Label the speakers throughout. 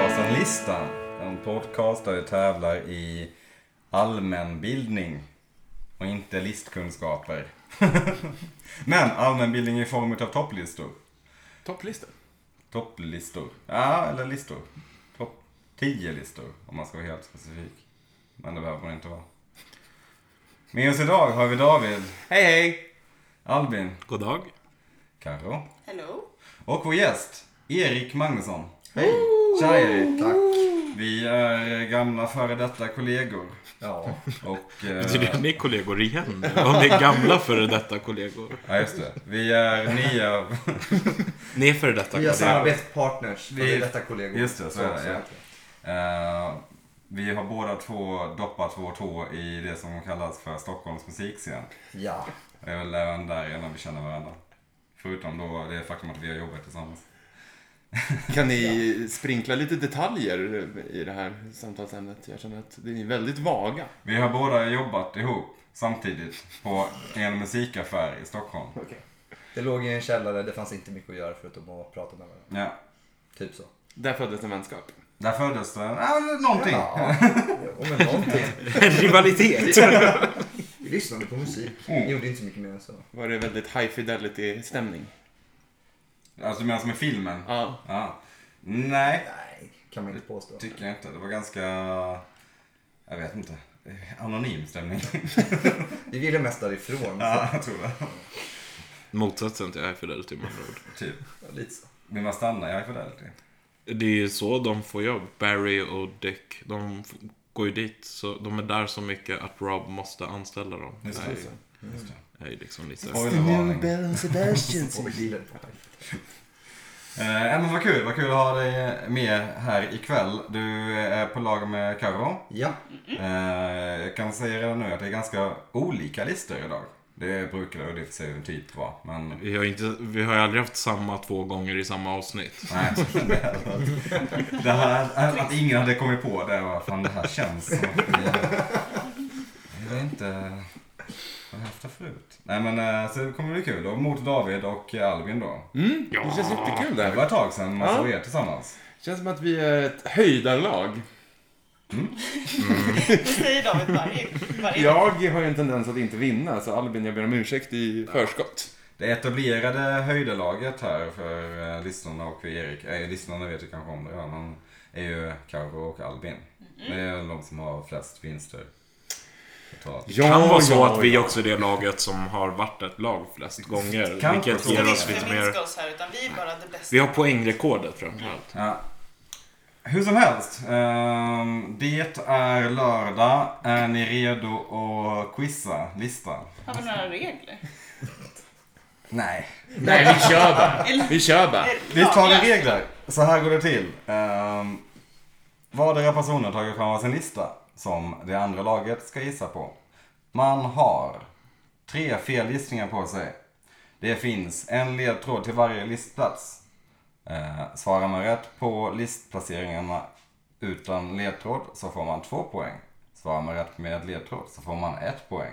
Speaker 1: Allmänbildningslistan. En podcast där vi tävlar i allmänbildning och inte listkunskaper. Men allmänbildning i form av topplistor.
Speaker 2: Topplistor?
Speaker 1: Topplistor. Ja, eller listor. Topp 10 listor om man ska vara helt specifik. Men det behöver man inte vara. Med oss idag har vi David,
Speaker 2: Hej hej!
Speaker 1: Albin,
Speaker 2: God dag.
Speaker 3: Eh.
Speaker 1: Karo
Speaker 4: Hello.
Speaker 1: och vår gäst Erik Magnusson. Hej! Tja Erik!
Speaker 5: Tack.
Speaker 1: Vi är gamla före detta kollegor.
Speaker 5: Ja.
Speaker 1: Och, eh,
Speaker 2: Betyder det att ni är kollegor igen? Eller Om ni är gamla före detta kollegor?
Speaker 1: ja, just det. Vi är nya.
Speaker 2: Ni är före detta
Speaker 5: Vi
Speaker 2: kollegor.
Speaker 5: är samarbetspartners.
Speaker 1: Vi-
Speaker 5: Vi är detta kollegor.
Speaker 1: Just det, så är det, ja.
Speaker 5: heter
Speaker 1: Eh, vi har båda två doppat vår tå i det som kallas för Stockholms musikscen.
Speaker 5: det. Ja.
Speaker 1: Det är väl även där innan vi känner varandra. Förutom då det faktum att vi har jobbat tillsammans.
Speaker 3: Kan ni sprinkla lite detaljer i det här samtalsämnet? Jag känner att ni är väldigt vaga.
Speaker 1: Vi har båda jobbat ihop samtidigt på en musikaffär i Stockholm.
Speaker 5: Det låg i en källare, det fanns inte mycket att göra förutom att prata med varandra.
Speaker 1: Ja.
Speaker 5: Typ så.
Speaker 3: Där föddes en vänskap.
Speaker 1: Där föddes det, ja, någonting.
Speaker 5: Ja, om en någonting.
Speaker 2: En rivalitet.
Speaker 5: Vi lyssnade på musik.
Speaker 1: Mm.
Speaker 5: Vi gjorde inte så mycket mer än så.
Speaker 3: Var det väldigt high fidelity stämning?
Speaker 1: Alltså du menar som i filmen?
Speaker 3: Ja.
Speaker 1: Ja. Nej,
Speaker 5: Nej, kan man inte påstå.
Speaker 1: tycker jag inte. Det var ganska, jag vet inte, anonym stämning.
Speaker 5: Vi ville mest därifrån.
Speaker 1: Ja, jag tror det.
Speaker 2: Motsatsen till High Fidelity med andra ord.
Speaker 1: Typ.
Speaker 5: Så, lite så.
Speaker 1: Vill man stanna i High Fidelity?
Speaker 2: Det är ju så de får jobb. Barry och Dick, de f- går ju dit. Så de är där så mycket att Rob måste anställa dem.
Speaker 1: Just
Speaker 2: är,
Speaker 1: det.
Speaker 5: Mm.
Speaker 1: Just det.
Speaker 2: är ju liksom lite...
Speaker 1: Spoilervarning.
Speaker 5: Spoiler.
Speaker 1: Eh, ja, men vad kul, vad kul att ha dig med här ikväll. Du är på lag med Karo.
Speaker 5: Ja,
Speaker 1: Eh, jag kan säga redan nu att det är ganska olika listor idag. Det brukar det i och för sig typ vara, men
Speaker 2: Vi har, inte, vi har ju aldrig haft samma två gånger i samma avsnitt.
Speaker 1: nej. det här, att ingen hade kommit på det var fan det här känns som att vi, vi har inte har haft det förut. Nej men eh, så det kommer bli kul. Och mot David och Albin då.
Speaker 3: Mm,
Speaker 2: Ja.
Speaker 3: det känns jättekul det
Speaker 1: Det var
Speaker 3: här.
Speaker 1: ett tag sedan man
Speaker 3: Ja.
Speaker 1: såg er tillsammans.
Speaker 3: känns som att vi är ett höjdarlag.
Speaker 2: Mm.
Speaker 4: Det säger David varje, varje
Speaker 3: Jag har ju en tendens att inte vinna, så Albin, jag ber om ursäkt i förskott.
Speaker 1: Det etablerade höjdelaget här för eh, lyssnarna och för Erik, eh, lyssnarna vet ju kanske om det ja, men är ju Karo och Albin. Det är väl de som har flest vinster. totalt.
Speaker 3: Ja,
Speaker 2: kan vara så
Speaker 3: ja,
Speaker 2: att vi
Speaker 3: ja.
Speaker 2: också är det laget som har varit ett lag flest gånger.
Speaker 1: Kan
Speaker 2: vilket
Speaker 1: vara så.
Speaker 2: ger
Speaker 4: Vi
Speaker 2: oss
Speaker 4: ska
Speaker 2: lite
Speaker 4: inte
Speaker 2: mer...
Speaker 4: förminska oss här utan vi är bara det bästa.
Speaker 2: Vi har poängrekordet framförallt.
Speaker 1: Ja. Hur som helst, ehm, det är lördag. Är ni redo att quizza listan?
Speaker 4: Har vi några regler?
Speaker 1: Nej.
Speaker 3: Nej, vi kör bara.
Speaker 4: Eller-
Speaker 3: Vi kör bara.
Speaker 1: Vi tar det regler. Så här går det till. Um, vardera personen har tagit fram sin lista som det andra laget ska gissa på. Man har tre felgissningar på sig. Det finns en ledtråd till varje listplats. Eh, svarar man rätt på listplaceringarna utan ledtråd så får man två poäng. Svarar man rätt med ledtråd så får man ett poäng.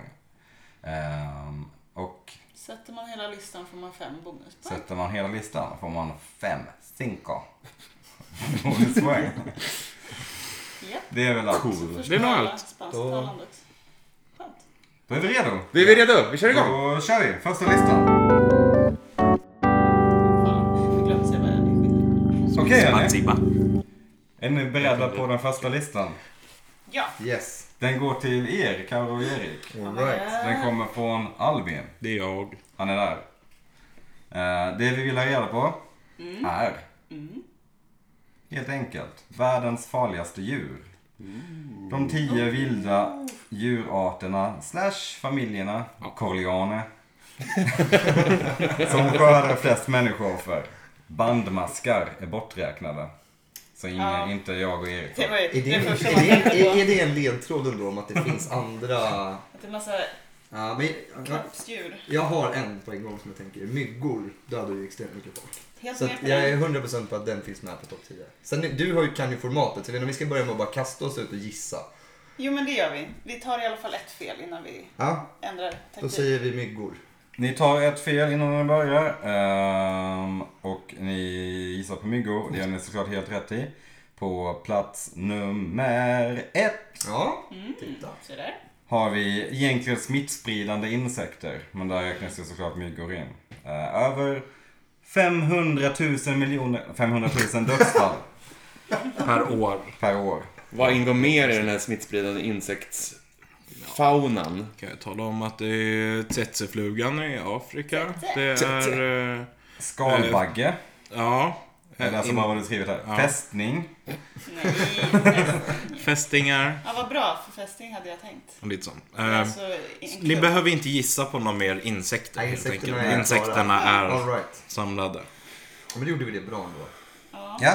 Speaker 1: Ehm, och
Speaker 4: Sätter man hela listan får man fem bonuspoäng.
Speaker 1: Sätter man hela listan får man fem cinco. Bonuspoäng.
Speaker 4: Ja.
Speaker 1: Det är väl allt.
Speaker 4: Så
Speaker 2: Det är nog
Speaker 4: alla
Speaker 2: allt.
Speaker 4: spansktalande också. Skönt.
Speaker 1: Då är vi redo.
Speaker 3: Då är vi redo, vi kör igång.
Speaker 1: Då kör vi. Första listan.
Speaker 4: Fan, jag glömde säga vad jag hade i skillnad.
Speaker 1: Okej
Speaker 3: Mm.
Speaker 1: hörni.
Speaker 2: Spatsiba.
Speaker 1: Är ni beredda på den första listan?
Speaker 4: Ja.
Speaker 5: yes.
Speaker 1: Den går till er, Karo och Erik.
Speaker 5: All right.
Speaker 1: Den kommer från Albin.
Speaker 2: Det är jag.
Speaker 1: Han är där. Eh, Det vi vill ha reda på är helt enkelt världens farligaste djur. De tio vilda djurarterna slash familjerna Corleone som skördar flest människooffer. Bandmaskar är borträknade. Så ingen,
Speaker 4: Ja.
Speaker 1: inte jag och Erik.
Speaker 4: Det var ju
Speaker 5: Är det,
Speaker 4: det
Speaker 5: är,
Speaker 4: första man tänkte
Speaker 5: det, är,
Speaker 4: på.
Speaker 5: är det en ledtråd ändå om att det finns andra...
Speaker 4: Att det är massa
Speaker 5: Ja, men, jag,
Speaker 4: kroppsdjur.
Speaker 5: jag har en på en gång som jag tänker. Myggor dödar ju extremt mycket folk.
Speaker 4: Helt
Speaker 5: Så
Speaker 4: med
Speaker 5: att
Speaker 4: på
Speaker 5: Alltså, jag är
Speaker 4: det.
Speaker 5: 100% på att den finns med på topp 10. Sen du har ju, kan ju formatet så jag vet inte om vi ska börja med att bara kasta oss ut och gissa.
Speaker 4: Jo men det gör vi. Vi tar i alla fall ett fel innan vi
Speaker 5: Ja,
Speaker 4: ändrar
Speaker 5: då
Speaker 4: taktik.
Speaker 5: säger vi myggor.
Speaker 1: Ni tar ett fel innan ni börjar. ehm, och ni gissar på myggor. Det gör ni såklart helt rätt i. På plats nummer ett
Speaker 5: Ja, titta.
Speaker 4: Så där.
Speaker 1: har vi egentligen smittspridande insekter. Men där räknas ju såklart myggor in. Eh, över 500 000 miljoner, 500 000 dödsfall
Speaker 2: Per år.
Speaker 1: per år.
Speaker 3: Vad ingår mer i den här smittspridande insektsfaunan?
Speaker 2: Kan jag tala om att det är tsetseflugan i Afrika. Det
Speaker 4: Tsetse.
Speaker 2: är... eh,
Speaker 1: Skalbagge,
Speaker 2: Ja.
Speaker 1: är det som
Speaker 2: Eh, in-
Speaker 1: har varit skrivet här.
Speaker 2: Ja.
Speaker 1: Fästning.
Speaker 4: Nej.
Speaker 2: Fästingar.
Speaker 4: Ja, vad bra, för fästing hade jag tänkt.
Speaker 2: Och lite sånt.
Speaker 4: Men
Speaker 2: Eh,
Speaker 4: alltså,
Speaker 2: Ni
Speaker 4: inkluderat.
Speaker 2: behöver inte gissa på några mer insekter
Speaker 5: Nej,
Speaker 2: helt
Speaker 5: insekterna
Speaker 2: enkelt.
Speaker 5: är
Speaker 2: Insekterna
Speaker 5: klara. All
Speaker 2: är
Speaker 5: right.
Speaker 2: samlade.
Speaker 5: Ja, Men då gjorde vi det bra ändå.
Speaker 4: Ja,
Speaker 1: Ja,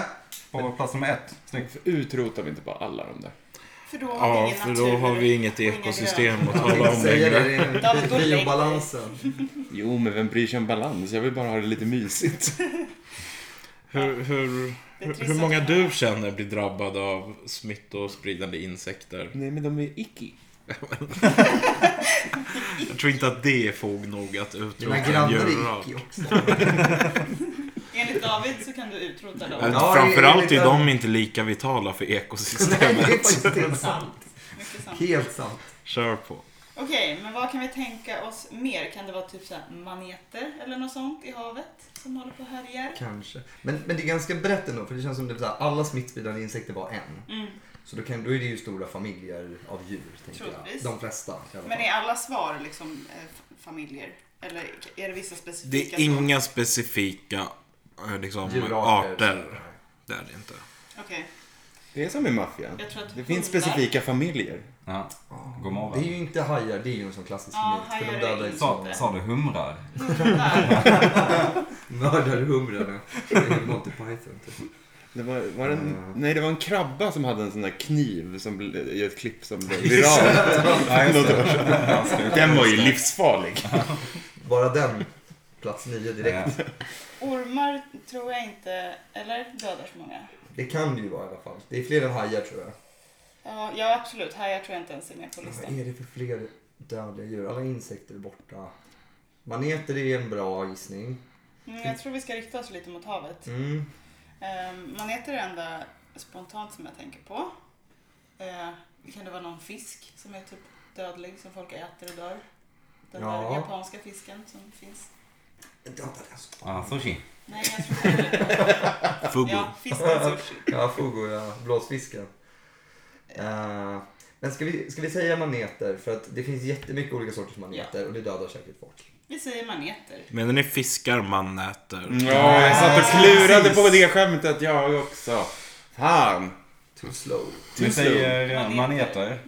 Speaker 1: på plats nummer ett. Snyggt.
Speaker 3: Utrotar vi inte bara alla de där?
Speaker 4: för då har vi
Speaker 2: Ja,
Speaker 4: ingen
Speaker 2: för
Speaker 4: natur.
Speaker 2: då har vi inget
Speaker 4: och inga
Speaker 2: ekosystem att
Speaker 5: Jag
Speaker 2: tala
Speaker 5: tänkte
Speaker 2: om
Speaker 5: säga
Speaker 2: längre.
Speaker 5: det,
Speaker 4: David,
Speaker 5: det
Speaker 4: gå och
Speaker 5: är
Speaker 4: lägg dig.
Speaker 5: biobalansen.
Speaker 3: Jo, men vem bryr sig om balans? Jag vill bara ha det lite mysigt.
Speaker 2: Hur, hur,
Speaker 4: Det är
Speaker 2: hur,
Speaker 4: trist
Speaker 2: hur många
Speaker 4: att-
Speaker 2: du känner blir drabbade av smittospridande insekter?
Speaker 3: Nej, men de är icky.
Speaker 2: Jag tror inte att det är fog nog att
Speaker 5: Dina
Speaker 2: utrota en
Speaker 5: grannar är
Speaker 2: djurart.
Speaker 5: icke också.
Speaker 4: Enligt David så kan du utrota
Speaker 2: Men
Speaker 4: dem.
Speaker 5: Ja, det är
Speaker 2: Framförallt är
Speaker 5: lite-
Speaker 2: de inte lika vitala för ekosystemet.
Speaker 5: Nej, det är faktiskt helt sant.
Speaker 4: Mycket sant.
Speaker 5: Helt sant.
Speaker 2: Kör på.
Speaker 4: Okej, men vad kan vi tänka oss mer? Kan det vara typ så här maneter eller något sånt i havet som håller på och härjar?
Speaker 5: Kanske. Men, men det är ganska brett ändå, för det känns som det är så här, alla smittspridande insekter var en.
Speaker 4: Mm.
Speaker 5: Så då, kan, då är det ju stora familjer av djur, tänker jag.
Speaker 4: Troligtvis.
Speaker 5: De flesta. i alla
Speaker 4: Men
Speaker 5: fall.
Speaker 4: är alla svar liksom eh, f- familjer? Eller är det vissa
Speaker 2: Det
Speaker 4: specifika
Speaker 2: är inga specifika eh, liksom, arter. Det är det inte.
Speaker 4: svar? Okej,
Speaker 3: Det är som i maffian.
Speaker 4: jag tror att
Speaker 3: Det finns
Speaker 4: hundar-
Speaker 3: specifika familjer.
Speaker 1: Ja. God
Speaker 5: Det är ju
Speaker 1: morgon.
Speaker 5: inte hajar, det är ju en sån klassisk
Speaker 4: Ja,
Speaker 5: myt. För
Speaker 4: hajar
Speaker 5: de
Speaker 4: är
Speaker 5: dödar
Speaker 4: inte-
Speaker 5: ju
Speaker 1: Sa,
Speaker 5: som
Speaker 1: sa du humrar?
Speaker 4: Hundar.
Speaker 5: mördar humrarna. Det är ju Monty Python typ.
Speaker 3: Det var, var det en,
Speaker 5: Mm.
Speaker 3: Nej, det var en krabba som hade en sån där kniv som, ble- i ett klipp som blev viralt. Något år sedan. Den var ju livsfarlig.
Speaker 5: Bara den, plats nio direkt.
Speaker 1: Eh,
Speaker 4: Ormar tror jag inte, eller dödar så många.
Speaker 5: Det kan det ju vara i alla fall. Det är fler än hajar tror jag.
Speaker 4: Ja, ja absolut. Hajar tror jag inte ens är med på listan.
Speaker 5: Vad är det för fler dödliga djur? Alla insekter är borta. Maneter är en bra gissning.
Speaker 4: Mm, jag tror vi ska rikta oss lite mot havet.
Speaker 5: Mm.
Speaker 4: Um, maneter är det enda spontant som jag tänker på. Eh, kan det vara någon fisk som är typ dödlig som folk äter och dör? Den
Speaker 5: Ja.
Speaker 4: där japanska fisken som finns.
Speaker 5: Dödade alltså.
Speaker 1: ah, sushi.
Speaker 4: Nej, jag tror inte det.
Speaker 2: Fugu.
Speaker 4: Ja, fisken sushi.
Speaker 5: Ja, Fogo, ja. Blåsfisken. Eh, men ska vi, ska vi säga maneter? För att det finns jättemycket olika sorters maneter och det dödar säkert folk.
Speaker 4: Vi säger maneter.
Speaker 2: Men ni fiskar man äter?
Speaker 3: Ja, jag satt och klurade
Speaker 5: precis.
Speaker 3: på det skämtet jag också. Fan.
Speaker 5: Too slow.
Speaker 1: Vi säger
Speaker 4: Maneter.
Speaker 1: maneter.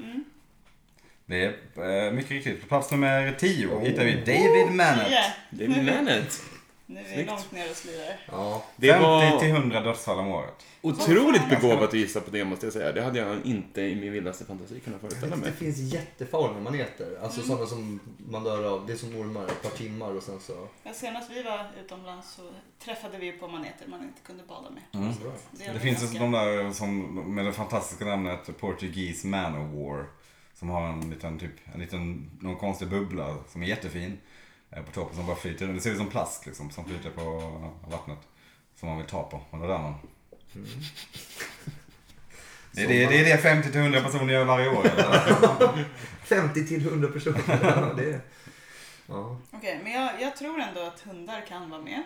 Speaker 1: Det är eh, mycket riktigt. På plats nummer 10 hittar vi David Manet.
Speaker 4: Tio.
Speaker 3: Det är Manet.
Speaker 4: Nu är vi
Speaker 3: Snyggt.
Speaker 4: långt ner och slirar.
Speaker 5: Ja,
Speaker 3: Det var
Speaker 1: 50-100 dödsfall om året.
Speaker 3: otroligt begåvat att gissa på det måste jag säga. Det hade jag inte i min vildaste fantasi kunnat
Speaker 5: Jag vet
Speaker 3: föreställa
Speaker 5: att
Speaker 3: mig.
Speaker 5: det finns jättefarliga maneter. Alltså sådana som man dör av. Det är som ormar, ett par timmar och sen så...
Speaker 4: Ja, senast vi var utomlands så träffade vi på maneter man inte kunde bada med.
Speaker 1: Mm.
Speaker 5: Bra.
Speaker 1: Det finns ju de där som, med det fantastiska namnet Portuguese Man of War. Som har en liten, typ, en liten, någon konstig bubbla som är jättefin. eh, På toppen som bara flyter. Det ser ut som plast liksom, som flyter på eh, vattnet. Som man vill ta på. Och det där man.
Speaker 5: Mm.
Speaker 1: Det är det, det, är det 50-100 personer gör varje år. eller?
Speaker 5: 50 till 100 personer. Ja, det är... Ja.
Speaker 4: Okej, men jag, jag tror ändå att hundar kan vara med.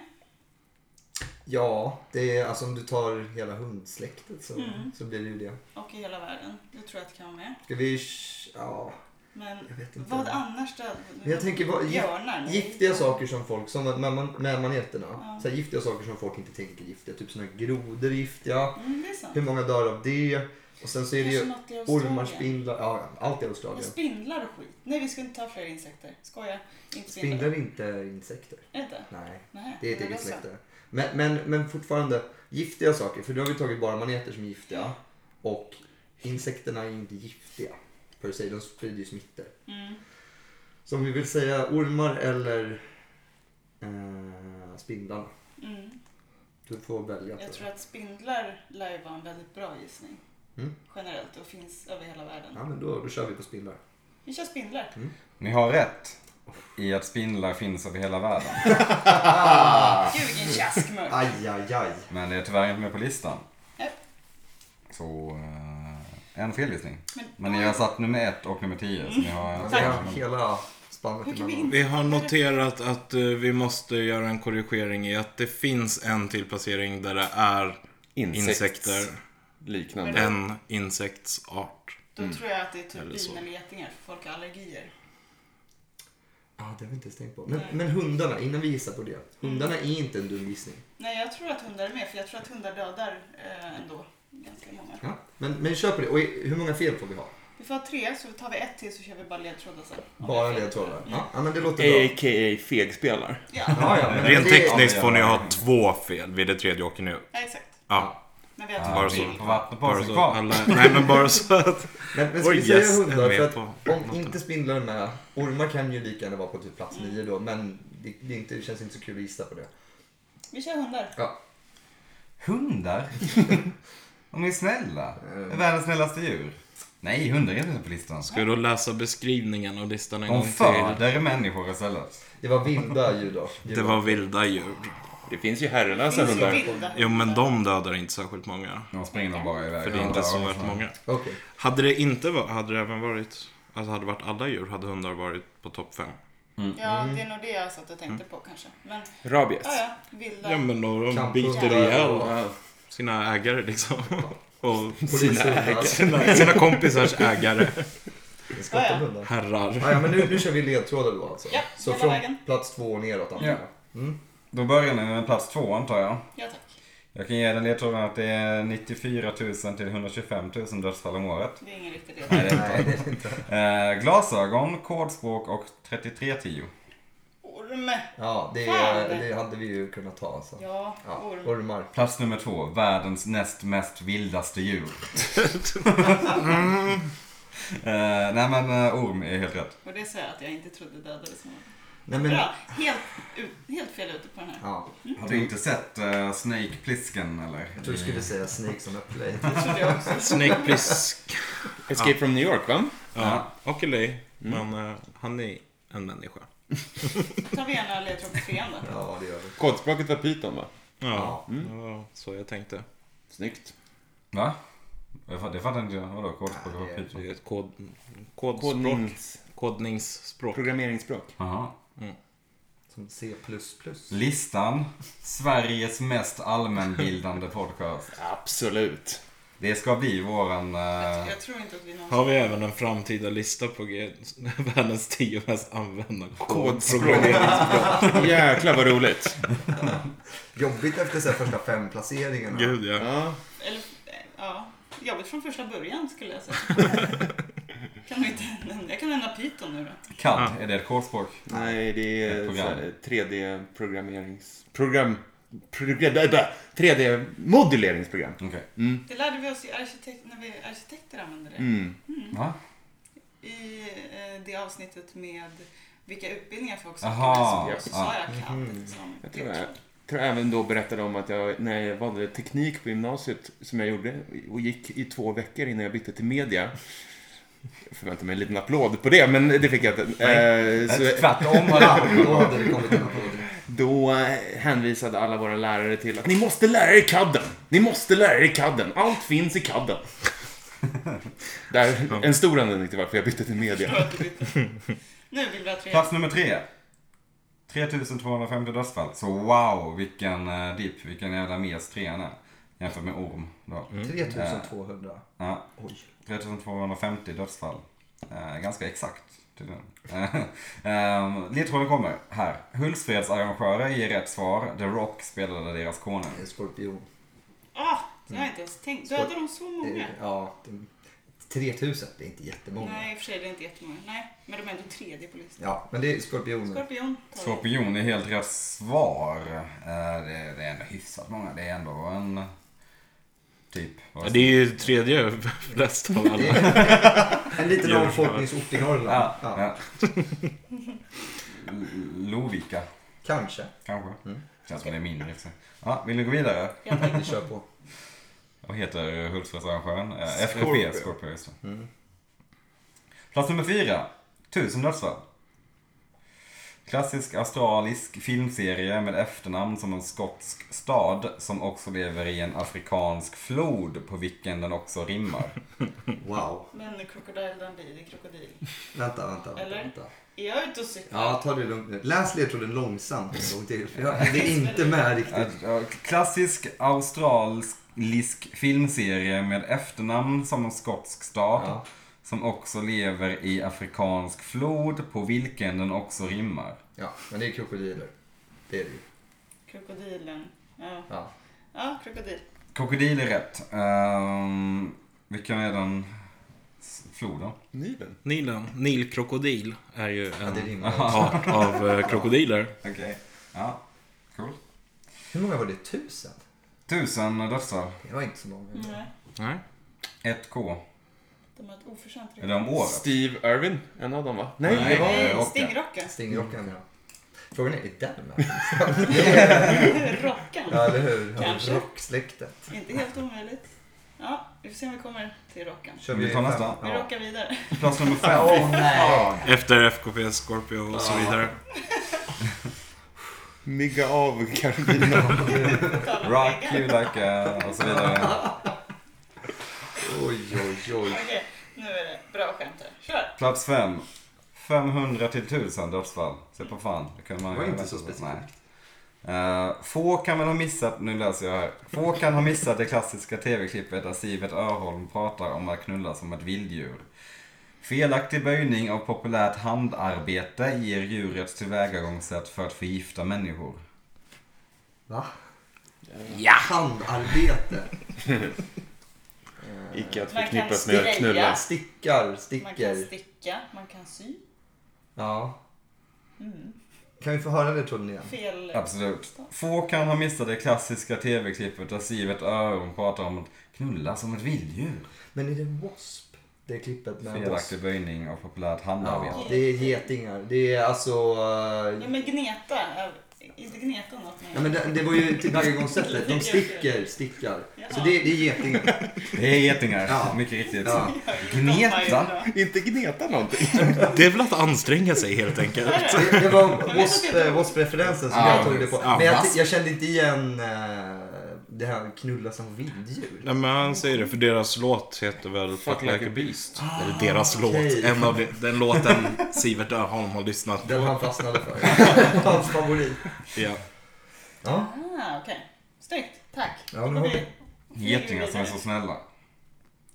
Speaker 5: ja, det är alltså om du tar hela hundsläktet så,
Speaker 4: Mm.
Speaker 5: så blir det ju det.
Speaker 4: Och i hela världen. Det tror jag att det kan vara med.
Speaker 5: Ska vi... sh- Ja,
Speaker 4: Men
Speaker 5: jag vet inte.
Speaker 4: vad annars då?
Speaker 5: Men jag tänker vad... gift-
Speaker 4: Björnar? Nej.
Speaker 5: Giftiga saker som folk, som med, med, med maneterna.
Speaker 4: Ja.
Speaker 5: Så här, giftiga saker som folk inte tänker är giftiga. Typ såna här grodor är giftiga.
Speaker 4: Mm, det är sant.
Speaker 5: Hur många dör av det? Och sen så är det
Speaker 4: Kanske
Speaker 5: ju
Speaker 4: något i Australien.
Speaker 5: ormar, spindlar, ja, allt i
Speaker 4: Ja,
Speaker 5: Australien.
Speaker 4: spindlar och skit. Nej, vi ska inte ta fler insekter. Skoja. Inte spindlar.
Speaker 5: Spindlar är inte insekter.
Speaker 4: Är det inte?
Speaker 5: Nej,
Speaker 4: Nej,
Speaker 5: det är ett
Speaker 4: men
Speaker 5: eget
Speaker 4: då så.
Speaker 5: släkte. Men, men, men fortfarande, giftiga saker. För då har vi tagit bara maneter som är
Speaker 4: Mm.
Speaker 5: giftiga. Och insekterna är inte giftiga. Per se, de sprider ju smittor.
Speaker 4: Mm.
Speaker 5: Så om vi vill säga ormar eller eh, spindlarna.
Speaker 4: Mm.
Speaker 5: Du får välja.
Speaker 4: Jag tror
Speaker 5: jag.
Speaker 4: att spindlar lär ju vara en väldigt bra gissning.
Speaker 5: Mm.
Speaker 4: Generellt och finns över hela världen.
Speaker 5: Ja, Mm. men då, då kör vi på spindlar.
Speaker 4: Vi kör spindlar.
Speaker 1: Ni har rätt i att spindlar finns över hela världen.
Speaker 4: Gud vilken tjaskmörk.
Speaker 5: Aj, aj, aj.
Speaker 1: Men det är tyvärr inte med på listan.
Speaker 4: Nej.
Speaker 1: Så eh, en felgissning.
Speaker 4: Men,
Speaker 1: Men ni har satt nummer ett och nummer tio. Så ni har...
Speaker 5: Vi har hela spannet
Speaker 4: Hur kan vi
Speaker 5: emellan.
Speaker 2: Vi har noterat att eh, vi måste göra en korrigering i att det finns en till placering där det är insekter.
Speaker 3: Liknande.
Speaker 2: En insektsart.
Speaker 4: då tror jag att det är typ
Speaker 2: Mm. Eller så.
Speaker 4: bin eller getingar, för folk har allergier.
Speaker 5: Ah, det har vi inte ens tänkt på. Men, men hundarna, innan vi gissar på det. Hundarna
Speaker 4: Mm.
Speaker 5: är inte en dum gissning.
Speaker 4: Nej, jag tror att hundar är med, för jag tror att hundar dödar eh, ändå ganska många.
Speaker 5: Ja. Men, men kör på det. Och i- hur många fel får vi ha?
Speaker 4: Vi får ha tre, så tar vi ett till så kör vi bara alltså. ledtrådar sen.
Speaker 5: Bara ledtrådar? Ja. ja, men det låter bra.
Speaker 3: A.k.a. fegspelar.
Speaker 4: Ja,
Speaker 5: Ja, ja, men
Speaker 2: Rent
Speaker 5: det-
Speaker 2: tekniskt får ni ha två fel vid det tredje åker ni upp.
Speaker 4: ja exakt.
Speaker 2: Ja,
Speaker 4: Men vi har
Speaker 2: Bara
Speaker 1: Bara
Speaker 2: så.
Speaker 1: På vattnet på
Speaker 2: bara
Speaker 1: sig
Speaker 2: så
Speaker 1: kvar.
Speaker 2: alla... Nej men bara så att...
Speaker 5: Men, men ska
Speaker 2: Oj,
Speaker 5: vi säga
Speaker 2: yes,
Speaker 5: hundar?
Speaker 2: är med
Speaker 5: För att
Speaker 2: på
Speaker 5: om inte spindlar är med, ormar kan ju lika gärna vara på typ plats nio då, men det, det, är inte, det känns inte så kul att gissa på det.
Speaker 4: Vi kör hundar.
Speaker 5: Ja.
Speaker 1: Hundar? De är snälla. Det är världens snällaste djur. Nej, hundar är inte på listan.
Speaker 2: Ska jag då läsa beskrivningen av listan en
Speaker 1: De
Speaker 2: gång till?
Speaker 1: föder människor istället.
Speaker 5: Det var vilda djur då.
Speaker 2: Det var vilda djur.
Speaker 3: Det finns ju herrelösa
Speaker 4: Finns det
Speaker 3: hundar.
Speaker 4: vilda
Speaker 2: Jo men de dödar inte särskilt många.
Speaker 1: De springer bara iväg.
Speaker 2: För det är inte så värt många.
Speaker 5: Okej.
Speaker 2: Hade det inte varit, hade det även varit, alltså hade det varit alla djur hade hundar varit på topp fem.
Speaker 4: Ja,
Speaker 2: Mm.
Speaker 4: det är nog det jag satt och tänkte på kanske. Men
Speaker 3: Rabies.
Speaker 4: ja, ja, vilda.
Speaker 2: Ja men då de
Speaker 5: Kamphundar
Speaker 2: biter ihjäl
Speaker 5: och-
Speaker 2: sina ägare liksom. Och
Speaker 5: Polishundar.
Speaker 2: sina, sina kompisars ägare.
Speaker 5: Skottehundar.
Speaker 2: Herrar.
Speaker 5: Ja, ja, men nu, nu kör vi ledtrådar då alltså.
Speaker 4: Ja,
Speaker 5: så
Speaker 4: hela
Speaker 5: från
Speaker 4: vägen.
Speaker 5: plats två och neråt antar
Speaker 1: Ja.
Speaker 5: jag.
Speaker 1: Då börjar ni med plats två antar jag.
Speaker 4: Ja, tack.
Speaker 1: Jag kan ge den ledtråden att det är 94 000 till 125 000 dödsfall om året.
Speaker 4: Det är ingen riktig
Speaker 1: Nej,
Speaker 4: ledtråd.
Speaker 1: det är inte. Eh, glasögon, kodspråk och 3310.
Speaker 4: Orm.
Speaker 5: Ja, det,
Speaker 4: Fan.
Speaker 5: det hade vi ju kunnat ta alltså.
Speaker 4: Ja,
Speaker 5: Ja,
Speaker 4: orm.
Speaker 5: ormar.
Speaker 1: Plats nummer två, världens näst mest vildaste djur. Eh, nej men eh, orm är helt rätt.
Speaker 4: Och det sa jag att jag inte trodde dödade så många.
Speaker 5: Nej, men,
Speaker 4: Bra, helt, ut, helt fel ute på den här.
Speaker 5: ja,
Speaker 1: Har du inte sett eh, Snake Plissken eller?
Speaker 5: jag trodde du skulle säga snake som äpple.
Speaker 4: Det trodde jag också.
Speaker 2: Snake please.
Speaker 3: Escape from New York, va?
Speaker 2: Ja, och Elaine. Men eh, han är en människa.
Speaker 4: tar vi gärna ledtråd på trean då.
Speaker 5: Ja, det gör vi.
Speaker 3: Kodspråket var pyton, va?
Speaker 2: Ja, Mm. det var så jag tänkte.
Speaker 3: Snyggt.
Speaker 1: Va? Jag fatt- Det fattar inte jag. Vadå kodspråk?
Speaker 5: Nej, det är-
Speaker 2: Det är ett kod, kodspråk.
Speaker 3: Kodnings...
Speaker 2: Kodningsspråk.
Speaker 3: Programmeringsspråk.
Speaker 1: Jaha.
Speaker 5: Som C++.
Speaker 1: Listan. Sveriges mest allmänbildande podcast.
Speaker 3: Absolut.
Speaker 1: Det ska bli våran...
Speaker 4: Jag,
Speaker 1: eh,
Speaker 4: jag tror inte att vi någonsin...
Speaker 2: Har vi även en framtida lista på G- världens tio mest använda kodspråk?
Speaker 3: Kodspråk. Jäklar vad roligt.
Speaker 5: Jobbigt efter så här första fem placeringarna.
Speaker 2: Gud ja.
Speaker 3: Ja.
Speaker 4: Eller, eh, ja. Jobbigt från första början skulle jag säga. kan du inte nämna? Jag kan nämna Python nu då.
Speaker 1: CAD, är det ett kodspråk?
Speaker 3: Nej, det är
Speaker 1: Ett program.
Speaker 3: så här 3D-programmerings... Program... program 3D-moduleringsprogram.
Speaker 1: Okej.
Speaker 4: Det lärde vi oss i arkitekt, när vi arkitekter använde det.
Speaker 3: Mm.
Speaker 1: Va?
Speaker 4: I eh, det avsnittet med vilka utbildningar folk
Speaker 1: Aha,
Speaker 4: söker med så, så sa jag CAD. Liksom.
Speaker 3: Jag tror jag, tror jag även då berättade om att jag, när jag valde teknik på gymnasiet, som jag gjorde, och gick i två veckor innan jag bytte till media. Jag förväntade mig en liten applåd på det, men det fick jag inte. Eh, så-
Speaker 1: Tvärtom har
Speaker 5: Ja,
Speaker 1: det
Speaker 5: då hade det kommit en applåd.
Speaker 3: Då eh, hänvisade alla våra lärare till att ni måste lära er kadden. Ni måste lära er kadden. Allt finns i kadden. Där, en stor anledning till varför jag bytte till media.
Speaker 4: Nu vill vi ha tre.
Speaker 1: Plats nummer tre. 3250 dödsfall. Så wow, vilken eh, dipp, vilken jävla mes trean är. Jämfört med orm då.
Speaker 2: Mm.
Speaker 5: 3200.
Speaker 1: Ja,
Speaker 5: Oj.
Speaker 1: 3250 dödsfall. Eh, ganska exakt. tydligen. Eh, Ledtråden kommer här. Hultsfredsarrangörer ger rätt svar. The Rock spelade deras konung.
Speaker 5: En skorpion.
Speaker 4: Ah, det har jag inte ens tänkt. Dödar de så många?
Speaker 5: Eh, Ja, det- 3000. Det är inte jättemånga.
Speaker 4: Nej, i och för sig det är inte jättemånga. Nej, men de är ändå tredje på listan.
Speaker 5: Ja, men det är skorpioner.
Speaker 4: Skorpion tar vi.
Speaker 1: Skorpion är helt rätt svar. Eh, Det det är ändå hyfsat många. Det är ändå en... Typ.
Speaker 2: Ja, Det är ju tredje flest av alla.
Speaker 5: En liten
Speaker 2: Djur.
Speaker 5: avfolkningsort i Norrland.
Speaker 1: Ja.
Speaker 5: Ja,
Speaker 1: ja. L- Lovika,
Speaker 5: kanske.
Speaker 1: kanske. Känns som det är mindre i och för sig. Ja, vill du gå vidare?
Speaker 4: Jag tar
Speaker 5: Vi kör på.
Speaker 1: Vad heter Hultsfredsarrangören? Eh, FKP, Scorpio. Mm. Just det. Plats nummer fyra. Tusen dödsfall. Klassisk australisk filmserie med efternamn som en skotsk stad som också lever i en afrikansk flod på vilken den också rimmar.
Speaker 5: Wow.
Speaker 4: Men Crocodile Dundee, det är krokodil.
Speaker 5: Vänta, vänta, vänta.
Speaker 4: Eller?
Speaker 5: vänta.
Speaker 4: Är jag ute och cyklar?
Speaker 5: Ja, ta det lugnt nu. Läs ledtråden långsamt en gång till. för Jag hängde inte med riktigt.
Speaker 1: Äh, Klassisk australisk filmserie med efternamn som en skotsk stad
Speaker 5: Ja.
Speaker 1: som också lever i afrikansk flod på vilken den också rimmar.
Speaker 5: Ja, men det är krokodiler. Det är det ju.
Speaker 4: Krokodilen. Ja.
Speaker 5: Ja.
Speaker 4: ja, krokodil.
Speaker 1: Krokodil är rätt. Ehm, vilken är den s- floden?
Speaker 3: Nilen?
Speaker 2: Nilen, nilkrokodil, är ju
Speaker 5: det
Speaker 2: en
Speaker 5: rimmar.
Speaker 2: art av eh, krokodiler.
Speaker 1: Okej. Ja, cool.
Speaker 5: Hur många var det? Tusen?
Speaker 1: Tusen dödsfall.
Speaker 5: Det var inte så många.
Speaker 4: Mm. Nej,
Speaker 2: Nej.
Speaker 1: 1K.
Speaker 4: de har ett oförtjänt
Speaker 1: Är det om året?
Speaker 3: Steve Irwin, en av dem va? Nej,
Speaker 1: Nej.
Speaker 3: det var...
Speaker 1: Ja,
Speaker 4: Nej,
Speaker 1: rocka.
Speaker 4: stingrockan.
Speaker 5: Stingrockan, ja. Frågan är, är den med?
Speaker 4: Rockan.
Speaker 5: Ja, eller hur?
Speaker 4: Kanske.
Speaker 5: Ja, Rocksläktet.
Speaker 4: Inte helt omöjligt. Ja, vi får se om vi kommer till rockan.
Speaker 5: Kör
Speaker 1: Vi tar
Speaker 5: fem?
Speaker 1: nästa.
Speaker 4: Vi
Speaker 5: Ja.
Speaker 4: rockar vidare.
Speaker 1: Plats nummer
Speaker 5: Åh
Speaker 1: 5.
Speaker 5: nej!
Speaker 2: Efter FKP, Scorpio och så vidare.
Speaker 3: Mygga av Carolina.
Speaker 4: Tala om
Speaker 1: Rock
Speaker 4: väggar.
Speaker 1: you like a... och så vidare.
Speaker 5: Oj, oj, oj.
Speaker 4: Okej, nu är det bra skämt här. Kör!
Speaker 1: Plats 5. 500 till 1000 dödsfall. Se på fan. Det kunde man
Speaker 5: Det var
Speaker 1: ju
Speaker 5: inte
Speaker 1: vänta
Speaker 5: så
Speaker 1: sig.
Speaker 5: specifikt.
Speaker 1: Nej. Eh, få kan väl ha missat, nu läser jag här. Få kan ha missat det klassiska tv-klippet där Sivert Öholm pratar om att knulla som ett vilddjur. Felaktig böjning av populärt handarbete ger djurets tillvägagångssätt för att förgifta människor.
Speaker 5: Va?
Speaker 2: Ja!
Speaker 5: Handarbete.
Speaker 3: Icke att
Speaker 4: Man kan
Speaker 3: förknippas med att
Speaker 4: skreja.
Speaker 3: knulla.
Speaker 5: Stickar,
Speaker 4: Man kan
Speaker 5: sticker.
Speaker 4: sticka, man kan sy.
Speaker 5: Ja.
Speaker 4: Mm.
Speaker 5: Kan vi få höra ledtråden igen?
Speaker 4: Fel...
Speaker 1: Absolut. Få kan ha missat det klassiska tv-klippet där Sivert Öholm pratar om att knulla som ett vilddjur.
Speaker 5: Men är det W.A.S.P? Det klippet med W.A.S.P?
Speaker 1: Felaktig böjning av populärt handarbete.
Speaker 5: Ja, det är getingar. Det är alltså... eh,
Speaker 4: Ja, men gneta. är- Inte gneta något
Speaker 5: Ja, men
Speaker 4: men
Speaker 5: det, det var ju tillvägagångssättet. De sticker, stickar. Så det, det är getingar.
Speaker 1: Det är getingar,
Speaker 5: Ja.
Speaker 1: mycket riktigt.
Speaker 5: Ja.
Speaker 1: Gneta?
Speaker 3: Inte gneta någonting.
Speaker 2: Det är väl att anstränga sig helt enkelt.
Speaker 5: Det, det var
Speaker 4: vet
Speaker 5: wasp,
Speaker 4: inte.
Speaker 5: eh, wasp-referensen som
Speaker 1: Ja,
Speaker 5: jag tog det på.
Speaker 2: ja,
Speaker 5: Men jag,
Speaker 2: wasp.
Speaker 5: jag kände inte igen eh, det här knulla som vilddjur.
Speaker 2: Nej men han säger det, för deras låt heter väl Fuck Like, a Beast. Ah, Eller deras
Speaker 5: okej.
Speaker 2: låt. En av de, den låten Sivert Öholm har lyssnat
Speaker 5: Den
Speaker 2: på.
Speaker 5: han fastnade för. Hans favorit.
Speaker 2: Ja.
Speaker 5: Ja,
Speaker 4: Ah, okej. Snyggt. Tack.
Speaker 5: Ja, nu har vi-
Speaker 1: Getingar som är så snälla.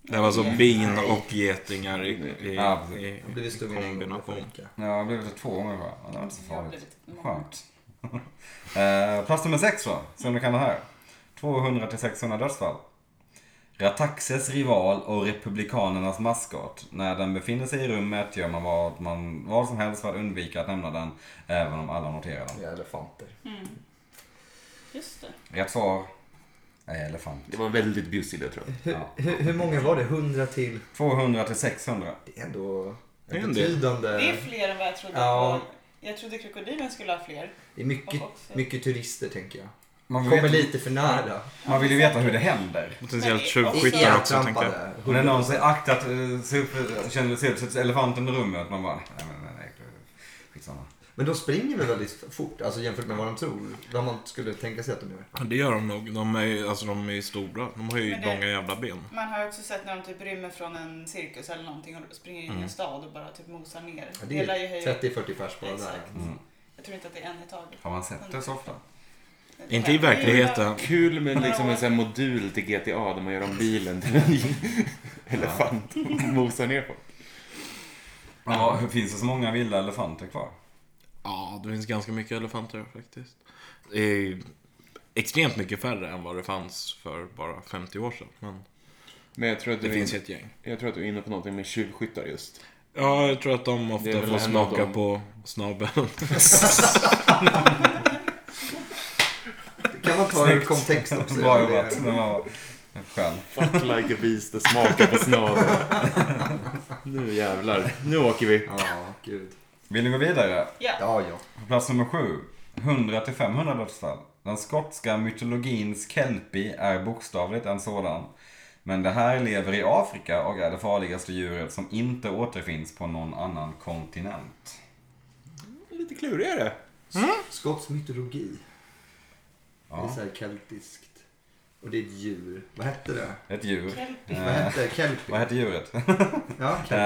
Speaker 2: Det var så bin och getingar i, i,
Speaker 1: Ja,
Speaker 2: i, i
Speaker 5: jag blev stungen en gång. för
Speaker 2: kombination.
Speaker 5: mycket.
Speaker 1: Ja, jag har blivit två gånger bara. Ja, Det var inte så
Speaker 4: Jag blev
Speaker 1: farligt.
Speaker 4: lite-
Speaker 1: Skönt. Eh, Plats nummer sex då, se om du kan det här. 200 till 600 dödsfall. Rataxes rival och republikanernas maskot. När den befinner sig i rummet gör man vad, man, vad som helst för att undvika att nämna den, även om alla noterar den.
Speaker 5: Vi är elefanter.
Speaker 4: Mm. Just det.
Speaker 1: Rätt svar är elefant.
Speaker 3: Det var väldigt bjussigt jag tror.
Speaker 5: Hur, hur, hur många var det? 100 till?
Speaker 1: 200 till 600.
Speaker 5: Det är ändå
Speaker 2: Det är
Speaker 5: en
Speaker 2: en del.
Speaker 5: betydande...
Speaker 4: Det är fler än vad jag trodde.
Speaker 5: Eh, Ja.
Speaker 4: på. Jag trodde krokodilen skulle ha fler.
Speaker 5: Det är mycket,
Speaker 4: Också.
Speaker 5: mycket turister tänker jag.
Speaker 1: Man vill,
Speaker 5: Kommer
Speaker 1: veta,
Speaker 5: lite för nära.
Speaker 1: man vill ju veta hur det händer.
Speaker 2: Potentiellt
Speaker 4: Skit
Speaker 5: Det
Speaker 2: tjuvskyttar
Speaker 5: är
Speaker 2: också tänker jag.
Speaker 5: trampade.
Speaker 1: Och när någon säger aktat, eh, ser upp- känner sig upp, elefanten i rummet. Man bara, nej men nej, nej, skitsamma.
Speaker 5: Men de springer väl väldigt fort, alltså jämfört med vad de tror. Vad man skulle tänka sig att de gör.
Speaker 2: Ja, Det gör de nog. De är ju alltså, de är ju stora. De har ju
Speaker 4: Men det-
Speaker 2: långa jävla ben.
Speaker 4: Man har ju också sett när de typ rymmer från en cirkus eller någonting och springer in i en stad och bara typ mosar ner.
Speaker 5: Mm. Ja,
Speaker 4: Hela
Speaker 5: det
Speaker 4: ju
Speaker 5: är
Speaker 4: höjden.
Speaker 5: 30-40 pers bara där.
Speaker 4: Exakt. Jag tror inte att det är en i taget.
Speaker 1: Mm. Har man sett det så ofta?
Speaker 4: Det
Speaker 2: Inte i
Speaker 4: händer ju
Speaker 2: verkligheten.
Speaker 3: Kul med liksom en sån här modul till GTA där man gör om bilen till en elefant och mosar ner folk.
Speaker 1: Ja, hur finns det så många vilda elefanter kvar?
Speaker 2: Ja, det finns ganska mycket elefanter faktiskt. Det är extremt mycket färre än vad det fanns för bara 50 år sedan. Men
Speaker 3: Men jag tror att
Speaker 2: det
Speaker 3: du, är
Speaker 2: finns ju
Speaker 3: inne,
Speaker 2: ett gäng.
Speaker 3: jag tror att du är inne på någonting med tjuvskyttar just.
Speaker 2: Ja, jag tror att de
Speaker 3: Det är
Speaker 2: ofta
Speaker 3: väl
Speaker 2: får
Speaker 3: en av
Speaker 2: smaka
Speaker 3: dem.
Speaker 2: på snabeln.
Speaker 5: Kan man ta ur kontext också?
Speaker 1: Bra jobbat. Den var skön.
Speaker 3: Fuck like a beast, det smakar på snabel. nu jävlar, nu åker vi.
Speaker 5: Ja, gud.
Speaker 1: Vill ni gå vidare?
Speaker 4: Ja.
Speaker 5: Ja, ja.
Speaker 1: På plats nummer sju. 100 till 500 dödsfall. Den skotska mytologins kelpie är bokstavligt en sådan. Men det här lever i Afrika och är det farligaste djuret som inte återfinns på någon annan kontinent.
Speaker 3: lite klurigare.
Speaker 5: Skotsk mytologi. Det är
Speaker 1: Ja,
Speaker 5: så här keltiskt. Och det är ett djur. Vad hette det?
Speaker 1: ett djur. Eh,
Speaker 4: Kelpie.
Speaker 5: Vad hette Kelpie?
Speaker 1: Vad heter djuret?
Speaker 5: Ja, Kelpie.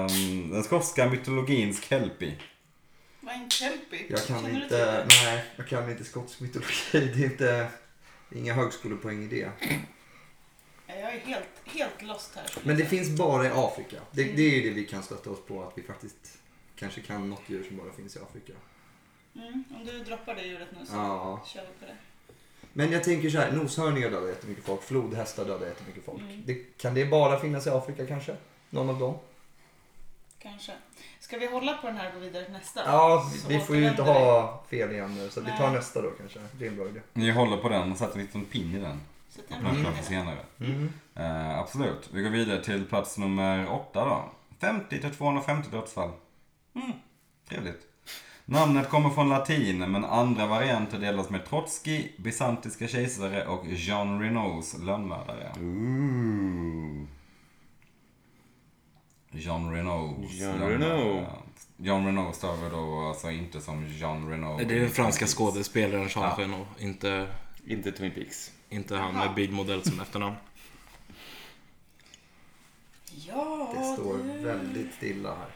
Speaker 1: Ehm, den skotska mytologins kelpi.
Speaker 4: Vad är en kelpie?
Speaker 5: Jag kan
Speaker 4: Känner du till
Speaker 5: inte,
Speaker 4: det?
Speaker 5: nej, jag kan inte skotsk mytologi. Det är inte, det är inga högskolepoäng i det.
Speaker 4: Nej, Jag är helt, helt lost här.
Speaker 5: Men det finns bara i Afrika. Det, det är ju det vi kan stötta oss på, att vi faktiskt kanske kan något djur som bara finns i Afrika.
Speaker 4: Mm, om du droppar det djuret nu så
Speaker 5: Ja.
Speaker 4: kör vi på det.
Speaker 5: Men jag tänker så här, noshörningar dödar jättemycket folk, flodhästar dödar jättemycket folk.
Speaker 4: Mm.
Speaker 5: Det, kan det bara finnas i Afrika kanske? Någon av dem?
Speaker 4: Kanske. Ska vi hålla på den här och gå vidare till nästa?
Speaker 5: Ja,
Speaker 4: Så
Speaker 5: vi får ju inte
Speaker 4: återvänder
Speaker 5: ha fel igen nu, så vi tar
Speaker 4: Nej.
Speaker 5: nästa då kanske. Det är en bra idé.
Speaker 1: Ni håller på den och sätter en liten pin i den.
Speaker 4: vi. Så att den
Speaker 1: Den
Speaker 4: blir
Speaker 1: kör
Speaker 5: Mm.
Speaker 4: det.
Speaker 1: vi senare. Eh, absolut. Vi går vidare till plats nummer åtta då. 50 till 250 dödsfall. Mm, trevligt. Namnet kommer från latin, men andra varianter delas med Trotsky, bysantiska kejsare och Jean Renots lönnmördare.
Speaker 3: Ooh.
Speaker 1: Jean Renaults
Speaker 3: Jean
Speaker 1: lönnmördare.
Speaker 3: Renault.
Speaker 1: Jean Renault stavar då alltså inte som Jean Renault.
Speaker 2: Det är den franska skådespelaren Jean
Speaker 1: Ja.
Speaker 2: Reno, inte,
Speaker 3: Inte Twin Peaks.
Speaker 2: inte han med bilmodell som efternamn.
Speaker 4: Ja,
Speaker 5: Det står
Speaker 4: du.
Speaker 5: väldigt stilla här.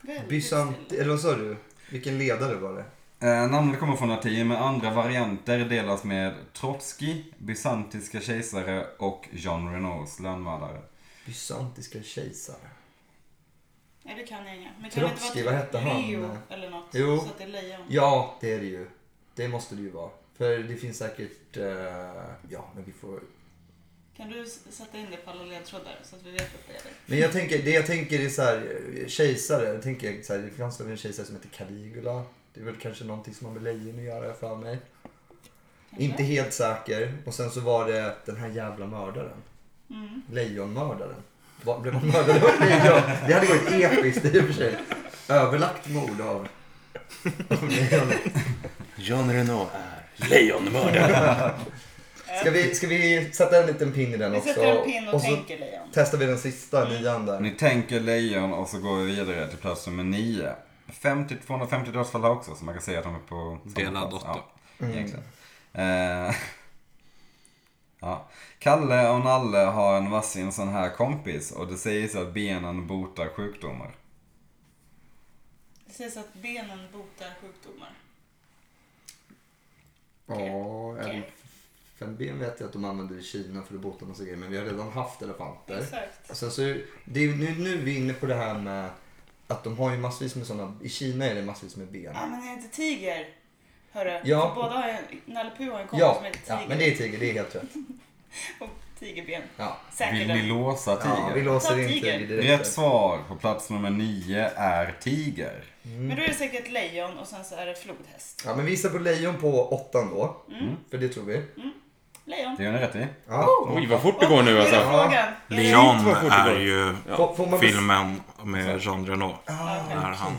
Speaker 4: Väldigt
Speaker 5: Bysant,
Speaker 4: still.
Speaker 5: eller vad sa du? Vilken ledare var det?
Speaker 1: Eh, namnet kommer från latin, men andra varianter delas med Trotsky, bysantiska kejsare och Jean Renaults lönnmördare.
Speaker 5: Bysantiska kejsare.
Speaker 4: Nej, det kan jag inga. Men kan det inte vara typ
Speaker 5: Trotsky, vad hette han?
Speaker 4: Leo eller något.
Speaker 5: Jo.
Speaker 4: Så att det är lejon.
Speaker 5: Ja, det är det ju. Det måste det ju vara. För det finns säkert, eh, ja men vi får...
Speaker 4: Kan du s- sätta in det på alla ledtrådar så att vi vet att det är det?
Speaker 5: Men jag tänker, det jag tänker är så här, eh, kejsare, jag tänker så här, det fanns väl en kejsare som heter Caligula. Det är väl kanske någonting som har med lejon att göra har jag för mig.
Speaker 4: Kanske?
Speaker 5: Inte helt säker. Och sen så var det den här jävla mördaren.
Speaker 4: Mm.
Speaker 5: Lejonmördaren. Vad- Blev man mördad av lejon? Det hade varit episkt i och för sig. Överlagt mord av, av lejon.
Speaker 3: Jean Renault är lejonmördare.
Speaker 5: Ska vi, ska vi sätta en liten pin i den
Speaker 4: Vi
Speaker 5: också?
Speaker 4: sätter en pin och,
Speaker 5: så
Speaker 4: tänker lejon.
Speaker 5: testar vi den sista nian där.
Speaker 1: Ni tänker lejon och så går vi vidare till plats nummer 9. 50-250 dödsfall här också, så man kan säga att de är på samma
Speaker 2: Delad
Speaker 1: plats.
Speaker 2: åtta.
Speaker 1: Ja,
Speaker 5: Mm.
Speaker 1: egentligen. Eh, ja. Kalle och Nalle har en varsin sån här kompis och det sägs att benen botar sjukdomar.
Speaker 4: Det sägs att benen botar sjukdomar.
Speaker 5: Ja,
Speaker 4: Okej.
Speaker 5: en fem ben vet jag att de använder i Kina för att bota massa grejer, men vi har redan haft elefanter.
Speaker 4: Exakt.
Speaker 5: Och sen så, det är, ju- nu, nu är vi inne på det här med att de har ju massvis med sådana, i Kina är det massvis med ben.
Speaker 4: Ja, men är det inte tiger? Hörru,
Speaker 5: Ja.
Speaker 4: för båda har en, Nalle Puh har en kompis
Speaker 5: Ja,
Speaker 4: som heter
Speaker 5: ja,
Speaker 4: Tiger.
Speaker 5: men det är tiger, det är helt rätt.
Speaker 4: Och tigerben.
Speaker 5: Ja,
Speaker 4: Säkert.
Speaker 1: Vill ni låsa
Speaker 5: ja vi
Speaker 1: tiger?
Speaker 5: låser
Speaker 4: Ta
Speaker 5: in
Speaker 4: tiger.
Speaker 5: tiger
Speaker 1: Rätt
Speaker 5: direkt.
Speaker 1: svar på plats nummer 9 är tiger.
Speaker 4: Men då är det säkert lejon och sen så är det flodhäst.
Speaker 5: Ja, men vi gissar på lejon på åttan då,
Speaker 4: Mm. Oh!
Speaker 5: för det tror vi.
Speaker 4: Lejon.
Speaker 1: Det gör ni rätt i.
Speaker 5: Ja.
Speaker 3: Oj, vad fort det går nu
Speaker 4: Och
Speaker 3: alltså.
Speaker 4: är frågan. Är det-
Speaker 2: Leon
Speaker 3: vad fort det
Speaker 2: är
Speaker 3: går.
Speaker 2: ju
Speaker 5: Får, får man
Speaker 2: filmen med Jean Reno.
Speaker 5: Ah,
Speaker 4: okej.
Speaker 2: Där han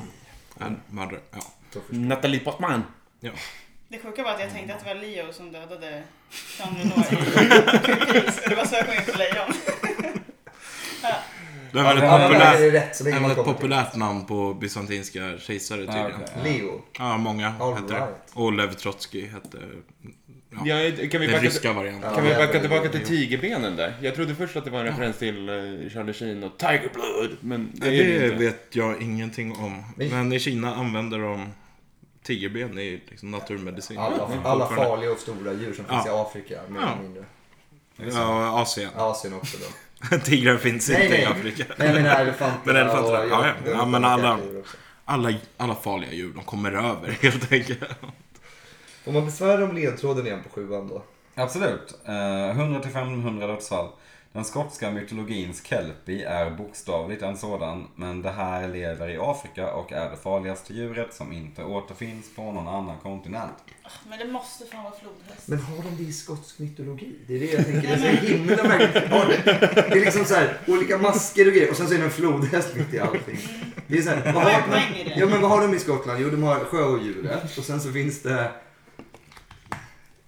Speaker 2: är mördare. Ja.
Speaker 5: Då förstår
Speaker 3: Nathalie Portman.
Speaker 4: Det sjuka var att jag tänkte att det var Leo som dödade Jean Renoir. Så det var så jag kom in på lejon.
Speaker 2: Det är
Speaker 1: Ja,
Speaker 2: väldigt
Speaker 1: det var-
Speaker 5: Alla
Speaker 1: Populär-
Speaker 5: vägar
Speaker 2: populärt.
Speaker 5: är rätt så
Speaker 2: Det är
Speaker 5: länge man
Speaker 2: ett
Speaker 5: kommer till.
Speaker 2: populärt namn på bysantinska kejsare
Speaker 1: Ja,
Speaker 2: tydligen.
Speaker 1: okej.
Speaker 5: Leo.
Speaker 2: Ja, många
Speaker 5: All
Speaker 2: hette
Speaker 5: right.
Speaker 2: det. Och Lev Trotsky hette Ja.
Speaker 3: Ja, kan vi
Speaker 2: den
Speaker 3: backa,
Speaker 2: ryska varianten.
Speaker 3: kan vi
Speaker 5: Ja,
Speaker 3: backa
Speaker 5: det-
Speaker 3: tillbaka till tigerbenen där? Jag trodde först att det var en referens till eh, Charlie Sheen och Tiger Blood. Men det är det
Speaker 2: Det
Speaker 3: inte.
Speaker 2: vet jag ingenting om.
Speaker 5: Men-
Speaker 2: Men i Kina använder de tigerben i liksom naturmedicin.
Speaker 5: Alla, alla farliga och stora djur som finns i Afrika, mer eller
Speaker 2: Ja.
Speaker 5: mindre.
Speaker 2: Ja, Asien.
Speaker 5: Asien också då.
Speaker 2: Tigrar finns
Speaker 5: Nej,
Speaker 2: inte i
Speaker 5: nej.
Speaker 2: Afrika.
Speaker 5: Nej, jag menar elefanterna.
Speaker 2: Men elefanterna,
Speaker 5: och-
Speaker 2: ja, ja.
Speaker 5: det är
Speaker 2: Ja, men
Speaker 5: olika
Speaker 2: alla-
Speaker 5: djur också.
Speaker 2: Alla, alla farliga djur, de kommer över helt enkelt.
Speaker 5: Får man besvära om ledtråden igen på sjuan då?
Speaker 1: Absolut. Eh, 100-500 dödsfall. Den skotska mytologins kelpie är bokstavligt en sådan, men det här lever i Afrika och är det farligaste djuret som inte återfinns på någon annan kontinent.
Speaker 4: Men det måste fan vara flodhäst.
Speaker 5: Men har de det i skotsk mytologi? Det är det jag tänker. Det är så himla märkligt. Har det- Det är liksom så här, olika masker och grejer och sen så är det en flodhäst mitt i allting. Det är så här, vad
Speaker 4: Vad är
Speaker 5: har,
Speaker 4: poängen i det?
Speaker 5: ja, men vad har de i Skottland? Jo, de har sjöodjuret och sen så finns det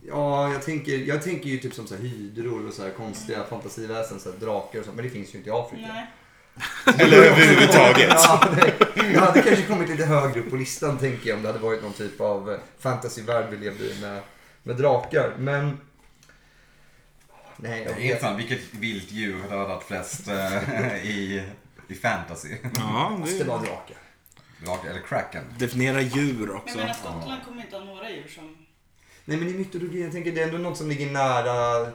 Speaker 5: Ja, jag tänker, jag tänker ju typ som så här hydror och så här konstiga fantasiväsen, så här drakar och sånt. Men det finns ju inte i Afrika.
Speaker 4: Nej.
Speaker 3: Eller överhuvudtaget.
Speaker 5: Ja, det, jag hade kanske kommit lite högre upp på listan tänker jag om det hade varit någon typ av eh, fantasyvärld vi levde i med, med drakar. Men... Nej,
Speaker 1: Det
Speaker 5: jag
Speaker 1: är
Speaker 5: vet inte.
Speaker 1: intressant. Vilket vilt djur har dödat flest eh, i, i fantasy?
Speaker 2: Ja, det
Speaker 5: Det var
Speaker 2: är...
Speaker 5: drakar.
Speaker 1: Drake eller kraken?
Speaker 2: Definiera djur
Speaker 4: Men
Speaker 2: också.
Speaker 4: jag menar Skottland kommer inte ha några djur som...
Speaker 5: Nej men i mytologin, jag tänker det är ändå något som ligger nära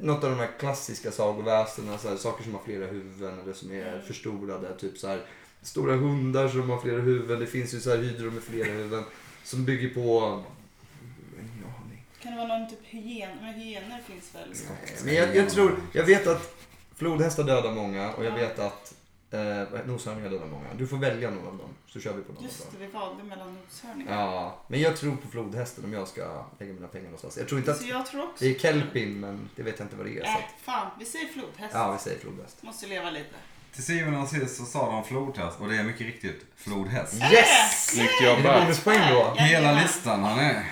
Speaker 5: något av de här klassiska sagoväsendena. Så här, saker som har flera huvuden eller som är förstorade. Typ så här, stora hundar som har flera huvuden. Det finns ju så här hydror med flera huvuden. Som bygger på... Ingen aning.
Speaker 4: Kan det vara någon typ hyen? Men hyenor finns väl?
Speaker 5: Eh, Men jag, jag tror, jag vet att flodhästar dödar många och jag vet att eh, noshörningar dödar många. Du får välja någon av dem så kör vi på någon av
Speaker 4: Just det,
Speaker 5: dem.
Speaker 4: vi valde mellan noshörningar.
Speaker 5: Ja, men jag tror på flodhästen om jag ska lägga mina pengar någonstans. Jag tror inte att
Speaker 4: Så jag tror också...
Speaker 5: det är kelpin men det vet jag inte vad det är. Så
Speaker 4: Äh,
Speaker 5: att,
Speaker 4: fan. Vi säger flodhäst.
Speaker 5: ja, vi säger flodhäst.
Speaker 4: Måste leva lite.
Speaker 1: Till syvende och sist så sa de flodhäst och det är mycket riktigt flodhäst.
Speaker 5: Yes!
Speaker 3: Snyggt
Speaker 5: Är det
Speaker 3: jobbat.
Speaker 5: bonuspoäng då?
Speaker 4: Ja.
Speaker 1: Hela
Speaker 4: Jajamän.
Speaker 1: listan han är.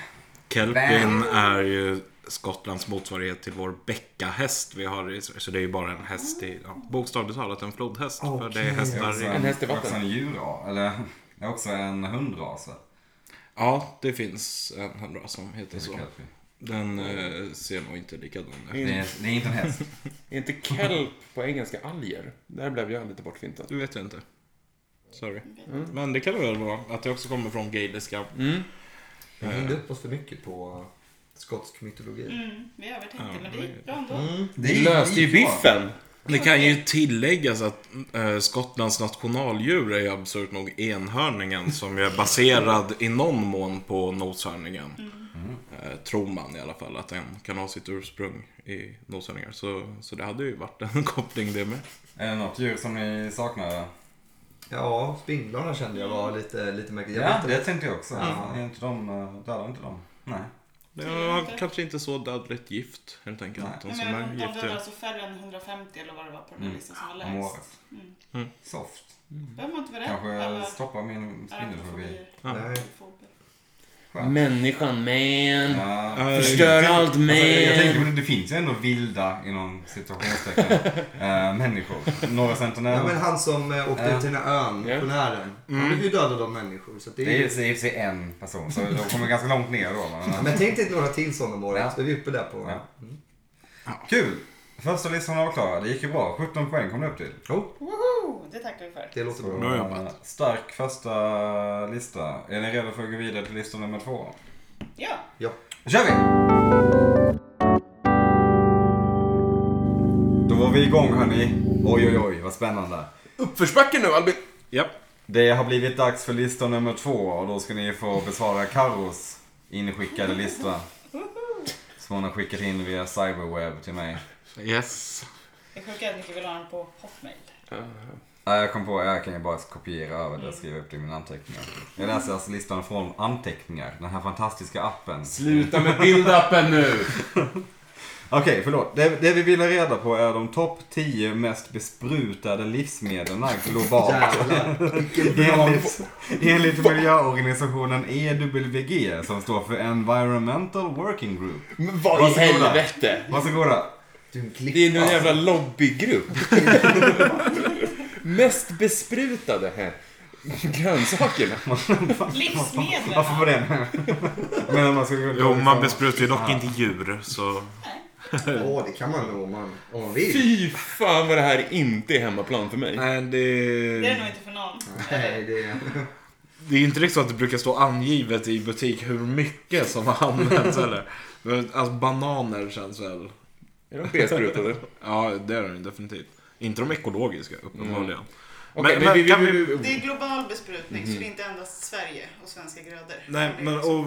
Speaker 2: Kelpin är ju Skottlands motsvarighet till vår bäckahäst vi har i Sverige. Så det är ju bara en häst i, ja, bokstavligt talat en flodhäst. För det är
Speaker 5: Okej.
Speaker 1: Det är
Speaker 2: hästar
Speaker 1: också
Speaker 2: i...
Speaker 1: en,
Speaker 3: En häst i
Speaker 1: det är också
Speaker 3: vatten.
Speaker 1: en djurras, eller det är också en hundras. va?
Speaker 2: Ja, det finns en hundra som heter så.
Speaker 1: Kelpie.
Speaker 2: Den eh, ser nog inte likadan ut.
Speaker 1: Det är, det är inte en häst.
Speaker 3: Är inte kelp på engelska alger? Där blev jag lite bortfintad.
Speaker 2: Du vet jag inte. Sorry.
Speaker 4: Mm.
Speaker 2: Men det kan det väl vara. Att det också kommer från gaeliska.
Speaker 3: Mm.
Speaker 5: Vi hängde upp oss för mycket på skotsk mytologi.
Speaker 4: Mm, vi övertänkte,
Speaker 2: Ja,
Speaker 4: men
Speaker 2: det
Speaker 4: det
Speaker 2: är-
Speaker 4: gick bra ändå.
Speaker 5: Mm.
Speaker 1: Det
Speaker 3: Vi
Speaker 1: är-
Speaker 3: löste ju
Speaker 1: det är kvar.
Speaker 3: biffen.
Speaker 2: Det kan ju tilläggas att eh, Skottlands nationaldjur är ju absurt nog enhörningen som ju är baserad i någon mån på noshörningen.
Speaker 4: Mm.
Speaker 2: Eh, tror man i alla fall att den kan ha sitt ursprung i noshörningar. Så, så det hade ju varit en koppling det med.
Speaker 1: Är det något djur som ni saknar?
Speaker 5: Ja, spindlarna kände jag var lite, lite märkligt. Jag
Speaker 1: Ja,
Speaker 5: vet inte-
Speaker 1: det tänkte jag också.
Speaker 5: Ja.
Speaker 1: Är inte de, eh, dödar inte de? Nej.
Speaker 2: Det
Speaker 4: Mm,
Speaker 2: var kanske inte så dödligt gift helt enkelt.
Speaker 1: Nej.
Speaker 2: De
Speaker 4: Nej,
Speaker 2: som är
Speaker 4: men de
Speaker 2: gifta.
Speaker 4: dödade alltså färre än 150 eller vad det var på den här
Speaker 1: Mm.
Speaker 4: listan som var
Speaker 1: Om
Speaker 4: lägst.
Speaker 1: året.
Speaker 4: Mm.
Speaker 1: Soft.
Speaker 4: Behöver man inte vara rädd?
Speaker 1: Kanske
Speaker 4: Alla
Speaker 1: stoppar min spindelfobi.
Speaker 4: arachnofobier.
Speaker 2: Ja.
Speaker 5: Nej.
Speaker 4: fobier.
Speaker 1: Skönt.
Speaker 3: Människan, man.
Speaker 1: Ja.
Speaker 2: Aj.
Speaker 3: Förstör allt, man.
Speaker 1: Alltså, jag tänker, på det, det finns ju ändå vilda, inom situationstecken, äh, människor. Några
Speaker 5: Ja, men
Speaker 1: sentinel.
Speaker 5: han som eh, åkte
Speaker 1: Ja.
Speaker 5: ut till den här ön,
Speaker 3: Ja.
Speaker 5: missionären. Han blev ju dödad av människor. Så att det är
Speaker 1: Det är
Speaker 5: ju...
Speaker 1: i och för sig en person, så de kommer ganska långt ner då. Men,
Speaker 5: Men tänk dig några till sådana om året,
Speaker 1: Ja.
Speaker 5: så är vi uppe där på...
Speaker 1: Ja.
Speaker 5: Mm.
Speaker 1: Kul! Första listan var klar. Det gick ju bra. 17 poäng kom det upp till.
Speaker 5: Oh,
Speaker 4: Woho! Det tackar vi för.
Speaker 5: det låter bra.
Speaker 2: Bra jobbat.
Speaker 1: Eh, Stark första lista. Är ni redo för att gå vidare till lista nummer två?
Speaker 4: Ja,
Speaker 5: Ja.
Speaker 1: Då kör vi! Då var vi igång hörni. Oj oj oj vad spännande.
Speaker 3: Uppförsbacke nu Albin.
Speaker 2: Japp.
Speaker 1: Det har blivit dags för lista nummer två och då ska ni få besvara Carros inskickade lista. Som hon har skickat in via cyberweb till mig.
Speaker 2: Yes.
Speaker 4: det sjuka är att Nicke vill ha den på Hotmail.
Speaker 1: Ja, Jag kom på jag kan ju bara kopiera över det och skriva upp det i mina anteckningar. Jag läser alltså listan från anteckningar, den här fantastiska appen.
Speaker 3: Sluta med build-upen nu.
Speaker 1: Okej, förlåt. Det, det vi vill ha reda på är de topp 10 mest besprutade livsmedlen globalt.
Speaker 5: Jävlar, vilken bra...
Speaker 1: Enligt, enligt miljöorganisationen EWG som står för Environmental Working Group.
Speaker 3: Men vad i
Speaker 1: Varsågoda.
Speaker 3: helvete?
Speaker 1: Varsågoda.
Speaker 5: Du
Speaker 3: Det är
Speaker 5: klipp.
Speaker 3: en jävla lobbygrupp. Mest besprutade här. grönsakerna.
Speaker 4: Livsmedlen!
Speaker 1: Varför var det med? Men om man ska gå liksom
Speaker 2: Jo, man besprutar ju dock inte djur så...
Speaker 5: Åh, det kan man nog om man, om man vill.
Speaker 3: Fy fan vad det här inte är hemmaplan för mig.
Speaker 2: Nej, det...
Speaker 4: Det är det nog inte för någon.
Speaker 5: Nej, det är...
Speaker 2: Det är ju inte riktigt så att det brukar stå angivet i butik hur mycket som har använts eller. Men, Alltså bananer känns väl.
Speaker 3: Är de besprutade?
Speaker 2: Alltså, Ja, det är de ju definitivt. Inte de ekologiska uppenbarligen.
Speaker 3: Okej,
Speaker 2: Mm. Men- men kan
Speaker 3: vi-
Speaker 2: vi-
Speaker 3: vi-
Speaker 4: Det är global besprutning, så det är inte endast Sverige och svenska grödor.
Speaker 2: Nej,
Speaker 4: Det är
Speaker 2: men
Speaker 4: också
Speaker 2: och,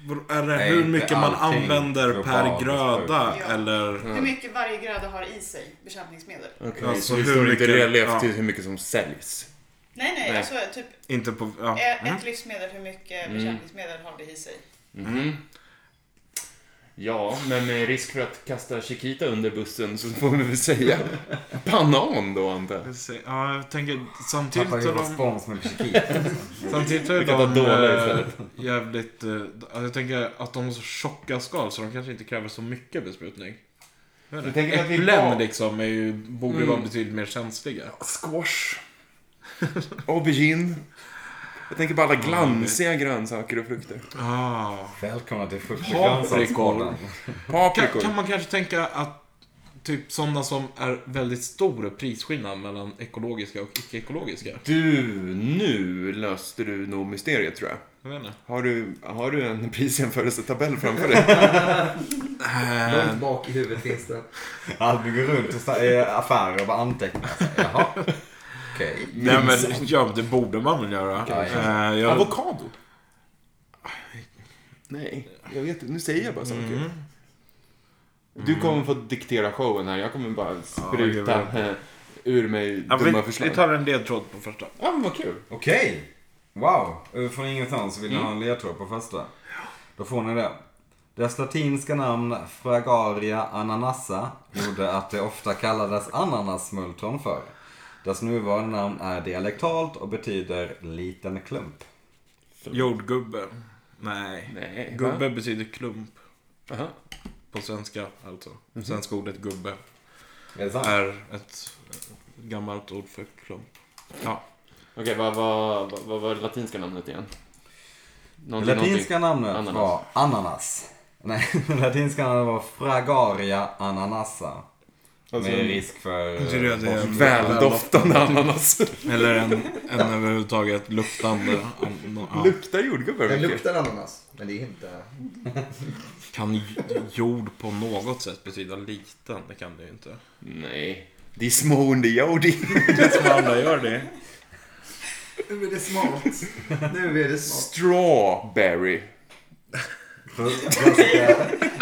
Speaker 4: global.
Speaker 2: är det
Speaker 1: Nej,
Speaker 2: hur
Speaker 1: inte
Speaker 2: mycket man
Speaker 1: allting
Speaker 2: använder per
Speaker 1: globalt
Speaker 2: gröda
Speaker 4: besprutning. Ja.
Speaker 2: eller?
Speaker 4: Hur mycket varje gröda har i sig bekämpningsmedel?
Speaker 3: Okej,
Speaker 2: Alltså,
Speaker 3: så det
Speaker 2: hur
Speaker 3: står inte
Speaker 2: mycket-
Speaker 3: relief
Speaker 2: ja.
Speaker 3: till hur mycket som säljs.
Speaker 4: Nej, nej,
Speaker 3: Nej.
Speaker 4: alltså typ
Speaker 2: Inte på... Ja.
Speaker 4: eh,
Speaker 2: Mm.
Speaker 4: ett livsmedel, hur mycket bekämpningsmedel har det i sig?
Speaker 3: Mhm. Ja, men med risk för att kasta Chiquita under bussen så får vi väl säga banan då antar jag.
Speaker 2: Ja, jag tänker samtidigt
Speaker 1: Tappar ju
Speaker 2: har
Speaker 1: vår
Speaker 2: de...
Speaker 1: spons med Chiquita.
Speaker 2: Samtidigt är
Speaker 3: Vilket var
Speaker 2: de
Speaker 3: dåligt,
Speaker 2: eh, alltså
Speaker 3: eller?
Speaker 2: jävligt... eh, Jag tänker att de har så tjocka skal så de kanske inte kräver så mycket besprutning. Jag
Speaker 5: Jag
Speaker 2: vet inte.
Speaker 5: tänker att vi
Speaker 2: Äpplen
Speaker 5: var-
Speaker 2: liksom är ju, borde ju vara betydligt mer känsliga.
Speaker 3: Squash. Aubergine. Jag tänker på alla glansiga grönsaker och frukter.
Speaker 2: Ah.
Speaker 1: Välkomna till frukt och
Speaker 2: Paprikor.
Speaker 1: grönsakspodden.
Speaker 2: Kan,
Speaker 3: Paprikor.
Speaker 2: kan man kanske tänka att typ sådana som är väldigt stor prisskillnad mellan ekologiska och icke-ekologiska?
Speaker 3: Du, nu löste du nog mysteriet tror jag.
Speaker 2: Jag vet inte.
Speaker 3: Har du, har du en prisjämförelsetabell framför dig?
Speaker 5: Långt bak i huvudet finns det.
Speaker 1: Albin går runt i sta- i affärer och bara antecknar. sig. Jaha. Okej.
Speaker 2: Nej men ja, det borde man väl göra. Eh, jag-
Speaker 3: Avokado? Nej, jag vet inte. Nu säger jag bara saker.
Speaker 2: Mm.
Speaker 3: Du kommer få diktera showen här. Jag kommer bara spruta eh, ur mig
Speaker 2: Ja,
Speaker 3: dumma
Speaker 2: vi,
Speaker 3: förslag.
Speaker 2: vi tar en ledtråd på första.
Speaker 3: Ja, men vad kul.
Speaker 1: Okej. Wow. Eh, Från ingenstans vill ni ha en ledtråd på första. Då får ni det. Dess latinska namn Fragaria ananassa gjorde att det ofta kallades ananassmultron förr. Dess nuvarande namn är dialektalt och betyder liten klump.
Speaker 2: Jordgubbe. Nej.
Speaker 3: Nej,
Speaker 2: Gubbe betyder klump
Speaker 3: Aha.
Speaker 2: på svenska alltså. Svenska ordet gubbe
Speaker 1: Är det sant?
Speaker 2: är ett gammalt ord för klump. Ja.
Speaker 3: Okej, vad vad- vad- vad var det latinska namnet igen?
Speaker 1: Det
Speaker 3: Någonting,
Speaker 1: latinska namnet
Speaker 3: Ananas.
Speaker 1: var ananas. Nej, det latinska namnet var Fragaria ananassa.
Speaker 3: Alltså,
Speaker 1: med risk för... eh,
Speaker 2: Betyder det att det är-
Speaker 1: botten.
Speaker 3: Väldoftande ananas.
Speaker 2: Eller en, en överhuvudtaget luktande. an- no- Ja.
Speaker 3: Luktar jordgubbar
Speaker 5: Den
Speaker 3: mycket?
Speaker 5: luktar ananas, men det är inte...
Speaker 2: Kan j- jord på något sätt betyda liten? Det kan det ju inte.
Speaker 3: Nej. Det är små under jord.
Speaker 2: Som alla gör det.
Speaker 5: Nu är det smalt. Nu är det smalt.
Speaker 3: Strawberry.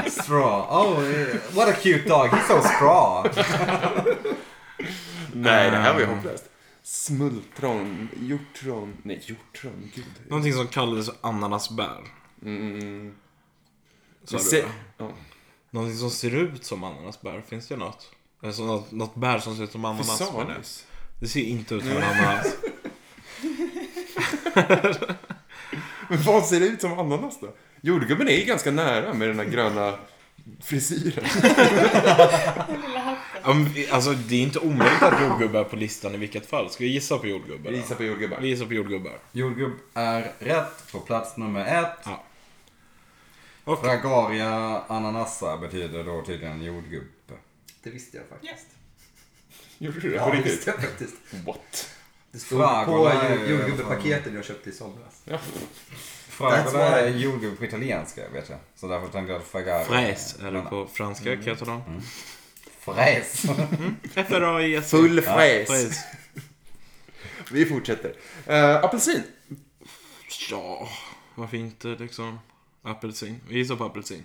Speaker 1: straw. Oh, eh, what a cute dog. He's so straw.
Speaker 3: Nej, det här var ju hopplöst. Smultron, hjortron, nej hjortron, gud.
Speaker 2: Någonting som kallades ananasbär.
Speaker 3: Mm,
Speaker 2: sa du,
Speaker 3: se-
Speaker 2: va?
Speaker 3: ja.
Speaker 2: Någonting som ser ut som ananasbär. Finns det något? Alltså, något, något bär som ser ut som ananas? menar jag.
Speaker 3: Fasanis.
Speaker 2: Det ser inte ut som ananas.
Speaker 3: Men vad ser det ut som ananas då? Jordgubben är ju ganska nära med den här gröna frisyren.
Speaker 4: Den lilla hatten.
Speaker 2: Ja, men vi- alltså, det är inte omöjligt att jordgubbe är på listan i vilket fall. Ska vi gissa på jordgubbar?
Speaker 3: Risa på
Speaker 2: Vi
Speaker 3: jordgubbar.
Speaker 2: gissar på jordgubbar.
Speaker 1: Jordgubb är rätt på plats nummer ett.
Speaker 2: Ja. Okej.
Speaker 1: Fragaria ananassa betyder då tydligen jordgubb.
Speaker 5: Det visste jag faktiskt.
Speaker 4: Yes.
Speaker 3: Gjorde du det? På
Speaker 5: Ja, det visste
Speaker 3: riktigt?
Speaker 5: jag faktiskt.
Speaker 3: What?
Speaker 5: Det stod på
Speaker 1: Fragorna är ju-
Speaker 5: jordgubbepaketen jag köpte i somras. That's
Speaker 1: Fragaria
Speaker 5: why.
Speaker 1: är jordgubb på italienska, vet jag. Så därför tänkte jag att fragaria...
Speaker 2: Fräs är det på franska, katalan.
Speaker 3: Mm.
Speaker 1: Fräs.
Speaker 2: F-R-A-I-S.
Speaker 3: Full fräs.
Speaker 2: Fräs.
Speaker 3: Vi fortsätter. Eh, apelsin.
Speaker 2: Ja, varför inte liksom? Apelsin. Vi gissar på apelsin.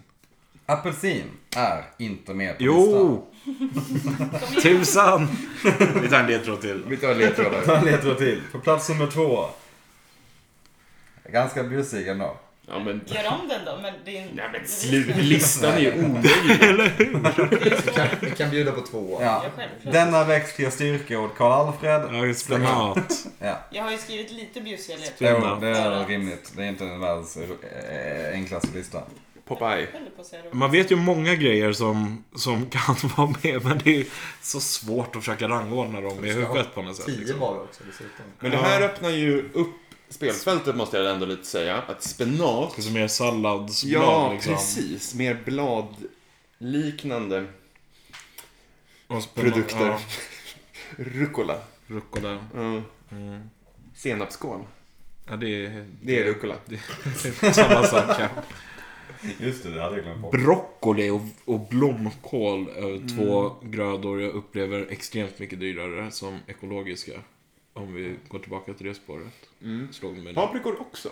Speaker 1: Apelsin är inte med på listan.
Speaker 2: Jo! Tusan! Vi tar en ledtråd till.
Speaker 3: Vi tar ledtrådar.
Speaker 1: Ta ledtråd till. På plats nummer två. Ganska bjussig ändå.
Speaker 3: Ja men...
Speaker 4: Gör om den då. Men det är en...
Speaker 3: Nej men slut, listan är ju omöjlig.
Speaker 5: Vi kan, vi kan bjuda på två.
Speaker 1: Ja.
Speaker 4: Jag, själv.
Speaker 1: Denna växt ger styrkeord Karl-Alfred.
Speaker 2: Ja, just spenat.
Speaker 1: Ja.
Speaker 4: jag har ju skrivit lite bjussiga ledtrådar.
Speaker 1: Jo, det är rimligt. Det är inte världens eh, enklaste lista.
Speaker 3: Popeye.
Speaker 4: Jag höll på att säga det.
Speaker 2: Man vet ju många grejer som, som kan vara med, men det är så svårt att försöka rangordna dem i huvudet på något sätt.
Speaker 5: Tio
Speaker 2: Liksom.
Speaker 5: var det också dessutom.
Speaker 3: Men det här öppnar ju upp spelfältet måste jag ändå lite säga. Att spenat.
Speaker 2: Det är som mer salladsblad
Speaker 3: Ja,
Speaker 2: liksom.
Speaker 3: precis. Mer bladliknande
Speaker 2: Och spenat,
Speaker 3: produkter.
Speaker 2: Ja,
Speaker 3: rucola.
Speaker 2: rucola.
Speaker 3: Mm.
Speaker 2: Mm.
Speaker 3: Senapskål.
Speaker 2: Ja, det är,
Speaker 3: Det är rucola.
Speaker 2: samma sak. Ja.
Speaker 1: Just det, det hade jag glömt bort.
Speaker 2: Broccoli och, och blomkål är två grödor jag upplever extremt mycket dyrare som ekologiska. Om vi går tillbaka till det spåret.
Speaker 3: Mm.
Speaker 2: Slog mig nu.
Speaker 3: Paprikor också.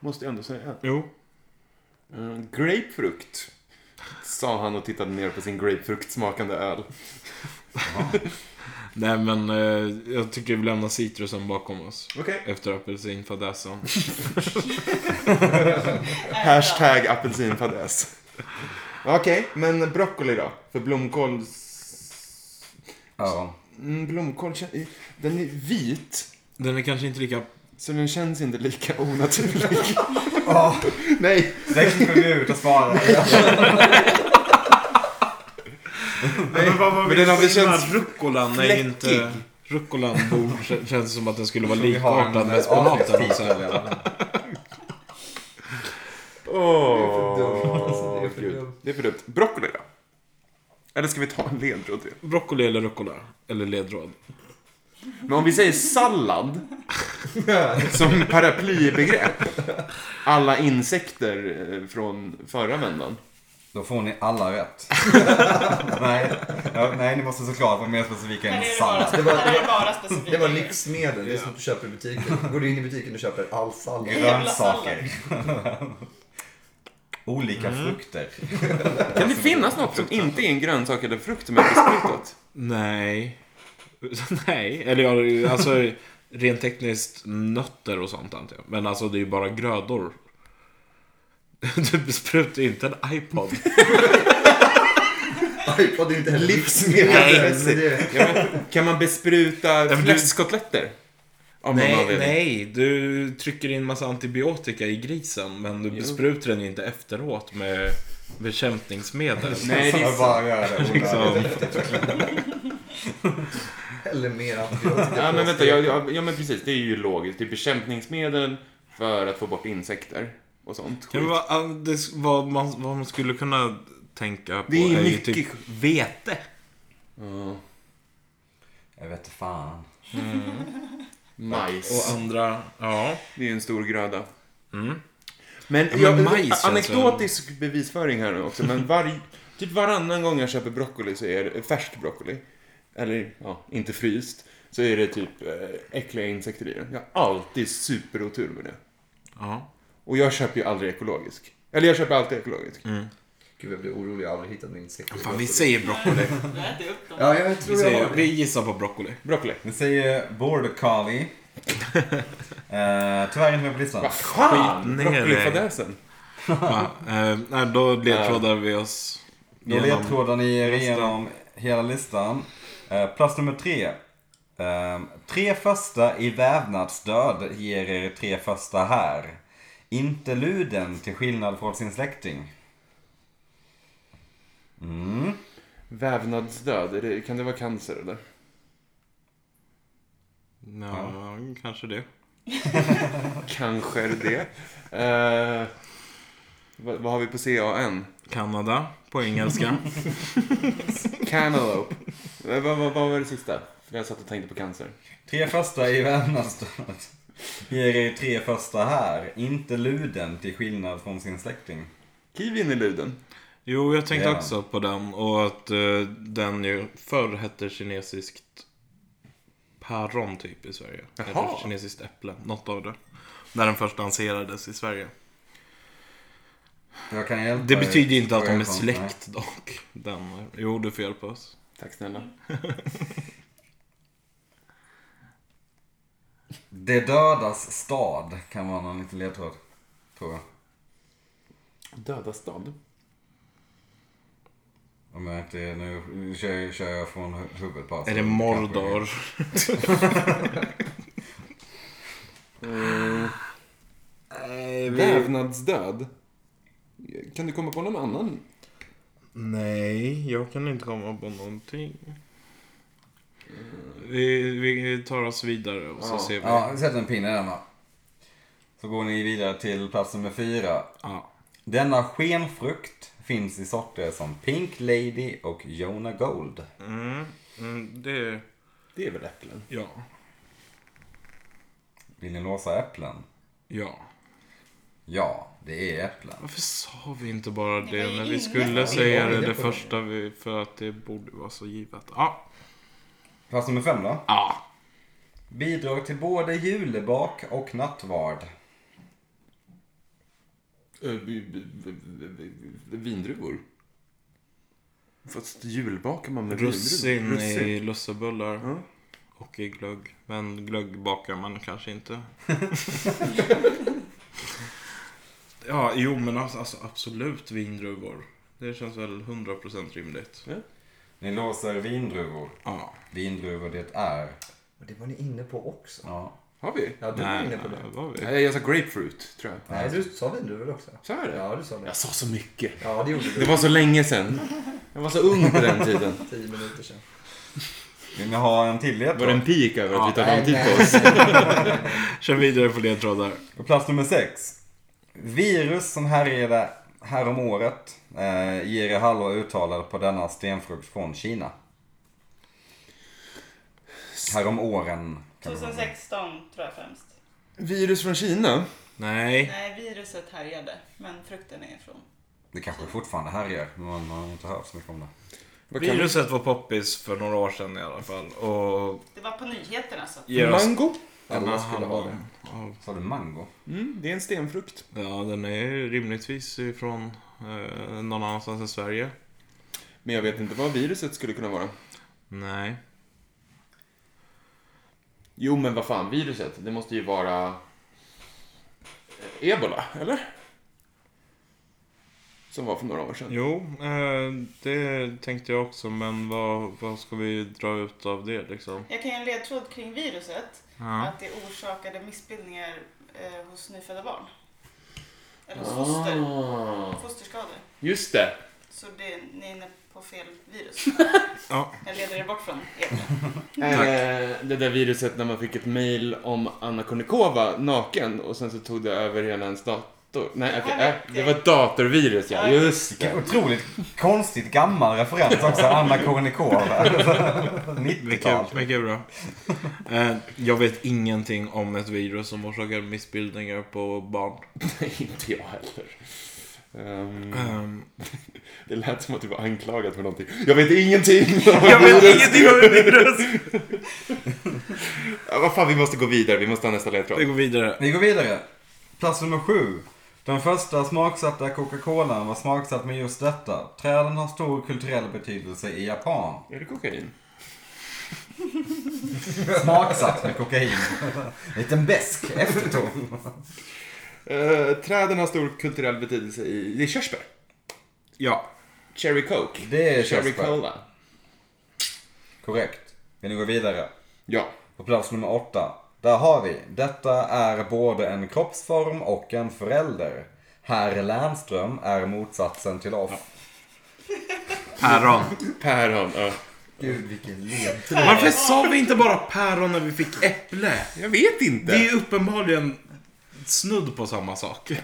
Speaker 3: Måste jag ändå säga.
Speaker 2: Jo.
Speaker 3: Mm, grapefrukt. Sa han och tittade ner på sin grapefruktsmakande öl.
Speaker 2: Nej men eh, jag tycker vi lämnar citrusen bakom oss.
Speaker 3: Okej.
Speaker 2: Efter apelsinfadäsen.
Speaker 3: Hashtag apelsinfadäs. Okej, men broccoli då? För blomkål... s-
Speaker 1: Ja.
Speaker 3: Mm, blomkål, kän- den är vit.
Speaker 2: Den är kanske inte lika...
Speaker 3: Så den känns inte lika onaturlig.
Speaker 1: Oh,
Speaker 3: Nej.
Speaker 1: det klipper vi ut och sparar.
Speaker 6: Men vad var
Speaker 2: Men den har väl
Speaker 6: innan?
Speaker 2: känts... Rucolan är ju inte... Rucolan borde- kän- känns som att den skulle vara
Speaker 1: Vi har
Speaker 2: likartad
Speaker 1: en,
Speaker 2: med
Speaker 1: eh,
Speaker 2: spenaten
Speaker 1: avsnittstitel
Speaker 2: också.
Speaker 1: i alla fall.
Speaker 5: Det är
Speaker 3: Åh,
Speaker 5: för
Speaker 3: gud.
Speaker 5: dumt.
Speaker 3: Det är för dumt. Broccoli då? Eller ska vi ta en ledtråd till?
Speaker 2: Broccoli eller rucola? Eller ledtråd?
Speaker 3: Men om vi säger sallad som paraplybegrepp. Alla insekter eh, från förra vändan.
Speaker 1: Då får ni alla rätt. nej, ja, nej, ni måste såklart vara mer specifika
Speaker 4: Här
Speaker 1: än
Speaker 4: är det
Speaker 1: sallad.
Speaker 4: bara,
Speaker 5: Det var-
Speaker 4: här är det liksom- bara specifika
Speaker 5: Det var
Speaker 4: grejer.
Speaker 5: livsmedel, det är som du köper i butiken. Går du in i butiken och köper all sallad.
Speaker 1: Grönsaker. Olika frukter.
Speaker 3: Kan det finnas något som inte är en grönsak eller frukt som är besprutat?
Speaker 2: Nej. Nej. Eller jag, alltså rent tekniskt nötter och sånt antar jag. Men alltså det är ju bara grödor. Du besprutar ju inte en iPod.
Speaker 5: Ipod är inte heller livsmedel. Men det-
Speaker 3: Ja, men, kan man bespruta
Speaker 2: men du-
Speaker 3: fläskkotletter? Av någon
Speaker 2: nej,
Speaker 3: anledning.
Speaker 2: nej. Du trycker in massa antibiotika i grisen men du besprutar den ju inte efteråt med bekämpningsmedel.
Speaker 3: Nej, det är
Speaker 1: Som bara gör det onödigt.
Speaker 2: Liksom.
Speaker 5: Eller mer antibiotika.
Speaker 3: Ja, men vänta. Ja, ja, ja, men precis. Det är ju logiskt. Det är bekämpningsmedel för att få bort insekter och sånt.
Speaker 2: Kan det vara, ja, det, s- vad, man, vad man skulle kunna tänka på
Speaker 3: Det är
Speaker 2: ju
Speaker 3: mycket
Speaker 2: typ
Speaker 3: skit.
Speaker 2: vete.
Speaker 3: Ja.
Speaker 1: Jag vet fan.
Speaker 3: Majs.
Speaker 2: Och andra, ja.
Speaker 3: Det är ju en stor gröda.
Speaker 2: Mm.
Speaker 3: Men,
Speaker 2: men
Speaker 3: jag,
Speaker 2: majs,
Speaker 3: anekdotisk bevisföring här nu också, men varje, typ varannan gång jag köper broccoli så är det färsk broccoli. Eller, ja, inte fryst. Så är det typ eh, äckliga insekter i den. Jag har alltid superotur med det.
Speaker 2: ja.
Speaker 3: Och jag köper ju aldrig ekologisk. Eller jag köper alltid ekologisk.
Speaker 5: Gud, jag blir orolig. Jag har aldrig hittat några insekter.
Speaker 2: Fan, vi säger broccoli.
Speaker 4: Jag äter upp dem.
Speaker 5: Ja, jag tror
Speaker 2: Vi,
Speaker 5: jag
Speaker 2: säger,
Speaker 5: har
Speaker 2: vi gissar på broccoli.
Speaker 3: Broccoli.
Speaker 1: Ni säger border collie. Eh, tyvärr inte med på listan.
Speaker 3: Vad fan!
Speaker 2: Skit ner dig.
Speaker 3: Broccolifadäsen.
Speaker 2: Ja, eh, nej, då ledtrådar vi oss
Speaker 1: Då
Speaker 2: genom-
Speaker 1: ledtrådar ni er igenom hela listan. Eh, plats nummer tre. Eh, tre första i vävnadsdöd ger er tre första här. Inte luden till skillnad från sin släkting. Mm.
Speaker 3: Vävnadsdöd, är det, kan det vara cancer eller?
Speaker 2: Ja, kanske det.
Speaker 3: Kanske är det det. Eh, vad, vad har vi på CAN?
Speaker 2: Kanada på engelska.
Speaker 3: Cantaloupe. Eh, Vad, vad, vad var det sista? Jag satt och tänkte på cancer.
Speaker 1: Tre första i vävnadsdöd ger er tre första här. Inte luden till skillnad från sin släkting.
Speaker 3: Kiwin i luden.
Speaker 2: jo, jag tänkte
Speaker 1: Ja.
Speaker 2: också på den och att eh, den ju förr hette kinesiskt päron typ i Sverige.
Speaker 3: Jaha.
Speaker 2: Eller kinesiskt äpple, något av det. När den först lanserades i Sverige.
Speaker 1: Jag kan hjälpa
Speaker 2: Det
Speaker 1: er.
Speaker 2: betyder ju inte att de är
Speaker 1: Nej.
Speaker 2: släkt dock. Den, jo, du får hjälpa oss.
Speaker 3: Tack snälla.
Speaker 1: Det dödas stad kan vara någon liten ledtråd. Tror jag.
Speaker 3: Döda stad.
Speaker 1: Om jag inte, nu kör, jag- kör jag från hu- huvudet bara. så
Speaker 2: Är det
Speaker 1: kanske
Speaker 2: Mordor?
Speaker 3: Vävnadsdöd. Kan du komma på någon annan?
Speaker 2: Nej, jag kan inte komma på någonting. Eh, Vi, vi tar oss vidare och så
Speaker 3: Ja.
Speaker 2: ser vi.
Speaker 1: Ja, sätt en pinne där va. Så går ni vidare till plats nummer fyra.
Speaker 2: Ja.
Speaker 1: Denna skenfrukt finns i sorter som Pink Lady och Jonah Gold.
Speaker 2: Mm, mm, det...
Speaker 3: Det är väl äpplen.
Speaker 2: Ja.
Speaker 1: Vill ni låsa äpplen?
Speaker 2: Ja.
Speaker 1: Ja, det är äpplen.
Speaker 2: Varför sa vi inte bara
Speaker 4: Det var
Speaker 2: det
Speaker 4: ju
Speaker 2: när vi
Speaker 4: inne.
Speaker 2: skulle
Speaker 4: Jag
Speaker 2: säga
Speaker 5: var
Speaker 2: det
Speaker 5: inne
Speaker 2: det
Speaker 5: på det.
Speaker 2: första vi... För att det borde vara så givet. Ja.
Speaker 1: Plats nummer fem då.
Speaker 2: Ja.
Speaker 1: Bidrag till både julebak och nattvard.
Speaker 3: Eh, Vindruvor. Fast julbakar man med
Speaker 2: Russin,
Speaker 3: vindruvor.
Speaker 2: i lussebullar.
Speaker 3: Ja.
Speaker 2: Och i glögg. Men glögg bakar man kanske inte. ja, jo men alltså, alltså absolut vindruvor. Det känns väl 100% rimligt.
Speaker 1: Ni låser vindruvor.
Speaker 2: Ja.
Speaker 1: Vindruvor det är.
Speaker 5: Det var ni inne på också.
Speaker 1: Ja.
Speaker 3: Har vi?
Speaker 5: Ja, du var
Speaker 2: Nej,
Speaker 5: inne på
Speaker 2: nej,
Speaker 5: det.
Speaker 2: vad vet jag.
Speaker 3: Nej, jag sa grapefruit, tror jag.
Speaker 5: Nej, du sa det du väl också?
Speaker 3: Sa jag det?
Speaker 5: Ja, du sa det.
Speaker 3: Jag sa så mycket.
Speaker 5: Ja, det gjorde du.
Speaker 3: Det var så länge sedan. Jag var så ung på den tiden.
Speaker 5: Tio minuter sedan.
Speaker 1: Vill ni ha en till
Speaker 3: Var det en
Speaker 1: ledtråd?
Speaker 3: peak över att vi tar lång
Speaker 5: Nej,
Speaker 3: tid
Speaker 5: nej.
Speaker 3: på oss?
Speaker 2: Kör vidare på ledtrådar.
Speaker 1: På plats nummer sex. Virus som härjade här om året eh, Jiri Hallå uttalade på denna stenfrukt från Kina. Här om åren. kan vi säga.
Speaker 4: 2016 tror jag främst.
Speaker 3: Virus från Kina?
Speaker 2: Nej.
Speaker 4: Nej, viruset härjade, men frukten är från.
Speaker 1: Det kanske fortfarande härjar, men man har inte hört så mycket om det.
Speaker 3: Vad kan
Speaker 2: Viruset var poppis för några år sedan i alla fall. Och
Speaker 4: Det var på nyheterna så.
Speaker 3: vi-
Speaker 2: ger oss...
Speaker 3: Mango?
Speaker 5: Alla skulle ha det.
Speaker 1: Sa du mango?
Speaker 3: Mm, det är en stenfrukt.
Speaker 2: Ja, den är ju rimligtvis ifrån eh, någon annanstans än Sverige.
Speaker 3: Men jag vet inte vad viruset skulle kunna vara.
Speaker 2: Nej.
Speaker 3: Jo, men vad fan, viruset, det måste ju vara eh, ebola, eller? Som var för några år sedan.
Speaker 2: Jo, eh, det tänkte jag också, men vad, vad ska vi dra ut av det liksom?
Speaker 4: Jag kan ge en ledtråd kring viruset.
Speaker 2: Ja.
Speaker 4: Att det orsakade missbildningar eh, hos nyfödda barn. Eller hos foster.
Speaker 3: Ah,
Speaker 4: Fosterskador.
Speaker 3: just det.
Speaker 4: Så det, ni är inne på fel virus.
Speaker 2: Ja.
Speaker 4: Jag leder er bort från er.
Speaker 3: Eh, det där viruset när man fick ett mail om Anna Kournikova naken och sen så tog det över hela ens dator. Nej, okej.
Speaker 4: Ja,
Speaker 3: eh, det var ett datorvirus, ja.
Speaker 4: Ja.
Speaker 3: Just
Speaker 1: Vilken
Speaker 3: det.
Speaker 1: otroligt konstigt gammal referens också, Anna Kournikova.
Speaker 2: Mycket,
Speaker 1: 90-tal.
Speaker 2: mycket bra. Eh, jag vet ingenting om ett virus som orsakar missbildningar på barn.
Speaker 3: Nej, inte jag heller. Ehm,
Speaker 2: Ehm,
Speaker 3: det lät som att du var anklagad för någonting. Jag vet ingenting om
Speaker 2: jag vet
Speaker 3: virus.
Speaker 2: ingenting om ett virus!
Speaker 3: Ja, vad fan, vi måste gå vidare. Vi måste ha nästa
Speaker 2: Vi
Speaker 3: ledtråd.
Speaker 2: går vidare.
Speaker 1: Vi går vidare. Plats nummer sju. Den första smaksatta Coca-Colan var smaksatt med just detta. Träden har stor kulturell betydelse i Japan.
Speaker 3: Är det kokain?
Speaker 1: Smaksatt med kokain. Liten besk efterton.
Speaker 3: Eh, träden har stor kulturell betydelse i... Det är körsbär.
Speaker 2: Ja.
Speaker 3: Cherry Coke.
Speaker 1: Det är
Speaker 3: Cherry
Speaker 1: körsbär.
Speaker 3: Cola.
Speaker 1: Korrekt. Vill ni gå vidare?
Speaker 3: Ja.
Speaker 1: På plats nummer åtta. Där har vi. Detta är både en kroppsform och en förälder. Herr Lernström är motsatsen till off.
Speaker 2: Päron.
Speaker 3: Päron. ja.
Speaker 5: Gud, vilken led.
Speaker 2: Varför sa vi inte bara päron när vi fick äpple?
Speaker 3: Jag vet inte.
Speaker 2: Det är ju uppenbarligen snudd på samma sak.
Speaker 1: Ja,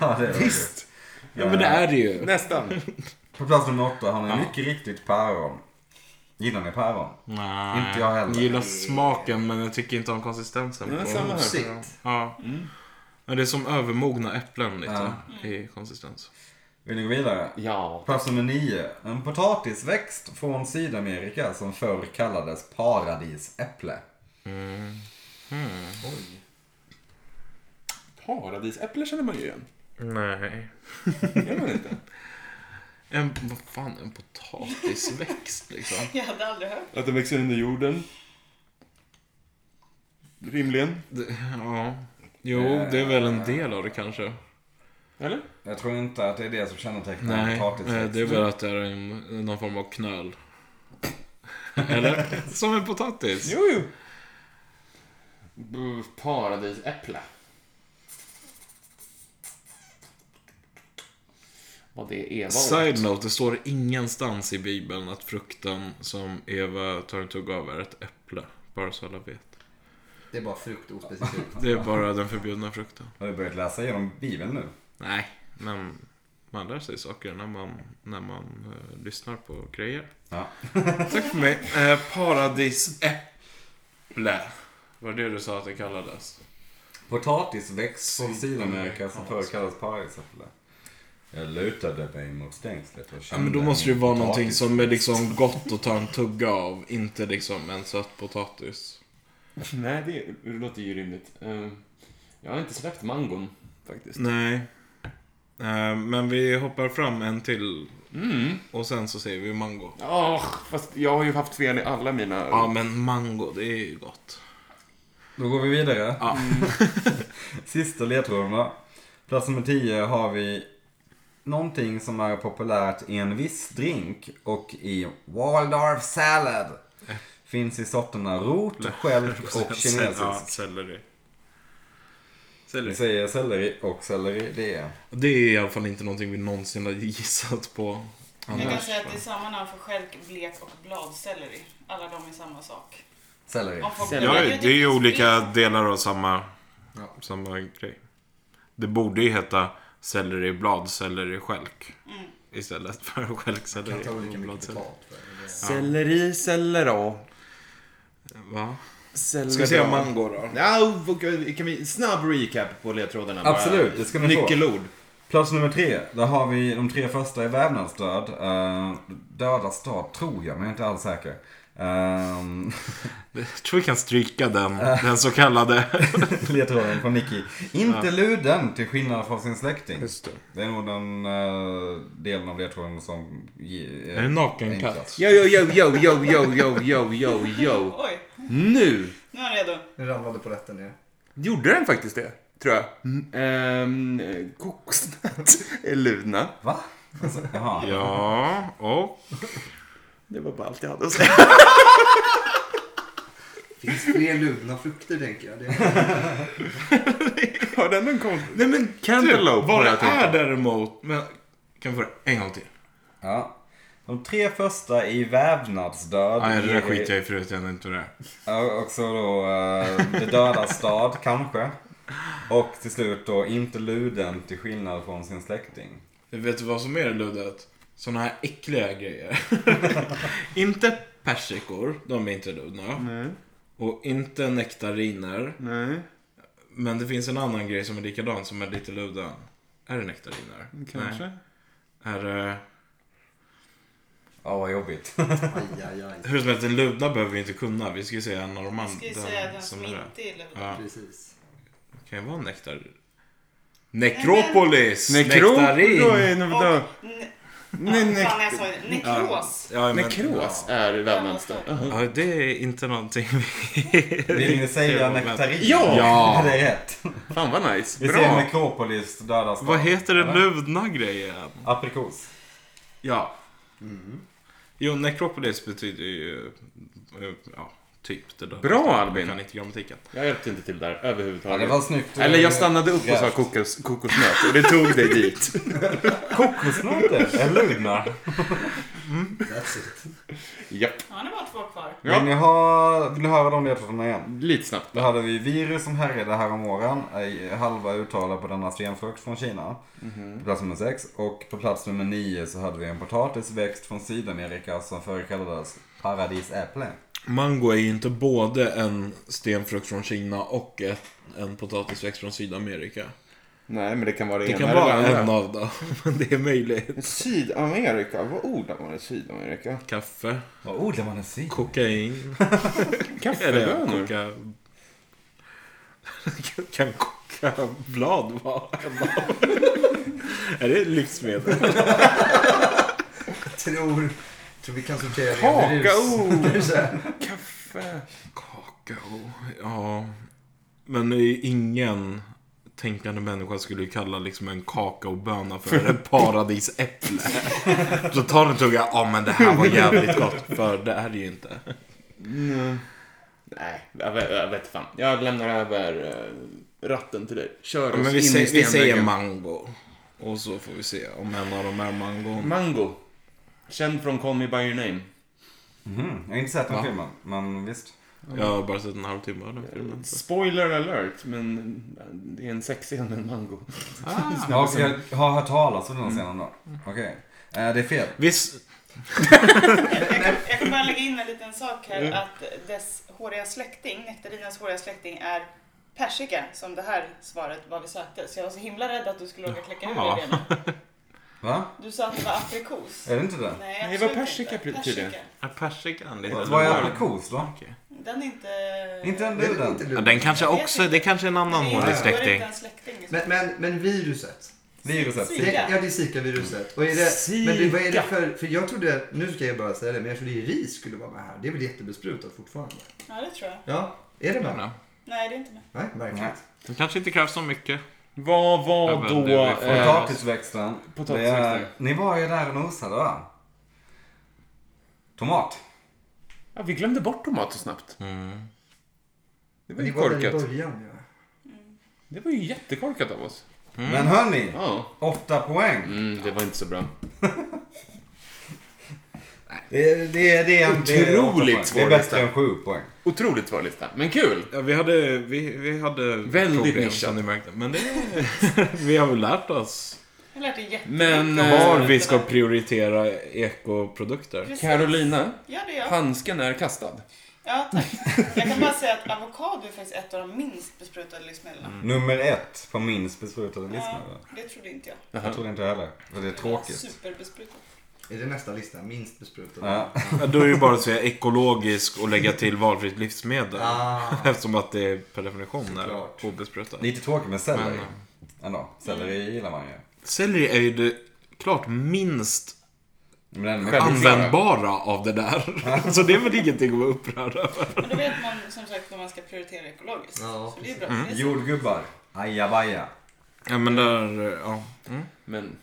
Speaker 1: det är det.
Speaker 2: Ja, men det är det ju.
Speaker 3: Nästan.
Speaker 1: På plats nummer åtta har ni mycket riktigt päron. Gillar ni päron?
Speaker 2: Nej.
Speaker 1: Inte jag heller.
Speaker 2: gillar smaken, men jag tycker inte om konsistensen.
Speaker 3: Ja,
Speaker 2: på
Speaker 3: samma
Speaker 2: dem.
Speaker 3: här.
Speaker 2: Ja. Men det är som övermogna äpplen lite
Speaker 1: Ja.
Speaker 2: i konsistens.
Speaker 1: Vill ni gå vidare?
Speaker 3: Ja.
Speaker 1: Plats nummer 9. En potatisväxt från Sydamerika som förr kallades paradisäpple.
Speaker 3: Paradisäpple känner man ju igen.
Speaker 2: Nej.
Speaker 3: Gör man inte?
Speaker 2: En, vad fan, en potatisväxt liksom.
Speaker 4: Jag hade aldrig hört.
Speaker 3: Att de växer under jorden. Rimligen.
Speaker 2: Det, ja. Jo, det är väl en del av det kanske.
Speaker 3: Eller?
Speaker 1: Jag tror inte att det är det som kännetecknar en
Speaker 2: Nej, eh,
Speaker 1: potatisväxt.
Speaker 2: det är väl att det är en, någon form av knöl. Eller? Som en potatis.
Speaker 3: Jo, jo. B- Paradisäpple. Vad det är var
Speaker 2: Side note, det står ingenstans i Bibeln att frukten som Eva tar en tugga av är ett äpple. Bara så alla vet.
Speaker 5: Det är bara frukt ospecifikt.
Speaker 2: Det är bara den förbjudna frukten.
Speaker 1: Har du börjat läsa igenom Bibeln nu?
Speaker 2: Nej, men man lär sig saker när man, när man eh, lyssnar på grejer.
Speaker 1: Ja.
Speaker 2: Tack för mig. Eh, paradisäpple. Var det du sa att det kallades?
Speaker 1: Potatisväxt från Sydamerika som förr kallades paradisäpple. Jag lutade mig mot stängslet och
Speaker 2: Ja,
Speaker 1: kände
Speaker 2: men då måste det ju vara
Speaker 1: en
Speaker 2: någonting
Speaker 1: potatis-
Speaker 2: som är liksom gott att ta en tugga av. Inte liksom en söt potatis.
Speaker 3: Nej, det, det låter ju rimligt. Eh, jag har inte släppt mangon, faktiskt.
Speaker 2: Nej. Eh, men vi hoppar fram en till
Speaker 3: Mm.
Speaker 2: och sen så säger vi mango.
Speaker 3: Åh, fast jag har ju haft fel i alla mina...
Speaker 2: Ja, men mango, det är ju gott.
Speaker 1: Då går vi vidare.
Speaker 2: Ja.
Speaker 1: Sista ledtråden då. Plats nummer 10 har vi någonting som är populärt i en viss drink och i Waldorf salad. Finns i sorterna rot, stjälk och
Speaker 2: Ja,
Speaker 1: kinesisk.
Speaker 2: selleri.
Speaker 1: Vi
Speaker 2: Selleri.
Speaker 1: säger selleri och selleri. Det är
Speaker 2: Det är i alla fall inte någonting vi någonsin har gissat på.
Speaker 4: Jag kan
Speaker 2: annars.
Speaker 4: säga att det är samma namn för stjälk, blek och bladselleri. Alla de är samma sak.
Speaker 1: selleri.
Speaker 4: Om folk-
Speaker 2: Ja, det är ju olika delar av samma,
Speaker 5: Ja.
Speaker 2: samma grej. Det borde ju heta selleriblad, selleristjälk. Istället för
Speaker 5: Kan ta
Speaker 2: stjälkselleri
Speaker 5: olika
Speaker 2: och
Speaker 5: mycket
Speaker 2: bladselleri.
Speaker 5: betalt för det.
Speaker 3: Selleri, sellera.
Speaker 2: Va?
Speaker 3: Sellera.
Speaker 2: Ska vi se om man går då?
Speaker 3: Ja, och- kan vi snabb recap på ledtrådarna? bara?
Speaker 1: Absolut, det ska ni få.
Speaker 3: Nyckelord.
Speaker 1: Plats nummer tre. Där har vi de tre första i vävnadsdöd. Uh, döda stad tror jag, men jag är inte alls säker. Ehm,
Speaker 2: Jag tror vi kan stryka den, den så kallade.
Speaker 1: Ledtråden från Nicky. Inte luden till skillnad från sin släkting.
Speaker 2: Just det.
Speaker 1: Det är nog den eh, delen av ledtråden som... ge- eh,
Speaker 2: Är det nakenkatt?
Speaker 1: enklast.
Speaker 3: Yo, yo, yo, yo, yo, yo, yo, yo, yo, yo.
Speaker 4: Oj,
Speaker 3: Nu!
Speaker 4: nu är jag redo.
Speaker 5: Den ramlade på rätten ner.
Speaker 3: Gjorde den faktiskt det? Tror jag. Mm, ehm, kokosnöt är Luna.
Speaker 1: Va? Alltså, jaha.
Speaker 2: Ja, och...
Speaker 3: Det var bara allt jag hade att säga.
Speaker 5: Finns fler ludna frukter tänker jag. Det är...
Speaker 3: Har den någon konstig? Nej men Typ, cantaloupe
Speaker 2: vad
Speaker 3: har
Speaker 2: det
Speaker 3: jag tänkt
Speaker 2: är
Speaker 3: på.
Speaker 2: däremot... Men, kan vi få det en gång till?
Speaker 1: Ja. De tre första i vävnadsdöd.
Speaker 2: Nej, det där
Speaker 1: är-
Speaker 2: skiter jag i förut. Jag vet inte vad det är.
Speaker 1: Ja, Och så då eh, Det döda stad kanske. Och till slut då Inte luden till skillnad från sin släkting.
Speaker 2: Vet du vad som är det luddet? Såna här äckliga grejer. inte persikor, de är inte ludna.
Speaker 3: Nej,
Speaker 2: Och inte nektariner.
Speaker 3: nej.
Speaker 2: Men det finns en annan grej som är likadan som är lite luden. Är det nektariner?
Speaker 3: Kanske.
Speaker 2: Nej. Är eh, det...
Speaker 1: Ja, vad jobbigt.
Speaker 5: Aj, aj, aj.
Speaker 2: Hur som helst, den ludna behöver vi inte kunna. Vi ska ju säga en av de
Speaker 4: Jag
Speaker 2: andra.
Speaker 4: ska ju säga den som
Speaker 2: är det.
Speaker 4: inte gillar det.
Speaker 2: Ja,
Speaker 5: Precis.
Speaker 2: det kan ju vara en nektar... Nekropolis!
Speaker 3: Nektarin. Nektarin.
Speaker 4: Och ne-
Speaker 3: Nej,
Speaker 4: ja,
Speaker 3: ne-
Speaker 4: fan, jag sa det. nekros.
Speaker 2: Ja, men,
Speaker 3: Nekros är vävnadsdöd.
Speaker 4: Ja.
Speaker 2: Ja, det är inte någonting vi...
Speaker 1: Vill ni säga nektarin?
Speaker 3: Ja!
Speaker 2: Ja.
Speaker 1: Det är rätt.
Speaker 3: Fan vad nice.
Speaker 1: Vi säger
Speaker 3: Bra.
Speaker 1: nekropolis, döda stad.
Speaker 2: Vad heter den
Speaker 1: Eller?
Speaker 2: ludna grejen?
Speaker 1: Aprikos.
Speaker 2: Ja. Jo, nekropolis betyder ju... eh, Ja, typ det där.
Speaker 3: Bra, Albin.
Speaker 2: Jag kan inte grammatiken.
Speaker 3: Jag hjälpte inte till där
Speaker 1: Ja,
Speaker 3: överhuvudtaget.
Speaker 1: det var snyggt.
Speaker 3: Eller jag stannade upp och sa
Speaker 1: Grävt.
Speaker 3: kokos, kokosnöt och det tog dig dit.
Speaker 1: Kokosnötter är lugna.
Speaker 5: That's it.
Speaker 3: Japp.
Speaker 4: Har ni bara två kvar?
Speaker 3: Ja.
Speaker 1: Vill, ni ha, vill ni höra de ledtrådarna igen?
Speaker 3: Lite snabbt.
Speaker 1: Då hade vi virus som härjade här om åren. eh, Halva uttalet på denna stenfrukt från Kina. På plats nummer sex. Och på plats nummer nio så hade vi en potatisväxt från Sydamerika som förr kallades paradisäpple.
Speaker 2: Mango är ju inte både en stenfrukt från Kina och ett, en potatisväxt från Sydamerika.
Speaker 3: Nej, men det kan vara det,
Speaker 2: Det
Speaker 3: ena
Speaker 2: kan
Speaker 3: eller
Speaker 2: vara
Speaker 3: det andra.
Speaker 2: en av dem, men det är möjligt.
Speaker 3: Sydamerika? Vad odlar man i Sydamerika?
Speaker 2: Kaffe,
Speaker 1: Vad odlar man i Sydamerika?
Speaker 2: kokain, eller
Speaker 3: Kaffebönor?
Speaker 2: koka... Kan kokablad vara en av- Är det livsmedel?
Speaker 5: Jag tror, tror vi kan sortera det i rus.
Speaker 3: Kakao!
Speaker 5: Det är så här.
Speaker 3: Kaffe.
Speaker 2: Kakao, ja. Men det är ingen tänkande människa skulle ju kalla liksom en kakaoböna för ett paradisäpple. Så tar den en tugga, ja men det här var jävligt gott, för det är det ju inte.
Speaker 3: Nej, jag vet, jag vet fan. Jag lämnar över eh, ratten till dig. Kör
Speaker 2: Ja,
Speaker 3: oss
Speaker 2: men
Speaker 3: in
Speaker 2: vi,
Speaker 3: i
Speaker 2: säger, vi
Speaker 3: stenväggen.
Speaker 2: säger mango. Och så får vi se om en av dem är mangon.
Speaker 3: Mango. Känd från Call Me By Your Name.
Speaker 1: Mhm, Jag har inte sett den
Speaker 2: Ja.
Speaker 1: filmen, men visst.
Speaker 2: Jag har bara sett en halvtimme av den
Speaker 3: Mm.
Speaker 2: filmen.
Speaker 3: Spoiler alert, men det är en sexscen med en mango.
Speaker 2: Ah.
Speaker 1: Ja, och jag har hört talas om den scenen då. Okej. Eh, Det är fel.
Speaker 2: Visst,
Speaker 4: Jag kan, jag kan bara lägga in en liten sak här. Att dess håriga släkting, nektarinens håriga släkting, är persika. Som det här svaret var vi sökte. Så jag var så himla rädd att du skulle råka kläcka ur
Speaker 2: Jaha.
Speaker 4: dig det nu.
Speaker 1: Va?
Speaker 4: Du sa att det var aprikos.
Speaker 1: Är det inte det?
Speaker 4: Nej,
Speaker 3: det
Speaker 4: absolut
Speaker 3: var persika
Speaker 4: inte.
Speaker 3: pri- tydligen.
Speaker 4: Persika.
Speaker 2: är persikan lite
Speaker 1: Vad är aprikos då?
Speaker 4: Den är inte...
Speaker 1: Inte den
Speaker 5: Det är
Speaker 1: luden?
Speaker 5: inte
Speaker 2: Ja,
Speaker 5: luden.
Speaker 2: den kanske också, det kanske är en annan
Speaker 4: Den är-
Speaker 2: hårig
Speaker 4: då är det
Speaker 2: släkting.
Speaker 4: inte en släkting. liksom.
Speaker 5: Men, men, men viruset.
Speaker 1: Viruset.
Speaker 5: Det,
Speaker 4: Zika.
Speaker 5: ja, det är Zika-viruset. Och är det, men det, vad är det
Speaker 3: Zika.
Speaker 5: för, för jag trodde, nu ska jag bara säga det, men jag trodde ju ris skulle vara med här. Det är väl jättebesprutat fortfarande?
Speaker 4: Ja, det tror jag.
Speaker 5: Ja, är det med?
Speaker 4: Nej, det är inte med.
Speaker 5: Nej,
Speaker 1: Nej.
Speaker 5: märkligt.
Speaker 2: Det kanske inte krävs så mycket.
Speaker 3: Vad
Speaker 2: Ja,
Speaker 3: var
Speaker 2: men
Speaker 3: då...
Speaker 2: du är
Speaker 3: eh,
Speaker 1: Potatisväxten.
Speaker 3: Potatisväxten.
Speaker 1: Det är- Ni var ju där och nosade va? Tomat.
Speaker 3: Ja, vi glömde bort tomat så snabbt. Det var
Speaker 5: Men det
Speaker 3: ju
Speaker 5: var väl i
Speaker 3: korkat.
Speaker 5: början ja.
Speaker 3: Det var ju jättekorkat av oss.
Speaker 1: Men hörni,
Speaker 3: Ja.
Speaker 1: åtta poäng.
Speaker 3: Mm, det var inte så bra.
Speaker 1: Det, är- det, är- det är en det är åtta
Speaker 3: Otroligt
Speaker 1: poäng. Det
Speaker 3: svår
Speaker 1: är bättre
Speaker 3: lista.
Speaker 1: än sju poäng.
Speaker 3: Otroligt svår lista, men kul.
Speaker 2: Ja, vi hade, vi, vi hade
Speaker 3: Väldigt
Speaker 2: problem,
Speaker 3: nischat.
Speaker 2: som ni märkte. Men det, vi har väl lärt oss
Speaker 4: Jag lärde jättemycket.
Speaker 3: Men,
Speaker 4: om
Speaker 3: eh,
Speaker 2: var
Speaker 4: produkterna.
Speaker 2: vi ska prioritera ekoprodukter.
Speaker 4: Precis.
Speaker 3: Carolina,
Speaker 4: Ja, det gör jag.
Speaker 3: handsken är kastad.
Speaker 4: Ja, tack. Jag kan bara säga att avokado är faktiskt ett av de minst besprutade livsmedlen.
Speaker 1: Nummer ett på minst besprutade
Speaker 4: Ja,
Speaker 1: livsmedel.
Speaker 4: det trodde inte jag.
Speaker 1: Jag tror inte jag heller. För det är tråkigt.
Speaker 4: Superbesprutat.
Speaker 5: Är det nästa lista? Minst besprutade?
Speaker 1: Ja.
Speaker 2: Ja, då är det ju bara att säga ekologisk och lägga till valfritt livsmedel.
Speaker 5: Ah.
Speaker 2: Eftersom att det per definition är
Speaker 5: Såklart.
Speaker 2: obesprutat.
Speaker 1: Lite tråkigt med selleri.
Speaker 2: Men,
Speaker 1: Ändå. Selleri gillar man ju.
Speaker 2: Selleri är ju det klart minst
Speaker 1: Men den är
Speaker 2: användbara av det där. Så det är väl ingenting att vara upprörd över.
Speaker 4: Men då vet man som sagt vad man ska prioritera ekologiskt.
Speaker 5: Ja,
Speaker 4: så det är bra. Mm.
Speaker 1: Mm. Jordgubbar. Ajabaja.
Speaker 2: Ja men där, ja.
Speaker 3: Men,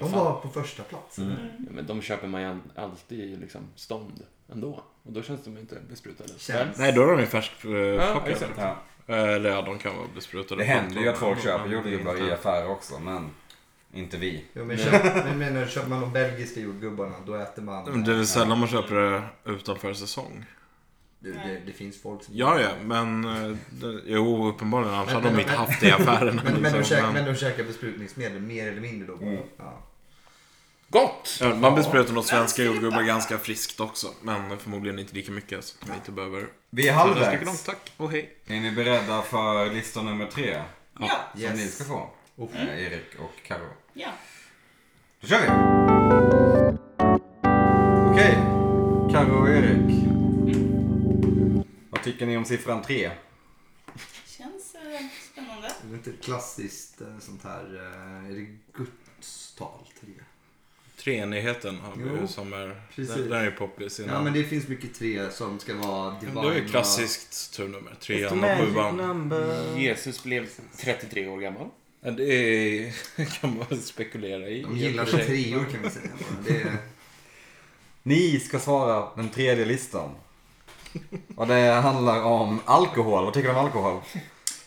Speaker 3: vad
Speaker 5: De
Speaker 3: fan.
Speaker 5: var på första plats.
Speaker 3: Ja, men de köper man ju an- alltid i liksom stånd ändå. Och då känns de ju inte besprutade.
Speaker 5: Känns.
Speaker 2: Nej då är de ju färskplockade.
Speaker 3: Ja,
Speaker 2: Eh,
Speaker 3: exakt.
Speaker 1: Ja.
Speaker 2: Eller ja, de kan vara besprutade.
Speaker 1: Det händer ju att folk
Speaker 2: Men-
Speaker 1: köper jordgubbar i
Speaker 2: inte.
Speaker 1: affärer också, men inte vi.
Speaker 5: Jo, men, köp, men menar, köper man de belgiska jordgubbarna då äter man...
Speaker 2: Det är väl sällan man köper det utanför säsong.
Speaker 5: Det, det, det finns folk som...
Speaker 2: Ja, ja, men... eh, Det, jo, uppenbarligen. Annars
Speaker 5: Men-
Speaker 2: hade de
Speaker 5: men-
Speaker 2: inte haft det i affärerna.
Speaker 5: Men, men, de
Speaker 2: liksom. Men-
Speaker 5: käkar, men de käkar besprutningsmedel mer eller mindre då? Ja.
Speaker 3: Gott!
Speaker 2: Ja, man besprutar nog svenska jordgubbar ganska friskt också. Men förmodligen inte lika mycket så att man inte behöver...
Speaker 1: Vi är
Speaker 2: Men jag ska långt,
Speaker 1: halvvägs.
Speaker 2: tack och hej.
Speaker 1: Är ni beredda för lista nummer tre?
Speaker 4: Ja,
Speaker 1: Som
Speaker 5: Yes.
Speaker 1: Alltså, ni ska få.
Speaker 5: Oh.
Speaker 1: Eh, Erik och Karo.
Speaker 4: ja.
Speaker 1: Då kör vi! Okej, Karo och Erik. Vad tycker ni om siffran tre?
Speaker 4: Känns eh, spännande.
Speaker 5: Är det inte ett klassiskt eh, sånt här... eh, Är det Guds tal? Tre?
Speaker 2: Treenigheten har vi ju
Speaker 5: Jo,
Speaker 2: som är...
Speaker 5: precis.
Speaker 2: Den, den är ju poppis innan.
Speaker 5: Ja, men det finns mycket tre som ska vara divine.
Speaker 2: det är ju klassiskt turnummer. Trean och sjuan.
Speaker 3: Jesus blev 33 år gammal.
Speaker 2: Ja, Det är, kan man väl spekulera i.
Speaker 5: De gillar
Speaker 2: I och för sig.
Speaker 5: treor kan vi säga. bara. Det är,
Speaker 1: Ni ska svara den tredje listan. Och det handlar om alkohol. Vad tycker ni om alkohol?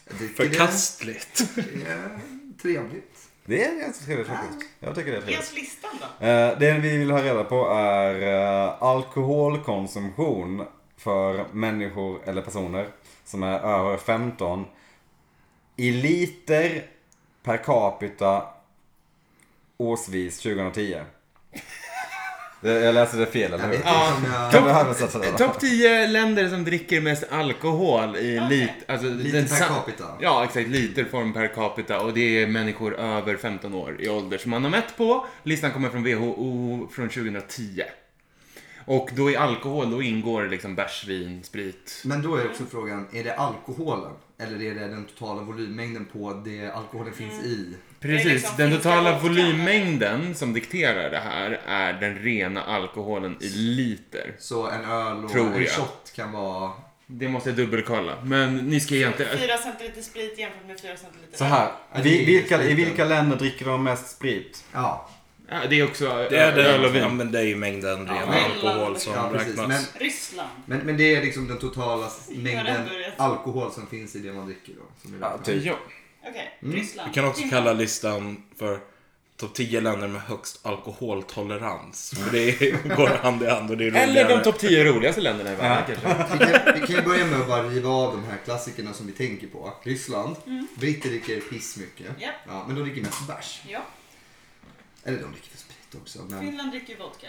Speaker 5: jag tycker
Speaker 2: Förkastligt.
Speaker 5: det är trevligt.
Speaker 1: Det är ganska trevligt faktiskt. Jag tycker det är
Speaker 4: Ge
Speaker 1: trevligt.
Speaker 4: oss listan då.
Speaker 1: Eh, Det vi vill ha reda på är eh, alkoholkonsumtion för människor eller personer som är över 15 i liter per capita årsvis 2010. Det- Jag läste det fel, eller
Speaker 5: Jag
Speaker 1: hur?
Speaker 5: vet inte om jag...
Speaker 1: Kan du översätta det? då?
Speaker 3: Topp 10 länder som dricker mest alkohol i
Speaker 4: Okej.
Speaker 3: lit, alltså
Speaker 5: Lite
Speaker 3: den
Speaker 5: per
Speaker 3: sa-
Speaker 5: capita.
Speaker 3: Ja, exakt. Literform per capita. Och det är människor över 15 år i ålder som man har mätt på. Listan kommer från WHO från 2010. Och då i alkohol, då ingår liksom bärs, vin, sprit.
Speaker 5: Men då är också frågan, är det alkoholen? Eller är det den totala volymmängden på det alkoholen finns
Speaker 4: Mm.
Speaker 5: i?
Speaker 3: Precis,
Speaker 4: Det är liksom
Speaker 3: den
Speaker 4: finska
Speaker 3: totala
Speaker 4: vodkan.
Speaker 3: volymmängden som dikterar det här är den rena alkoholen i liter.
Speaker 5: Så en öl och
Speaker 3: Tror
Speaker 5: en
Speaker 3: jag.
Speaker 5: shot kan vara...
Speaker 3: Det måste jag dubbelkolla. Men ni ska egentligen...
Speaker 4: Fyra centiliter sprit jämfört med fyra centiliter
Speaker 1: Så här,
Speaker 5: Ja, det
Speaker 1: vi,
Speaker 5: är
Speaker 1: vilka, i
Speaker 5: spriten.
Speaker 1: vilka länder dricker de mest sprit?
Speaker 5: Ja,
Speaker 3: Ja, det är också
Speaker 2: Det är
Speaker 3: öl och
Speaker 2: det,
Speaker 3: vin.
Speaker 2: ja, men det är ju mängden ren
Speaker 4: men-
Speaker 2: alkohol som
Speaker 5: ja precis.
Speaker 2: räknas.
Speaker 5: Men,
Speaker 4: Ryssland.
Speaker 5: men, men det är liksom den totala s- mängden
Speaker 4: ändå rätt.
Speaker 5: alkohol som finns i det man dricker då. Som är
Speaker 1: Ja,
Speaker 5: räknat.
Speaker 1: typ.
Speaker 3: Ja.
Speaker 4: Okej,
Speaker 5: Mm.
Speaker 4: Ryssland.
Speaker 2: Vi kan också
Speaker 4: Finland.
Speaker 2: kalla listan för topp 10 länder med högst alkoholtolerans. För det är- går hand i hand och det är roligare.
Speaker 3: Eller de topp 10 roligaste länderna i världen kanske.
Speaker 5: vi, kan, vi kan ju börja med att bara riva av de här klassikerna som vi tänker på. Ryssland. Britter dricker piss mycket.
Speaker 4: Mm. Ja.
Speaker 5: Ja, men de dricker mest bärs.
Speaker 4: Ja,
Speaker 5: Eller de dricker för sprit också. Men,
Speaker 4: Finland dricker ju vodka.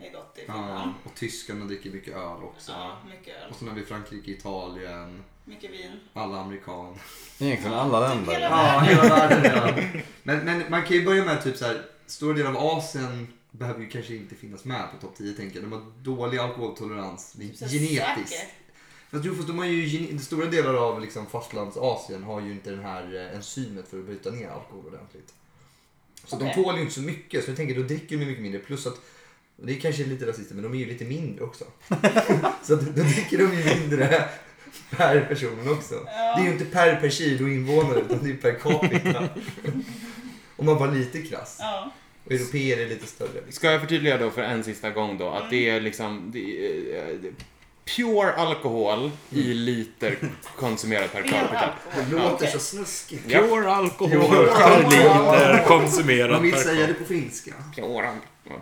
Speaker 4: Det är gott i
Speaker 5: Mm. ja,
Speaker 4: Finland.
Speaker 5: och tyskarna dricker mycket öl också.
Speaker 4: Ja, mycket öl.
Speaker 5: Och sen har vi Frankrike, Italien,
Speaker 4: Mycket vin.
Speaker 5: alla amerikaner.
Speaker 1: Egentligen alla
Speaker 4: hela
Speaker 1: länder.
Speaker 5: Ja, hela världen. Ja. Men, men man kan ju börja med typ så här, stor del av Asien behöver ju kanske inte finnas med på topp 10 tänker jag. De har dålig alkoholtolerans
Speaker 4: Typ så här
Speaker 5: genetiskt.
Speaker 4: säker.
Speaker 5: Fast jo, fast de har ju, gen- stora delar av liksom fastlandsasien har ju inte den här eh, enzymet för att bryta ner alkohol ordentligt. Så de
Speaker 4: Okej.
Speaker 5: tål ju inte så mycket, så jag tänker då dricker de mycket mindre. Plus att, och det är kanske lite rasistiskt, men de är ju lite mindre också. så att, då dricker de ju mindre per person också. Det är ju inte per per kilo invånare, utan det är per capita. Om man var lite krass.
Speaker 4: Ja.
Speaker 5: Och europeer är lite större. Liksom.
Speaker 3: Ska jag förtydliga då för en sista gång då att det är liksom det är, eh, pure alkohol i
Speaker 5: Mm.
Speaker 3: liter konsumerad per
Speaker 4: Ren
Speaker 3: capita.
Speaker 5: Det
Speaker 4: alkohol.
Speaker 5: låter
Speaker 4: Okej.
Speaker 5: så snuskigt.
Speaker 3: Ja.
Speaker 2: Pure alkohol
Speaker 5: Pure
Speaker 2: per
Speaker 5: alkohol.
Speaker 2: liter
Speaker 5: Man
Speaker 2: konsumerad
Speaker 5: vill
Speaker 2: per
Speaker 5: säga det
Speaker 2: capita.
Speaker 5: på finska.
Speaker 3: Pure, al-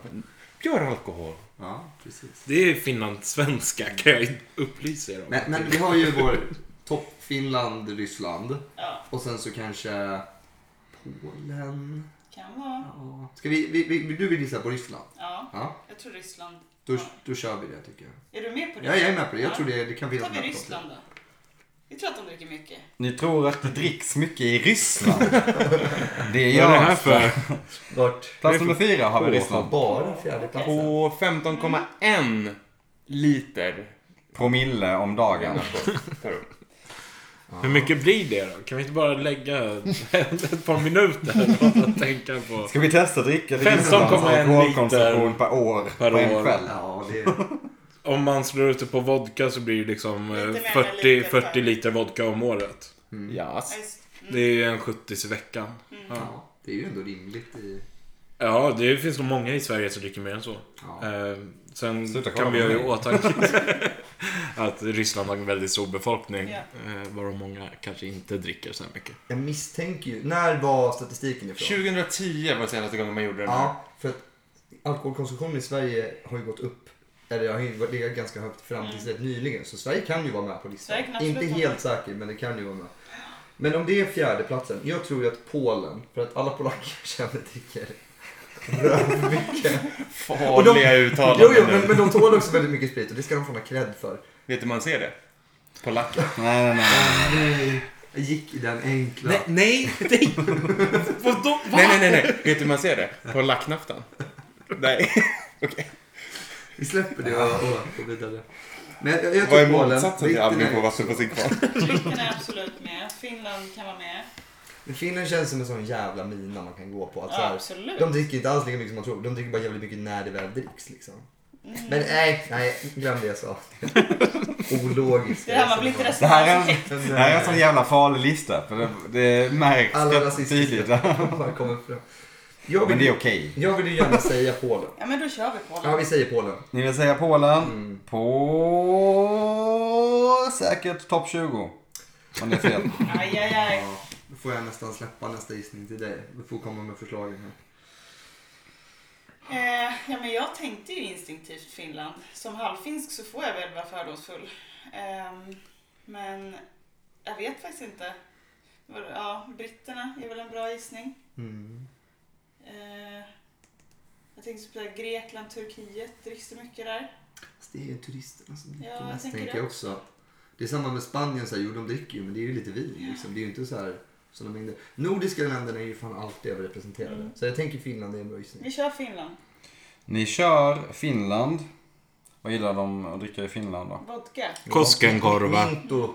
Speaker 3: pure alkohol.
Speaker 5: Ja, precis.
Speaker 2: Det är finlandssvenska kan jag upplysa er om.
Speaker 5: Men, men vi har ju vår topp Finland, Ryssland
Speaker 4: Ja,
Speaker 5: och sen så kanske Polen.
Speaker 4: kan vara.
Speaker 5: Ja. Ska vi, vi, vi, du vill gissa på Ryssland?
Speaker 4: Ja,
Speaker 5: Ja,
Speaker 4: jag tror Ryssland.
Speaker 5: då,
Speaker 4: Ja.
Speaker 5: då kör vi det tycker jag.
Speaker 4: Är du med på det?
Speaker 5: Ja, jag är med på det. Jag tror
Speaker 4: det.
Speaker 5: det, det kan finnas
Speaker 4: tar vi
Speaker 5: med på
Speaker 4: Ryssland då. Vi tror att de dricker mycket.
Speaker 1: Ni tror att det dricks mycket i Ryssland. Det
Speaker 2: Vad är det
Speaker 1: gör
Speaker 2: här
Speaker 1: det
Speaker 2: för?
Speaker 5: det. Vart?
Speaker 1: Plats nummer fyra har vi Ryssland.
Speaker 5: Bara fjärde platsen.
Speaker 3: På 15,1
Speaker 5: Mm.
Speaker 3: liter.
Speaker 1: Promille om dagen.
Speaker 2: Hur mycket blir det då? Kan vi inte bara lägga ett par minuter på att tänka på
Speaker 1: Ska vi testa att dricka
Speaker 2: 15,1
Speaker 1: alkoholkonsumtion per år
Speaker 2: per
Speaker 1: på en
Speaker 2: år.
Speaker 1: kväll?
Speaker 5: Ja, det
Speaker 2: Om man slår ut det på vodka så blir det liksom eh,
Speaker 4: Lite mer än
Speaker 2: 40,
Speaker 4: liter
Speaker 2: 40
Speaker 4: per-
Speaker 2: liter vodka om året.
Speaker 3: Ja,
Speaker 4: Ja, just-
Speaker 2: Det är ju en 70 i veckan.
Speaker 5: ja, det är ju ändå rimligt i...
Speaker 2: Ja, det finns nog många i Sverige som dricker mer än så.
Speaker 5: Ja.
Speaker 2: Eh, sen
Speaker 1: Sluta kolla
Speaker 2: kan vi
Speaker 1: på
Speaker 2: ha i
Speaker 1: mig.
Speaker 2: åtanke att Ryssland har en väldigt stor befolkning.
Speaker 4: Ja.
Speaker 2: Eh, varav många kanske inte dricker så här mycket.
Speaker 5: Jag misstänker ju. När var statistiken ifrån?
Speaker 3: 2010 var senaste gången man gjorde den här.
Speaker 5: Ja, för att alkoholkonsumtionen i Sverige har ju gått upp. Eller jag har ju legat ganska högt fram tills rätt nyligen. Så Sverige kan ju vara med på listan.
Speaker 4: Mm. Sverige kan absolut
Speaker 5: Inte
Speaker 4: vara
Speaker 5: helt
Speaker 4: med.
Speaker 5: säker, men det kan ju vara med. Men om det är fjärde platsen. Jag tror ju att Polen, för att alla polacker känner dricker rövmycket. Och
Speaker 3: Farliga
Speaker 5: de-
Speaker 3: uttalanden
Speaker 5: Jo, jo, men,
Speaker 3: nu.
Speaker 5: men de tål också väldigt mycket sprit och det ska de fan ha cred för.
Speaker 3: Vet du hur man ser det? Polacker.
Speaker 1: Nej, nej, nej.
Speaker 5: Nej, jag gick i den enkla.
Speaker 3: Nej, nej, nej.
Speaker 2: Vadå?
Speaker 3: nej, nej, nej, nej. Vet du hur man ser det? På lacknaftan. Nej.
Speaker 5: Vi släpper det och, och går vidare. Men jag, jag
Speaker 3: Vad
Speaker 5: tror
Speaker 3: är
Speaker 5: Polen.
Speaker 3: motsatsen till
Speaker 5: Britten
Speaker 3: aldrig
Speaker 5: är-
Speaker 3: få vatten på sin kvarn?
Speaker 4: Ryssland är absolut med. Finland kan vara med.
Speaker 5: Men Finland känns som en sån jävla mina man kan gå på. Att så
Speaker 4: Ja,
Speaker 5: här,
Speaker 4: absolut.
Speaker 5: de dricker inte alls lika mycket som man tror. De dricker bara jävligt mycket när det väl dricks liksom.
Speaker 4: Mm.
Speaker 5: Men nej, nej, glöm det jag sa. Ologiskt.
Speaker 4: Det här man blir inte
Speaker 1: Det här är
Speaker 4: resonerande.
Speaker 5: Alltså,
Speaker 1: en, det här är en sån jävla farlig lista. För det, det märks
Speaker 5: Alla
Speaker 1: rätt tydligt.
Speaker 5: rasistiska bara kommer fram.
Speaker 1: Men
Speaker 5: Jag
Speaker 1: det är
Speaker 5: vill,
Speaker 1: okej.
Speaker 5: jag vill ju gärna säga Polen.
Speaker 4: Ja, men då kör vi på
Speaker 5: Ja,
Speaker 4: det.
Speaker 5: vi säger Polen.
Speaker 1: Ni vill säga Polen
Speaker 5: Mm.
Speaker 1: på säkert topp 20. Om det är fel.
Speaker 4: Aj, aj, aj.
Speaker 5: Ja, då får jag nästan släppa nästa gissning till dig. Du får komma med förslagen här.
Speaker 4: Eh, ja, men jag tänkte ju instinktivt Finland. Som halvfinsk så får jag väl vara fördomsfull. Ehm, men jag vet faktiskt inte. Var- Ja, britterna är väl en bra gissning.
Speaker 5: Mm.
Speaker 4: Eh, jag tänkte på Grekland, Turkiet. Dricks det mycket där?
Speaker 5: Fast det är ju turisterna som dricker
Speaker 4: Ja, jag
Speaker 5: mest
Speaker 4: tänker
Speaker 5: tänker
Speaker 4: det.
Speaker 5: jag också. Det är samma med Spanien, så här, jo de dricker ju men det är ju lite vin liksom. Det är ju inte så här sådana mängder. Nordiska länderna är ju fan alltid överrepresenterade.
Speaker 4: Mm.
Speaker 5: Så jag tänker Finland är en bra
Speaker 4: Vi
Speaker 5: gissning.
Speaker 4: kör Finland.
Speaker 1: Ni kör Finland. Vad gillar de att dricka i Finland då?
Speaker 4: Vodka.
Speaker 2: Koskenkorva.
Speaker 5: Minto.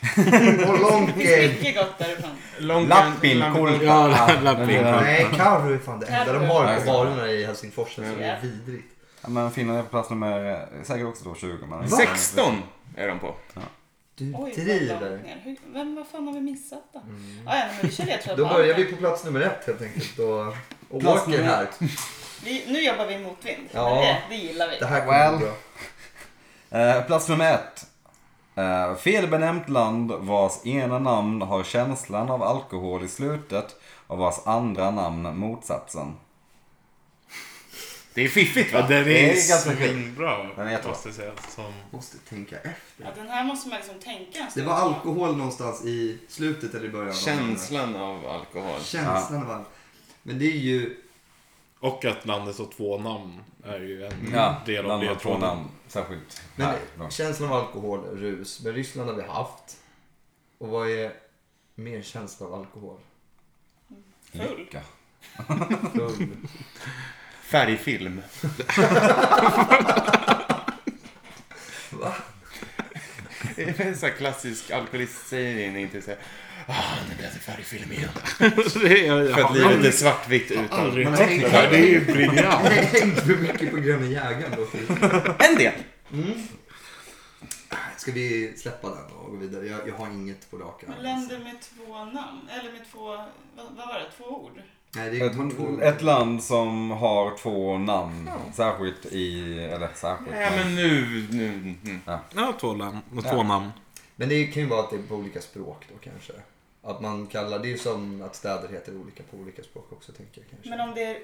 Speaker 4: Det finns
Speaker 5: Bolonken.
Speaker 4: mycket gott därifrån.
Speaker 1: Lappinkulta.
Speaker 2: Ja, la-
Speaker 1: den
Speaker 2: lappinkulta.
Speaker 1: är-
Speaker 5: Nej, Karu är fan det enda de har
Speaker 1: Karu.
Speaker 5: på varorna i Helsingfors. Så det
Speaker 4: Ja.
Speaker 5: är vidrigt.
Speaker 1: Ja, Men Finland är på plats nummer, eh, säkert också då 20. Men
Speaker 3: 16 är de på.
Speaker 5: Du
Speaker 4: Oj, vad långt
Speaker 5: driver. Mm.
Speaker 4: ner. Hur- Vem, vad fan har vi missat då? Ah, ja, men vi kör ledtråd
Speaker 5: Då
Speaker 4: på
Speaker 5: börjar
Speaker 4: Albert.
Speaker 5: vi på plats nummer ett helt enkelt och, och
Speaker 1: Plats
Speaker 5: åker
Speaker 1: nummer-
Speaker 5: här.
Speaker 4: Vi, nu jobbar vi i motvind.
Speaker 5: Ja.
Speaker 4: Det, det gillar vi.
Speaker 5: Det här kommer
Speaker 1: Well.
Speaker 5: bli bra.
Speaker 1: Eh, plats nummer ett. Eh, felbenämnt land vars ena namn har känslan av alkohol i slutet och vars andra namn motsatsen.
Speaker 3: Det är fiffigt
Speaker 2: Ja,
Speaker 3: va?
Speaker 2: den
Speaker 1: Det
Speaker 2: är
Speaker 1: är ganska
Speaker 2: svinbra.
Speaker 1: Den är jättebra.
Speaker 2: måste jag säga. Som...
Speaker 5: Måste tänka efter.
Speaker 4: Ja, den här måste man liksom tänka en
Speaker 5: Det
Speaker 4: stund
Speaker 5: var
Speaker 4: på.
Speaker 5: alkohol någonstans i slutet eller i början. av
Speaker 3: Känslan av alkohol.
Speaker 5: den här. Känslan var... Men det är ju...
Speaker 2: Och att landet har två namn är ju en
Speaker 1: Ja,
Speaker 2: del av
Speaker 1: land har
Speaker 2: det.
Speaker 1: två namn. Särskilt
Speaker 5: Men
Speaker 1: här. då.
Speaker 5: känslan av alkohol, rus. Men Ryssland har vi haft. Och vad är mer känsla av alkohol?
Speaker 4: Full.
Speaker 1: Lycka.
Speaker 5: Full.
Speaker 3: Färgfilm.
Speaker 5: Va?
Speaker 3: Det är en sån här klassisk alkoholist säger in inte säger Ah, nu blev det färgfilm igen.
Speaker 2: det är,
Speaker 3: För att
Speaker 2: jag
Speaker 3: livet är svartvitt utan.
Speaker 2: aldrig
Speaker 5: Man
Speaker 2: tänkt
Speaker 5: tänker-
Speaker 2: på det här. Det är ju briljant.
Speaker 5: Jag tänkte för mycket på Gröna Jägaren då.
Speaker 3: En del.
Speaker 5: Mm. Ska vi släppa den och gå vidare? Jag, jag har inget på rak arm.
Speaker 4: Men länder med två namn, eller med två, vad, vad var det, två ord?
Speaker 5: Nej, det är två-
Speaker 1: Ett, ett land som har två namn. Särskilt i... Eller särskilt.
Speaker 3: Nej, men nu... nu mm.
Speaker 2: Ja, två, lam- två namn.
Speaker 5: Men det kan ju vara att det är på olika språk då kanske. Att man kallar, det är ju som att städer heter olika på olika språk också tänker jag kanske.
Speaker 4: Men om det är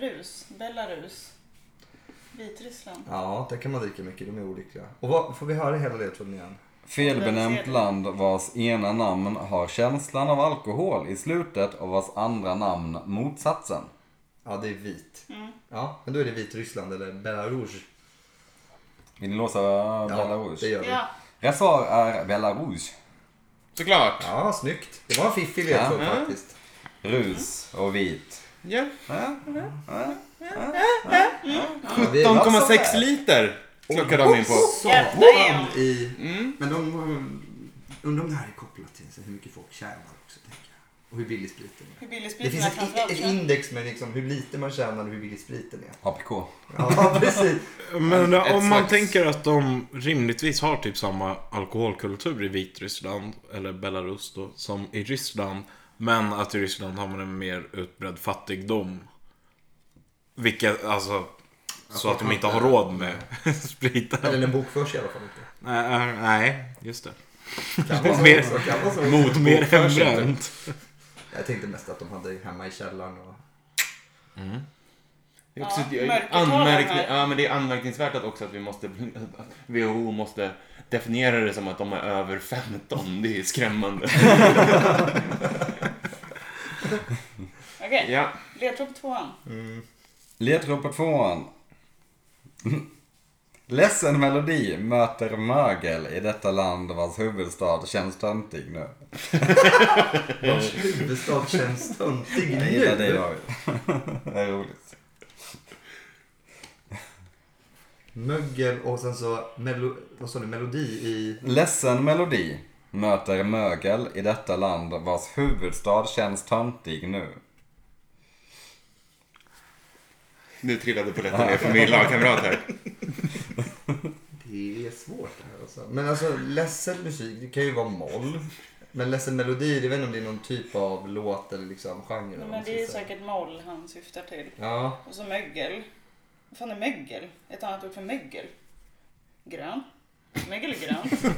Speaker 4: Rus, Belarus, Vitryssland.
Speaker 5: Ja, där kan man dricka mycket, de är olika. Och vad, får vi höra hela ledtråden igen?
Speaker 1: Felbenämnt land vars ena namn har känslan av alkohol i slutet och vars andra namn motsatsen.
Speaker 5: Ja, det är vit.
Speaker 4: Mm.
Speaker 5: Ja, men då är det Vitryssland eller Belarus.
Speaker 1: Vill ni låsa
Speaker 5: Ja,
Speaker 1: Belarus?
Speaker 5: det gör vi. Ja.
Speaker 4: Ja,
Speaker 1: Rätt svar är Belarus.
Speaker 3: Såklart.
Speaker 5: snyggt. Det var en fiffig ledtråd
Speaker 3: Ja.
Speaker 5: faktiskt.
Speaker 1: Rus och vit.
Speaker 3: Ja.
Speaker 5: Ja, vi-
Speaker 2: alltså
Speaker 3: 17,6 liter klockar de in på.
Speaker 5: Så
Speaker 4: Jävlar igen.
Speaker 5: varm i...
Speaker 3: Mm.
Speaker 5: Men de... Undrar om det här är kopplat till hur mycket folk tjänar också, tänker jag. Och hur billig spriten är.
Speaker 4: hur billig
Speaker 5: Det
Speaker 4: spriten
Speaker 5: finns
Speaker 4: är
Speaker 5: ett, i-
Speaker 4: framförallt.
Speaker 5: ett
Speaker 4: ja.
Speaker 5: index med liksom hur lite man tjänar och hur billig spriten är.
Speaker 1: APK.
Speaker 5: Ja, precis.
Speaker 2: Men
Speaker 3: Ett
Speaker 2: om man
Speaker 3: slags-
Speaker 2: tänker att de rimligtvis har typ samma alkoholkultur i Vitryssland, eller Belarus då, som i Ryssland. Men att i Ryssland har man en mer utbredd fattigdom. Vilket, alltså, så att de inte har råd med spriten.
Speaker 5: Eller den bokförs i alla fall inte.
Speaker 2: Nej, eh, nej, just det.
Speaker 5: Kan vara så
Speaker 2: Mer-
Speaker 5: också, kan vara så.
Speaker 2: Mot mer
Speaker 3: Bokförs inte.
Speaker 2: hembränt.
Speaker 5: Jag tänkte mest att de hade hemma i källaren. Och...
Speaker 3: Det är också
Speaker 4: Ja,
Speaker 3: det är
Speaker 4: mörkertalen
Speaker 3: anmärkning,
Speaker 4: här.
Speaker 3: ja, men det är anmärkningsvärt att också att vi måste, att WHO måste definiera det som att de är över 15. Det är skrämmande.
Speaker 4: Okej,
Speaker 3: ja.
Speaker 4: ledtråd på tvåan.
Speaker 1: Ledtråd på tvåan. Ledsen melodi möter mögel i detta land vars huvudstad känns töntig nu.
Speaker 5: Vars huvudstad känns töntig
Speaker 1: Jag gillar dig
Speaker 5: nu.
Speaker 1: David. Det är roligt.
Speaker 5: Mögel och sen så melo... Vad sa du? Melodi i...
Speaker 1: Ledsen melodi möter mögel i detta land vars huvudstad känns töntig nu.
Speaker 3: Nu trillade polletten ner för min lagkamrat här.
Speaker 5: Det är svårt det här alltså. Men alltså ledsen musik, det kan ju vara moll. Men ledsen melodi, det vet inte om det är någon typ av låt eller liksom genre. eller vad
Speaker 4: Men
Speaker 5: man ska
Speaker 4: det är ju
Speaker 5: säga.
Speaker 4: säkert moll han syftar till.
Speaker 5: Ja,
Speaker 4: Och så mögel. Vad fan är mögel? Ett annat ord för mögel. Grön. Mögel är grön.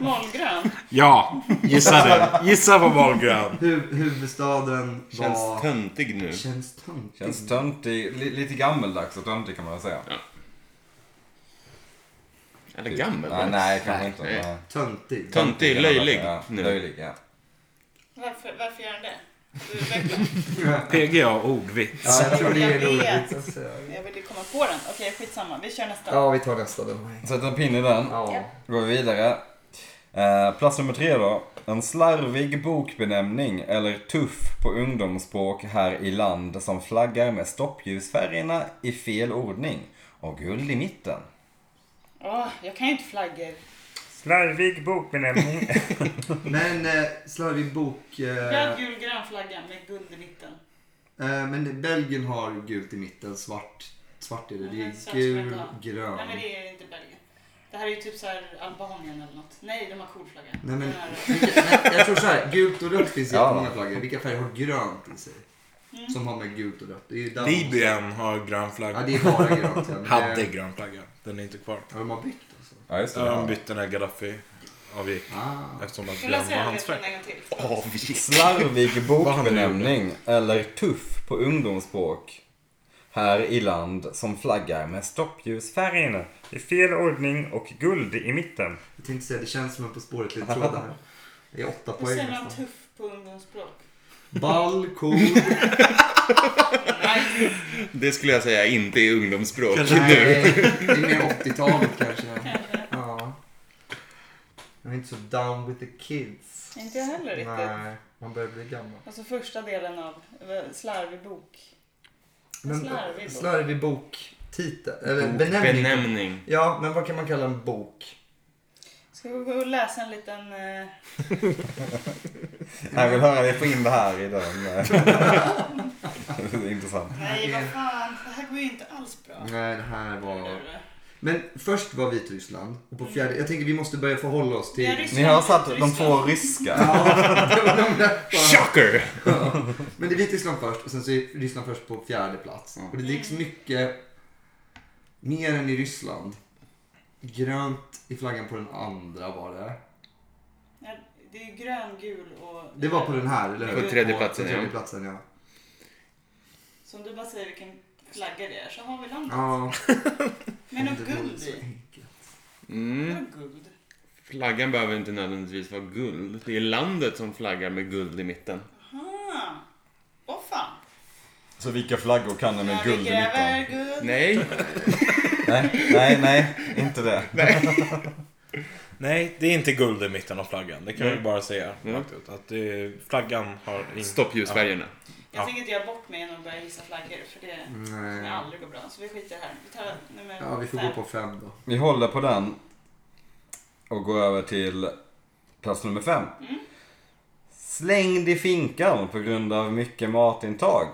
Speaker 4: Mollgrön.
Speaker 2: Ja, gissa det. Gissa på valgrön.
Speaker 5: Hu- huvudstaden
Speaker 3: Känns
Speaker 5: var...
Speaker 3: töntig nu.
Speaker 5: Känns töntig.
Speaker 3: Mm.
Speaker 1: Känns töntig, li, lite gammeldags och töntig kan man väl säga.
Speaker 3: Eller gammal.
Speaker 1: Nej, nej kanske inte.
Speaker 3: Nej.
Speaker 1: Nej.
Speaker 5: töntig.
Speaker 3: Töntig, löjlig.
Speaker 1: Ja,
Speaker 3: Nu.
Speaker 1: löjlig, ja.
Speaker 4: Varför, varför gör han det? Du utvecklar.
Speaker 2: PGA ordvits.
Speaker 5: Ja, jag tror det är
Speaker 4: Jag vet.
Speaker 5: roligt. Alltså.
Speaker 4: Jag ville komma på den. Okej, skitsamma. Vi kör nästa.
Speaker 5: Ja, vi tar nästa då.
Speaker 1: Sätt en pin i den.
Speaker 5: Ja.
Speaker 1: Då går vi vidare. Eh, plats nummer tre då. En slarvig bokbenämning eller tuff på ungdomsspråk här i land som flaggar med stoppljusfärgerna i fel ordning och guld i mitten.
Speaker 4: Åh, jag kan ju inte flaggor.
Speaker 6: Slarvig bokbenämning.
Speaker 5: Men eh, slarvig bok. Eh,
Speaker 4: Röd, gul, grön flagga med guld i mitten.
Speaker 5: eh, men Belgien har gult i mitten, svart. Svart är det. Det
Speaker 4: Nej, svart
Speaker 5: är
Speaker 4: ska jag inte
Speaker 5: gul,
Speaker 4: ha.
Speaker 5: grön.
Speaker 4: Nej, men det är inte Belgien. Det här är ju typ så här Albanien eller något. Nej, de har cool flagga.
Speaker 5: Nej, men-
Speaker 4: Den här-
Speaker 5: Vilka- nej, Jag tror så här, gult och rött finns
Speaker 1: Ja.
Speaker 5: jättemånga flaggor. Vilka färger har grönt i sig?
Speaker 4: Mm.
Speaker 5: Som har med gult och rött. Det är ju Danmark.
Speaker 2: Libyen har grön
Speaker 5: Ja,
Speaker 2: flagga.
Speaker 5: det är bara grönt. ja, men det-
Speaker 2: Hade grön flagga. Den är inte kvar.
Speaker 5: Ja, de har bytt alltså.
Speaker 1: Ja, just det.
Speaker 2: Ja, han bytte när Gaddafi avgick.
Speaker 5: Ah.
Speaker 2: Eftersom att grön
Speaker 4: Får jag läsa
Speaker 2: var
Speaker 4: den
Speaker 2: hans
Speaker 4: ledtråden
Speaker 2: färg.
Speaker 4: en gång till?
Speaker 1: Slarvig bokbenämning eller tuff på ungdomsspråk här i land som flaggar med stoppljusfärg.
Speaker 6: Färgerna i fel ordning och guld i mitten.
Speaker 5: Jag tänkte säga, det känns som en På spåret-ledtråd här. Det är åtta
Speaker 4: Vad
Speaker 5: poäng
Speaker 4: säger man
Speaker 5: nästan.
Speaker 4: tuff på ungdomsspråk?
Speaker 5: Ball, cool.
Speaker 4: Nej,
Speaker 3: Det skulle jag säga inte är ungdomsspråk. Nu.
Speaker 5: Nej, det är mer 80-talet kanske. Ja. Jag är inte så down with the kids.
Speaker 4: inte jag heller riktigt.
Speaker 5: Nej, man börjar bli gammal.
Speaker 4: Alltså första delen av eh, slarvig bok.
Speaker 5: Men,
Speaker 4: Slarvig bok.
Speaker 5: Slarvig boktitel. Eller benämning.
Speaker 3: Benämning.
Speaker 5: Ja, men vad kan man kalla en bok?
Speaker 4: Ska vi gå och läsa en liten... eh,
Speaker 1: Jag vill höra dig få in det här i den. det är intressant.
Speaker 4: Nej, vad fan. Det här går ju inte alls bra.
Speaker 5: Nej, det här
Speaker 4: Hörru du.
Speaker 5: Men först var Vitryssland och på fjärde, jag tänker vi måste börja förhålla oss till...
Speaker 4: Mm. Ja, Ryssland,
Speaker 1: Ni har satt de
Speaker 4: Ryssland.
Speaker 1: två ryska.
Speaker 5: de, de där-
Speaker 3: Shocker!
Speaker 5: Ja. Men det är Vitryssland först och sen så är Ryssland först på fjärde plats. Och det dricks mycket, mer än i Ryssland. Grönt i flaggan på den andra var det.
Speaker 4: Ja, Det är ju grön, gul och...
Speaker 5: Det var på den här, eller hur?
Speaker 3: På tredje platsen,
Speaker 5: På tredje
Speaker 3: ja.
Speaker 5: platsen, ja.
Speaker 4: Så om du bara säger vilken flagga det är så har vi landet.
Speaker 5: Ja,
Speaker 4: Men
Speaker 5: om
Speaker 4: och
Speaker 5: det vore
Speaker 4: guld
Speaker 5: så
Speaker 4: i.
Speaker 5: enkelt.
Speaker 3: Mm.
Speaker 4: Vadå guld?
Speaker 3: Flaggan behöver inte nödvändigtvis vara guld. Det är landet som flaggar med guld i mitten.
Speaker 4: Aha. Ah. Åh fan.
Speaker 1: Så vilka flaggor kan de med
Speaker 4: När vi
Speaker 1: guld i mitten?
Speaker 4: gräver guld.
Speaker 3: Nej,
Speaker 1: Nej, nej, nej, inte det.
Speaker 2: Nej, det är inte guld i mitten av flaggan. Det kan
Speaker 3: Nej.
Speaker 2: vi bara säga
Speaker 3: Ja.
Speaker 2: rakt ut. Att det är, flaggan har... In...
Speaker 3: stoppljusfärgerna.
Speaker 4: Jag
Speaker 2: Ja.
Speaker 4: tänker inte göra bort mig genom att börja gissa flaggor för det kommer
Speaker 5: Nej.
Speaker 4: aldrig gå bra. Så vi skiter här. Vi tar nummer
Speaker 5: Ja, vi får gå
Speaker 4: fem.
Speaker 5: på fem då.
Speaker 1: Vi håller på den och går över till plats nummer fem. Slängd i finkan på grund av mycket matintag.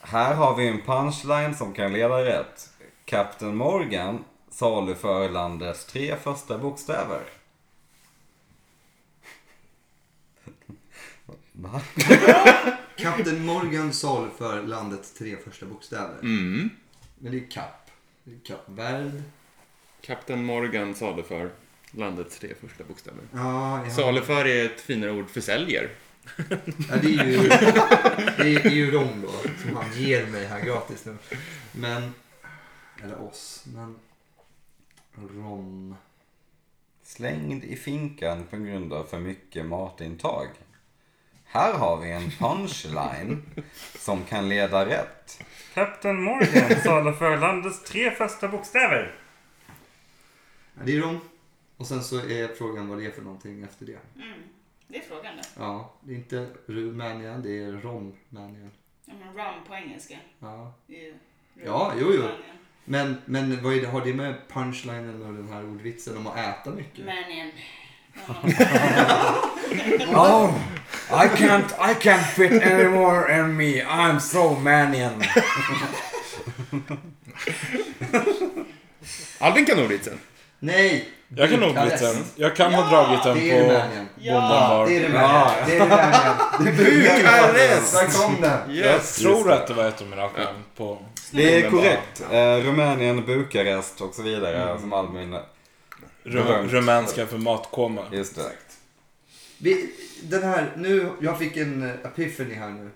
Speaker 1: Här har vi en punchline som kan leda rätt. Captain Morgan saluför landets tre första bokstäver. Va?
Speaker 5: Kapten Morgan saluför landets tre första bokstäver.
Speaker 3: Mm.
Speaker 5: Men det är kapp. Det är Kappvärld.
Speaker 3: Kapten Morgan saluför landets tre första bokstäver.
Speaker 5: Ja, ja.
Speaker 3: Saluför är ett finare ord för säljer.
Speaker 5: Ja, det är ju, det är ju dem då som han ger mig här gratis nu. Men, eller oss, men rom.
Speaker 1: Slängd i finkan på grund av för mycket matintag. Här har vi en punchline som kan leda rätt.
Speaker 6: Captain Morgan saluför landets tre första bokstäver.
Speaker 5: Ja, det är rom. Och sen så är frågan vad det är för någonting efter det.
Speaker 4: Mm. Det är frågan då.
Speaker 5: Ja, det är inte Rumänien, det är Romänien.
Speaker 4: Ja, men rum på engelska.
Speaker 5: Ja.
Speaker 4: Det är ju rum.
Speaker 5: Ja, jo, jo.
Speaker 4: Rumänien.
Speaker 5: Men, men vad är det, har det med punchlinen och den här ordvitsen om att äta mycket?
Speaker 4: Rumänien. Ja.
Speaker 1: Oh, I can't, I can't fit anymore in me. I'm so manian.
Speaker 3: Albin kan ordvitsen.
Speaker 5: Nej!
Speaker 2: Jag kan
Speaker 5: du
Speaker 2: nog bli
Speaker 5: bäst.
Speaker 2: den. Jag kan ha
Speaker 4: Ja,
Speaker 2: dragit den
Speaker 5: det är
Speaker 2: på
Speaker 5: Rumänien.
Speaker 4: Ja,
Speaker 2: bonden
Speaker 5: Ja,
Speaker 2: bar.
Speaker 5: det är Rumänien. Det är Rumänien. Bukarest! Där kom den!
Speaker 2: Jag tror att det var ett av mina skämt på...
Speaker 1: Det är korrekt. Eh, Rumänien, Bukarest och så vidare
Speaker 2: Mm.
Speaker 1: som Albin.
Speaker 2: Rum, rumänska för matkoma.
Speaker 1: Just det.
Speaker 5: Vi, den här, nu, jag fick en eh, epiphany här nu.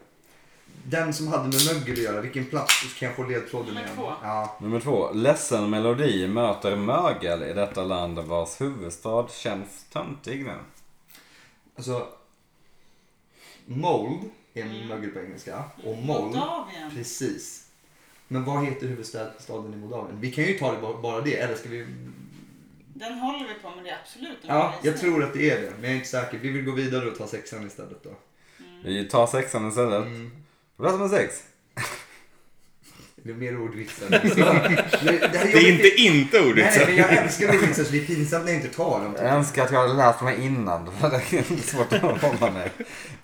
Speaker 5: Den som hade med mögel att göra, vilken plats? Så kan jag få ledtråden
Speaker 4: Nummer
Speaker 5: igen.
Speaker 4: två.
Speaker 5: Ja.
Speaker 1: Nummer två. Ledsen melodi möter mögel i detta land vars huvudstad känns töntig nu.
Speaker 5: Alltså, mold är
Speaker 4: Mm.
Speaker 5: mögel på engelska. Och mold,
Speaker 4: Moldavien.
Speaker 5: precis. Men vad heter huvudstaden i Moldavien? Vi kan ju ta det bara, bara det, eller ska vi...
Speaker 4: Den håller vi på med. Det är absolut en
Speaker 5: Ja,
Speaker 4: bra
Speaker 5: jag
Speaker 4: gissning.
Speaker 5: tror att det är det, men jag är inte säker. Vi vill gå vidare och ta sexan istället då.
Speaker 1: Vi tar sexan istället.
Speaker 2: Mm.
Speaker 1: Plats nummer sex.
Speaker 5: Det är mer ordvitsar. Det, det, här
Speaker 3: Det är inte inte
Speaker 5: Nej,
Speaker 3: ordvitsen.
Speaker 5: men jag älskar ordvitsar så det är pinsamt när jag inte tar dem.
Speaker 1: Jag önskar att jag hade lärt mig innan. Det är svårt att hålla mig.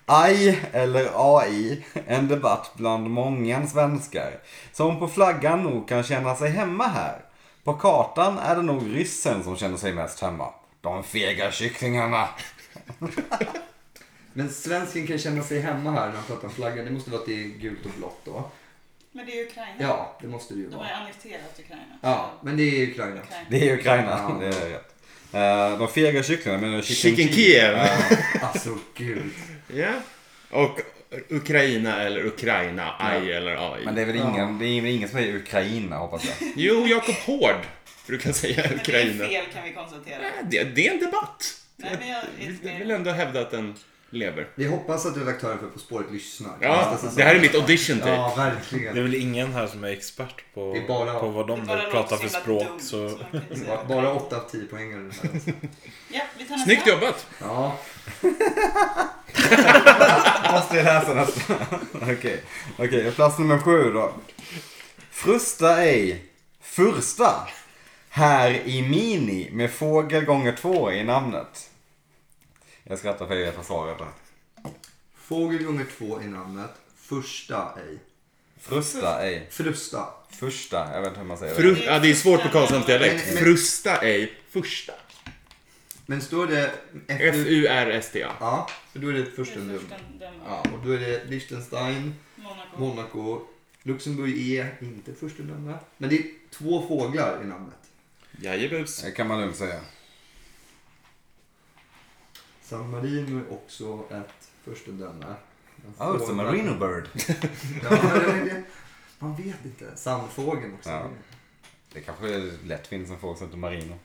Speaker 1: AI eller AI, en debatt bland många svenskar. Som på flaggan nog kan känna sig hemma här. På kartan är det nog ryssen som känner sig mest hemma. De fega kycklingarna.
Speaker 5: Men svensken kan känna sig hemma här när han pratar om flaggan. Det måste vara att det är gult och blått då.
Speaker 4: Men det är Ukraina.
Speaker 5: Ja, det måste det ju
Speaker 4: De har
Speaker 5: vara.
Speaker 4: ju annekterat Ukraina.
Speaker 5: Ja, men det är Ukraina.
Speaker 4: Ukraina.
Speaker 1: Det är Ukraina, det är rätt. Eh, De fega kycklingarna menar du kyckling
Speaker 3: Chicken
Speaker 1: Kiev?
Speaker 3: Kiev.
Speaker 5: Alltså gud.
Speaker 3: Ja. Och Ukraina eller Ukraina, aj eller aj.
Speaker 1: Men det är väl ingen, det är väl ingen som säger Ukraina hoppas jag.
Speaker 3: Jo, Jakob Hård brukar säga
Speaker 4: Men det är
Speaker 3: Ukraina.
Speaker 4: fel kan vi konstatera.
Speaker 3: Nej, Det, det är en debatt.
Speaker 4: Nej, men jag är inte
Speaker 3: Jag vill ändå hävda att den lever.
Speaker 5: Vi hoppas att redaktören för På spåret lyssnar.
Speaker 3: Ja,
Speaker 5: Nästa säsong.
Speaker 3: det här är mitt audition typ. tape.
Speaker 5: Ja, verkligen.
Speaker 2: Det är väl ingen här som är expert på,
Speaker 5: Det är bara-
Speaker 2: på vad
Speaker 4: Det
Speaker 2: de
Speaker 4: bara låter
Speaker 2: pratar
Speaker 4: så
Speaker 2: för
Speaker 4: himla
Speaker 2: språk.
Speaker 4: dumt, liksom.
Speaker 2: Så...
Speaker 4: man kan inte
Speaker 5: Bara-
Speaker 4: säga.
Speaker 5: Bara 8 av 10 poäng.
Speaker 4: Ja, vi tar nästa.
Speaker 3: Snyggt jobbat!
Speaker 5: alltså. Ja.
Speaker 1: Måste jag läsa nästa? Okej, Okej, plats nummer sju då. Frusta ej, fursta. Här i mini med fågel gånger två i namnet. Jag skrattar för er för svaret.
Speaker 5: Fågel gånger två i namnet. Första ej.
Speaker 1: Frusta ej.
Speaker 5: Frusta.
Speaker 1: Första, jag vet inte hur man säger det.
Speaker 3: Fru- ja, det är svårt på Karlssons
Speaker 5: Men-
Speaker 3: dialekt.
Speaker 5: men-
Speaker 3: Frusta ej. Första.
Speaker 5: Men står det F-
Speaker 3: F-U-R-S-T-A.
Speaker 5: Ja, för då är det
Speaker 4: Det är
Speaker 5: furstendöme.
Speaker 4: försten, den var
Speaker 5: Ja, och då är det Liechtenstein,
Speaker 4: Monaco.
Speaker 5: Monaco, Luxemburg är inte furstendöme. Men det är två fåglar i namnet.
Speaker 3: Jajebus.
Speaker 1: Det kan man lugnt säga.
Speaker 5: San Marino är också ett furstendöme. En
Speaker 1: Oh, it's a
Speaker 5: fågel-
Speaker 1: merino bird.
Speaker 5: Ja, men det- det- Man vet inte. Sandfågeln också.
Speaker 1: Ja. Det kanske lätt finns en fågel som heter marino.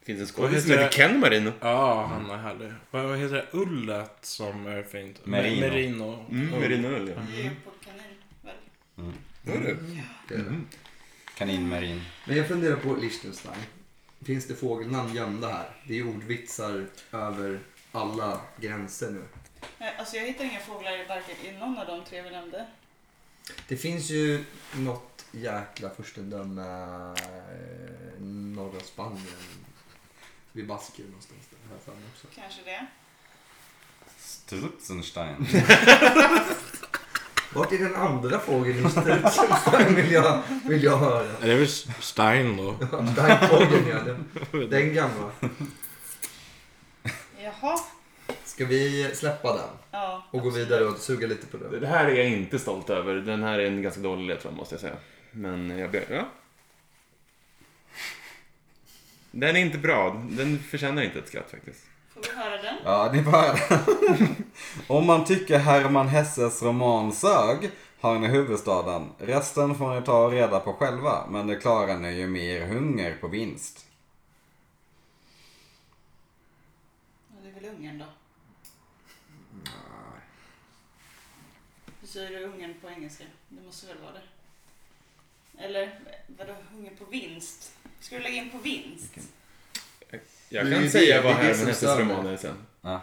Speaker 3: Det finns en
Speaker 2: Vad
Speaker 3: skådis som
Speaker 2: heter
Speaker 3: heter Ken Marino.
Speaker 2: Ja, han är härlig. Vad vad heter det? Ullet som är fint?
Speaker 1: Merino.
Speaker 2: Merino.
Speaker 3: Mm,
Speaker 2: Ull.
Speaker 3: Marino Ull, ja.
Speaker 4: Det är ju på kanin, väl?
Speaker 3: Hör du?
Speaker 5: Mm. Det är det.
Speaker 1: Mm. Kaninmarin.
Speaker 5: Men jag funderar på Liechtenstein. Finns det fågelnamn gömda här? Det är ordvitsar över alla gränser nu.
Speaker 4: Nej, Alltså jag hittar inga fåglar i varken i någon av de tre vi nämnde.
Speaker 5: Det finns ju något jäkla furstendöme eh, norra Spanien. Vid Baskien någonstans där här framme också.
Speaker 4: Kanske det.
Speaker 1: Strutsenstein.
Speaker 5: Vart är den andra fågeln i Liechtenstein vill jag, vill jag höra.
Speaker 2: Är det väl Stein då?
Speaker 5: Dagfågeln ja, den, den gamla.
Speaker 4: Jaha.
Speaker 5: Ska vi släppa den
Speaker 4: Ja.
Speaker 5: och gå vidare och suga lite på den?
Speaker 3: Det här är jag inte stolt över. Den här är en ganska dålig ledtråd måste jag säga. Men jag ber... Ja. Den är inte bra. Den förtjänar inte ett skratt faktiskt.
Speaker 4: Får vi höra den?
Speaker 1: Ja, det är bara... Om man tycker Herman Hesses roman sög har ni huvudstaden. Resten får ni ta reda på själva, men det klarar ni ju med er hunger på vinst.
Speaker 4: Ja, det är väl Ungern då? Hur säger du Ungern på engelska? Det måste väl vara det? Eller vadå Ungern på vinst? Ska du lägga in på vinst?
Speaker 3: Jag
Speaker 5: Det
Speaker 3: kan
Speaker 5: är det-
Speaker 3: säga
Speaker 5: det är
Speaker 3: vad
Speaker 5: det
Speaker 3: Herman
Speaker 5: som
Speaker 3: Hesses
Speaker 5: stör mig.
Speaker 3: roman är sen.
Speaker 1: Ja.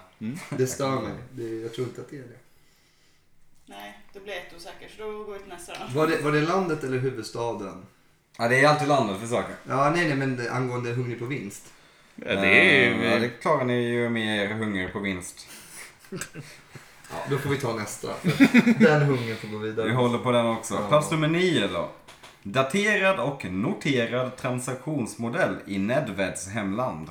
Speaker 5: Det stör mig. Det, jag tror inte att det är det.
Speaker 4: Nej, då blir jag jätteosäker så då går vi till nästa då.
Speaker 5: Var det, var det landet eller huvudstaden?
Speaker 1: ja, det är alltid landet för saker.
Speaker 5: Ja, nej, nej, men det, angående hungrig på vinst.
Speaker 3: Ja, det är ju...
Speaker 1: Eh, Ja, det klarar ni ju med er hunger på vinst.
Speaker 5: Ja, då får vi ta nästa. Den hungern får gå
Speaker 1: Vi
Speaker 5: vidare.
Speaker 1: håller på den också.
Speaker 5: Ja.
Speaker 1: Plats nummer nio då. Daterad och noterad transaktionsmodell i Nedveds hemland.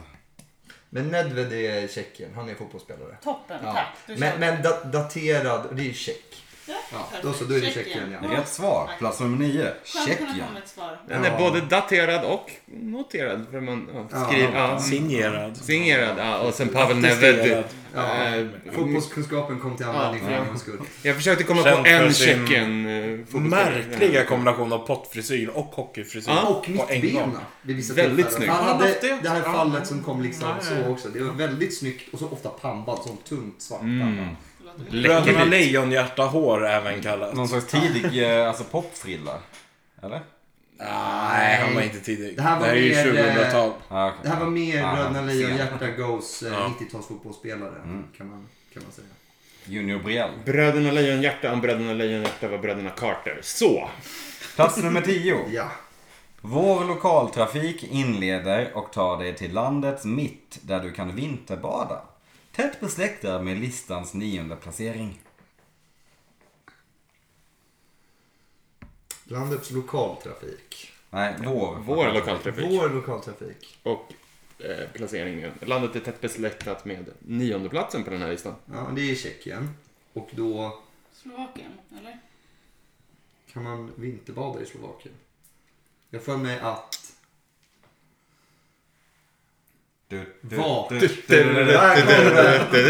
Speaker 5: Men Nedved är Tjeckien. Han är fotbollsspelare.
Speaker 4: Toppen,
Speaker 5: Ja.
Speaker 4: tack. Du kör.
Speaker 5: Men, men da, daterad, och det är ju Tjeck. Ja, då så, då är det Tjeckien, ja.
Speaker 1: Rätt svar. Plats nummer nio.
Speaker 4: Skönt att kunna
Speaker 1: Tjeckien.
Speaker 4: komma med ett svar.
Speaker 3: Den är både daterad och noterad. För man ja,
Speaker 5: Ja.
Speaker 3: skriver... Ja.
Speaker 2: Signerad.
Speaker 3: Signerad. Ja, och sen Pavel Nedved.
Speaker 5: Ja.
Speaker 3: Eh,
Speaker 5: Fotbollskunskapen kom till användning för en gångs skull.
Speaker 3: Jag försökte komma
Speaker 2: Känd
Speaker 3: på
Speaker 2: för
Speaker 3: en
Speaker 2: sin
Speaker 3: Tjeckien... eh,
Speaker 2: Märkliga kombination av pottfrisyr och hockeyfrisyr.
Speaker 3: Ja,
Speaker 5: Och
Speaker 2: på en gång.
Speaker 5: mittbena. Vid vissa
Speaker 3: Väldigt
Speaker 5: tillfällen.
Speaker 3: snyggt.
Speaker 5: Han
Speaker 2: Har han
Speaker 5: hade
Speaker 2: haft det?
Speaker 5: det här
Speaker 2: Ja.
Speaker 5: fallet som kom liksom
Speaker 2: Ja, ja.
Speaker 5: så också. Det var väldigt snyggt och så ofta pannband. Sånt tungt svart pannband.
Speaker 4: Låter bra.
Speaker 2: Bröderna
Speaker 3: Läckerbit.
Speaker 2: Lejonhjärta-hår även kallat.
Speaker 1: Någon slags tidig, eh, alltså popfrilla. Eller?
Speaker 2: Nej, han var inte tidig.
Speaker 5: Det här var
Speaker 2: är ju
Speaker 5: mer, eh,
Speaker 2: 2000-tal.
Speaker 1: Ja,
Speaker 5: Det
Speaker 1: okej.
Speaker 5: här var mer
Speaker 1: Ja,
Speaker 5: Bröderna
Speaker 1: sen.
Speaker 5: Lejonhjärta Goes eh,
Speaker 2: Ja.
Speaker 5: 90-tals fotbollsspelare. Kan, man, kan man säga.
Speaker 1: Junior Briell.
Speaker 3: Bröderna Lejonhjärta om Bröderna Lejonhjärta var Bröderna Carter. Så!
Speaker 1: Plats nummer 10.
Speaker 5: Ja.
Speaker 1: Vår lokaltrafik inleder och tar dig till landets mitt där du kan vinterbada. Tätt besläktad med listans nionde placering.
Speaker 5: Landets lokaltrafik.
Speaker 1: Nej, vår.
Speaker 3: Vår lokaltrafik.
Speaker 5: Vår lokaltrafik.
Speaker 3: Och eh, placeringen. Landet är tätt besläktat med niondeplatsen på den här listan.
Speaker 5: Ja, det är Tjeckien. Och då
Speaker 4: Slovakien, eller?
Speaker 5: kan man vinterbada i Slovakien. Jag får mig att...
Speaker 1: Du,
Speaker 5: Vad?
Speaker 3: Det
Speaker 5: Oj,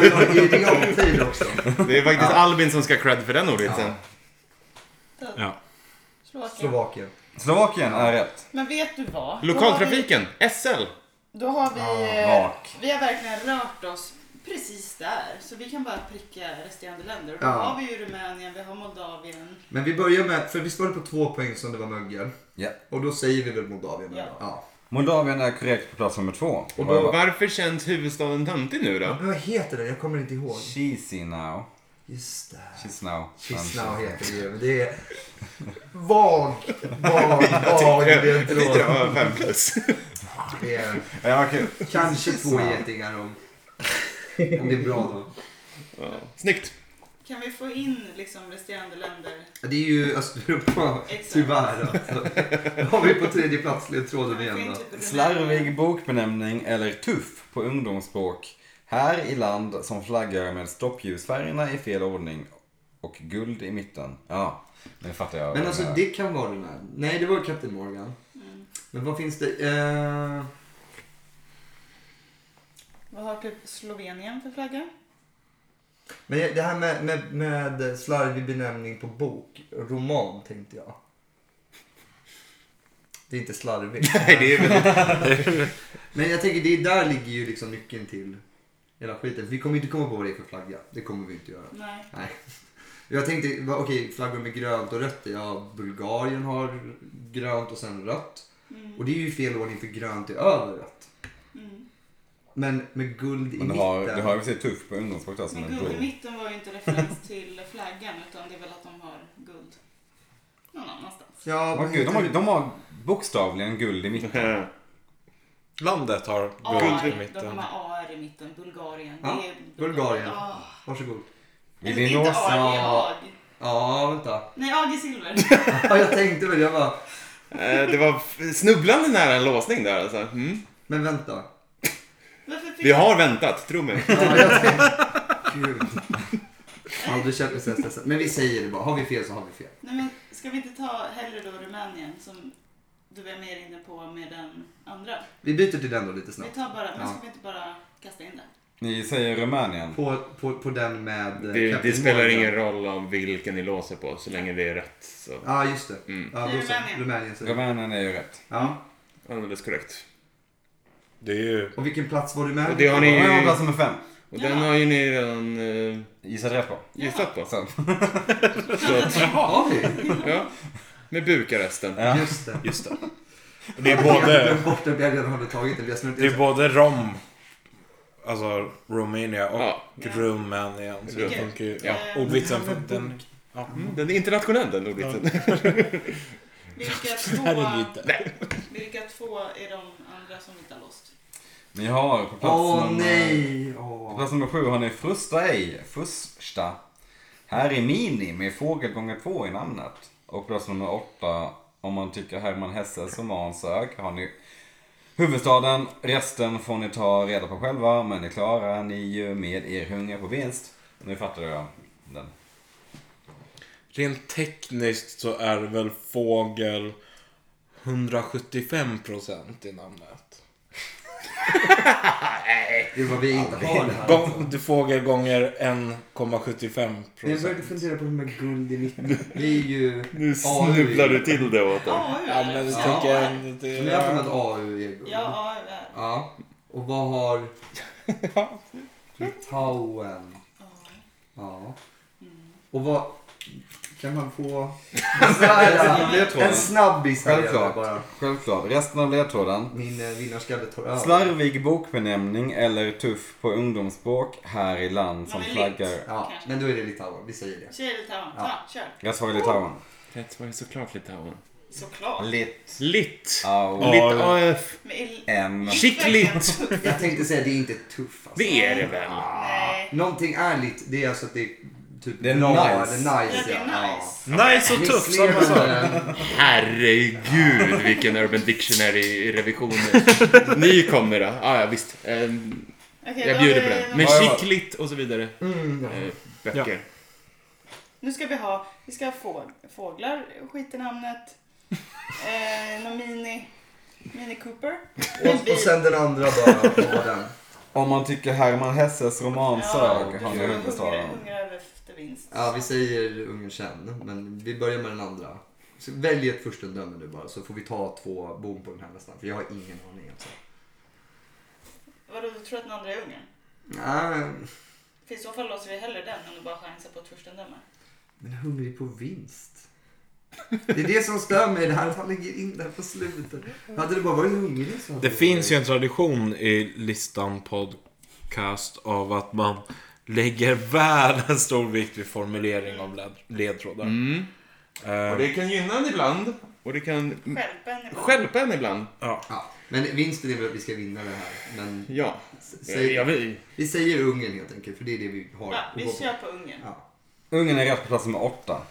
Speaker 5: oj, oj, i realtid också.
Speaker 3: är faktiskt Albin som ska ha cred för den ordvitsen.
Speaker 2: Ja.
Speaker 4: Slovakien.
Speaker 5: Slovakien.
Speaker 1: Slovakien är rätt.
Speaker 4: Men vet du vad?
Speaker 3: Lokaltrafiken, SL.
Speaker 4: Då har vi... eh,
Speaker 1: Ja, rak.
Speaker 4: vi har verkligen rört oss precis där. Så vi kan bara pricka resterande länder. Och Då
Speaker 5: Ja.
Speaker 4: har vi ju Rumänien, vi har Moldavien.
Speaker 5: Men vi börjar med, för visst var det på två poäng som det var mögel?
Speaker 1: Ja.
Speaker 5: Och då säger vi väl Moldavien? eller?
Speaker 4: Ja.
Speaker 5: ja.
Speaker 1: Moldavien är korrekt på plats nummer två.
Speaker 3: Och då, varför känns huvudstaden töntig nu då?
Speaker 5: Men vad heter den? Jag kommer inte ihåg.
Speaker 1: Chisinau.
Speaker 5: Just det.
Speaker 1: Chisinau.
Speaker 5: Kisnau heter det ju. men Det är vag, vag, vag
Speaker 3: Det
Speaker 5: ledtråd.
Speaker 3: var fem plus.
Speaker 5: Det är
Speaker 1: Ja, kul.
Speaker 5: kanske två getingar om, om det är bra då.
Speaker 3: Ja. Snyggt.
Speaker 4: Kan vi få in liksom resterande länder?
Speaker 5: Det är ju Östeuropa,
Speaker 4: Exakt.
Speaker 5: tyvärr. Alltså. Då har vi på tredje plats ledtråden
Speaker 4: Kan vi få
Speaker 5: igen.
Speaker 4: in
Speaker 5: Då.
Speaker 4: typ
Speaker 1: Slarvig bokbenämning eller tuff på ungdomsspråk. Här i land som flaggar med stoppljusfärgerna i fel ordning och guld i mitten. Ja, nu fattar jag.
Speaker 5: Men
Speaker 1: vad
Speaker 5: alltså
Speaker 1: det är.
Speaker 5: det kan vara den här. Nej, det var Captain Morgan. Men vad finns det? Eh,
Speaker 4: Vad har typ Slovenien för flagga?
Speaker 5: Men det här med, med, med slarvig benämning på bok, roman tänkte jag. Det är inte slarvigt.
Speaker 3: Nej, det är väl...
Speaker 5: Men jag tänker, det är där ligger ju liksom nyckeln till hela skiten. Vi kommer inte komma på vad det är för flagga. Det kommer vi inte göra.
Speaker 4: Nej.
Speaker 5: Nej. Jag tänkte, va, okej, flaggor med grönt och rött. Ja, Bulgarien har grönt och sen rött.
Speaker 4: Mm.
Speaker 5: Och det är ju fel ordning för grönt är över rött. Men med guld i
Speaker 1: Men du
Speaker 5: mitten.
Speaker 1: har, du har ju sett tuff på ungdomsspråk där som
Speaker 4: Men
Speaker 1: en
Speaker 4: guld i
Speaker 1: bro.
Speaker 4: mitten var ju inte referens till flaggan utan det är väl att de har guld någon annanstans.
Speaker 5: Ja,
Speaker 1: Åh,
Speaker 5: men
Speaker 1: gud,
Speaker 5: jag
Speaker 1: de, har,
Speaker 5: tänker-
Speaker 1: de har bokstavligen guld i mitten.
Speaker 2: Landet har
Speaker 4: AR,
Speaker 2: guld i
Speaker 4: De
Speaker 2: mitten.
Speaker 4: har AR i mitten, Bulgarien.
Speaker 5: Ja,
Speaker 4: det är
Speaker 5: Bulgarien.
Speaker 4: Ah.
Speaker 5: Varsågod.
Speaker 4: Nej,
Speaker 1: Vill
Speaker 4: det är
Speaker 1: din
Speaker 4: inte AR, det är
Speaker 1: åsa...
Speaker 4: AG.
Speaker 5: Ja, vänta.
Speaker 4: Nej, AG är silver.
Speaker 5: Ja, jag tänkte väl, jag bara,
Speaker 3: Eh, Det var f- snubblande nära en låsning där alltså. Mm.
Speaker 5: men vänta.
Speaker 4: Varför fick
Speaker 3: Vi har väntat, tro mig.
Speaker 5: Ja, jag tänkte, gud. Aldrig känt mig så här stressad. Men vi säger det bara, har vi fel så har vi fel.
Speaker 4: Nej, men ska vi inte ta hellre då Rumänien som du var mer inne på med den andra?
Speaker 5: Vi byter till den då lite
Speaker 4: Vi
Speaker 5: snabbt.
Speaker 4: tar bara, men
Speaker 5: Ja.
Speaker 4: ska vi inte bara kasta in den?
Speaker 1: Ni säger Rumänien.
Speaker 5: På, på, på den med eh,
Speaker 3: Det, det
Speaker 5: Captain
Speaker 3: spelar
Speaker 5: Morgan.
Speaker 3: ingen roll om vilken ni låser på, så länge det är rätt. Så.
Speaker 5: Ja, ah, just det. Ja,
Speaker 4: Det är
Speaker 5: då så.
Speaker 4: Rumänien.
Speaker 5: Rumänien säger vi.
Speaker 1: Rumänien är ju rätt.
Speaker 5: Ja.
Speaker 3: Alldeles korrekt.
Speaker 2: Det är ju...
Speaker 5: Och vilken plats var du med?
Speaker 3: Och det har ni
Speaker 1: Rumänien var
Speaker 3: ju...
Speaker 1: plats nummer fem.
Speaker 3: Och den har ju ni redan eh,
Speaker 1: Gissat rätt på.
Speaker 3: gissat på.
Speaker 1: Sen.
Speaker 5: Har vi?
Speaker 3: Ja. Med Bukaresten.
Speaker 1: Ja.
Speaker 5: Just det.
Speaker 2: Just det. Det är
Speaker 5: Jag
Speaker 2: både...
Speaker 5: glömde bort den, jag redan hade tagit den. Vi har snurrat
Speaker 2: Det
Speaker 5: in
Speaker 2: är
Speaker 5: så-
Speaker 2: både Rom, alltså Romania och
Speaker 3: Ja.
Speaker 2: Rumänien. Så det
Speaker 3: Okej.
Speaker 2: funkar ju.
Speaker 3: Ja.
Speaker 2: Ja. Ordvitsen för den... Ja.
Speaker 3: Mm, Den är internationell den ordvitsen.
Speaker 4: Vilka
Speaker 2: Mm. Här är
Speaker 4: två,
Speaker 2: lite.
Speaker 4: vilka två är de andra som vi inte har låst?
Speaker 1: Ni har på plats
Speaker 5: Åh
Speaker 1: nummer...
Speaker 5: nej!
Speaker 1: På
Speaker 5: Åh.
Speaker 1: plats nummer sju har ni Frusta ej, Fusta. Här är Mini med fågel gånger två i namnet. Och på plats nummer åtta, om man tycker Herman Hesses roman sök, har ni huvudstaden. Resten får ni ta reda på själva, men det klarar ni ju med er hunger på vinst. Nu fattar jag den.
Speaker 2: Rent tekniskt så är väl fågel 175% i namnet.
Speaker 5: Det är vad vi inte har det här.
Speaker 2: Gång, du fågel gånger 1,75%.
Speaker 5: Jag började fundera på de här guld i mitten. Vi är ju... E.
Speaker 3: Nu snubblar du till det åt dem.
Speaker 4: AU
Speaker 2: Ja,
Speaker 4: är
Speaker 2: men
Speaker 4: det.
Speaker 2: vi
Speaker 4: Ja,
Speaker 2: tänker ändå att det
Speaker 5: Men jag har
Speaker 2: är...
Speaker 5: för mig att AU är guld.
Speaker 4: Ja, AU är
Speaker 5: E. Ja. Och vad har... Litauen. Ja. Och vad... Kan man få... En snabbis här
Speaker 1: Självklart.
Speaker 5: bara.
Speaker 1: Självklart. Resten av ledtråden.
Speaker 5: Min eh, vinnarskalle tar över.
Speaker 1: Slarvig bokbenämning eller tuff på ungdomsspråk här i land som
Speaker 4: Men det är
Speaker 1: flaggar.
Speaker 4: lite.
Speaker 5: Ja,
Speaker 4: Kanske.
Speaker 5: men då är det Litauen. Vi säger det.
Speaker 4: Tjejer i Litauen.
Speaker 5: Ja.
Speaker 4: Ja, kör.
Speaker 1: Jag svarar Litauen.
Speaker 3: Rätt svar är såklart Litauen.
Speaker 2: Mm.
Speaker 4: Såklart.
Speaker 1: Lit.
Speaker 3: Litt.
Speaker 1: Au.
Speaker 3: Litt
Speaker 2: Ja.
Speaker 3: AF.
Speaker 4: Men i-
Speaker 1: M.
Speaker 3: Chicklit.
Speaker 5: Jag tänkte säga det är inte tuff alltså. Ah,
Speaker 3: Det är det väl?
Speaker 2: Ah.
Speaker 4: Nej.
Speaker 5: Någonting ärligt, det är alltså att det är typ
Speaker 1: Det är
Speaker 5: bra,
Speaker 1: nice.
Speaker 5: eller
Speaker 4: Ja,
Speaker 5: nice.
Speaker 4: det är nice.
Speaker 2: Nice och tuff samma sak.
Speaker 5: sak.
Speaker 3: Herregud vilken Urban Dictionary-revision. Ni kommer då. Ah, ja, visst. Eh,
Speaker 4: Okej,
Speaker 3: Jag
Speaker 4: då
Speaker 3: bjuder
Speaker 4: har
Speaker 3: på
Speaker 4: vi
Speaker 3: det.
Speaker 4: någon-
Speaker 3: Men
Speaker 1: Ja, ja.
Speaker 3: chicklit och så vidare. Eh, Böcker.
Speaker 4: Nu ska vi ha, vi ska ha få, fåglar, skit i namnet. Eh, någon mini, mini Cooper. En
Speaker 5: eh, Och,
Speaker 4: bil.
Speaker 5: och sen den andra bara, på den.
Speaker 1: Om man tycker Herman Hesses roman
Speaker 4: Ja,
Speaker 1: sög
Speaker 4: du
Speaker 1: har ni
Speaker 4: hungrar,
Speaker 1: huvudstaden.
Speaker 4: hungrar efter vinst.
Speaker 5: Ja, vi säger ungen sen, men vi börjar med den andra. Så välj ett furstendöme nu bara, så får vi ta två bom på den här nästan. För jag har ingen aning. Alltså.
Speaker 4: Vadå, du tror att den andra är Ungern?
Speaker 5: Nej,
Speaker 4: För i så fall låser vi hellre den än att bara chansa på ett furstendöme.
Speaker 5: men hungrig på vinst. Det är det som stör mig, det här att han lägger in det här på slutet. Hade det bara varit hungrig så hade
Speaker 2: Det finns ju en tradition i listan podcast av att man lägger världens stor vikt vid formulering av led- ledtrådar. Eh,
Speaker 3: Mm. Och det kan gynna en ibland. Och det kan
Speaker 4: Stjälpa en ibland.
Speaker 3: stjälpa en ibland.
Speaker 2: Ja.
Speaker 5: Ja, men vinsten är väl att vi ska vinna det här. Men
Speaker 3: Ja. Eh,
Speaker 5: s- säg,
Speaker 3: vill.
Speaker 5: vi säger Ungern helt enkelt, för det är det vi har
Speaker 4: Ja,
Speaker 5: att
Speaker 4: vi
Speaker 5: gå på.
Speaker 4: kör på Ungern.
Speaker 5: Ja.
Speaker 1: Ungern är rätt på plats nummer åtta.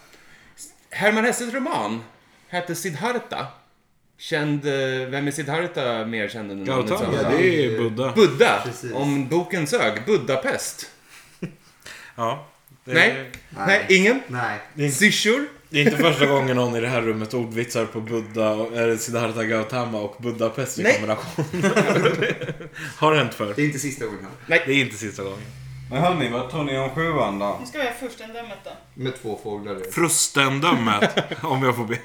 Speaker 3: Herman Hesses roman hette Siddhartha. Känd, eh, vem är Siddhartha mer känd än namnet
Speaker 2: Gautama,
Speaker 3: Siddhartha?
Speaker 2: det är Buddha.
Speaker 3: Buddha,
Speaker 5: Precis.
Speaker 3: om boken sög. Budapest.
Speaker 2: Ja. Det är,
Speaker 3: Nej. Nej. ingen.
Speaker 5: Nej.
Speaker 3: Syrsor.
Speaker 2: Det är inte första gången någon i det här rummet ordvitsar på Buddha, och- eller Siddhartha Gautama och Budapest i
Speaker 3: Nej.
Speaker 2: kombination. Har hänt förr.
Speaker 5: Det är inte sista gången här.
Speaker 2: Det är inte sista gången.
Speaker 1: Men hörni, vad tror ni om sjuan då?
Speaker 4: Nu ska vi ha furstendömet då.
Speaker 5: Med två fåglar i.
Speaker 2: Frustendömet, om jag får be.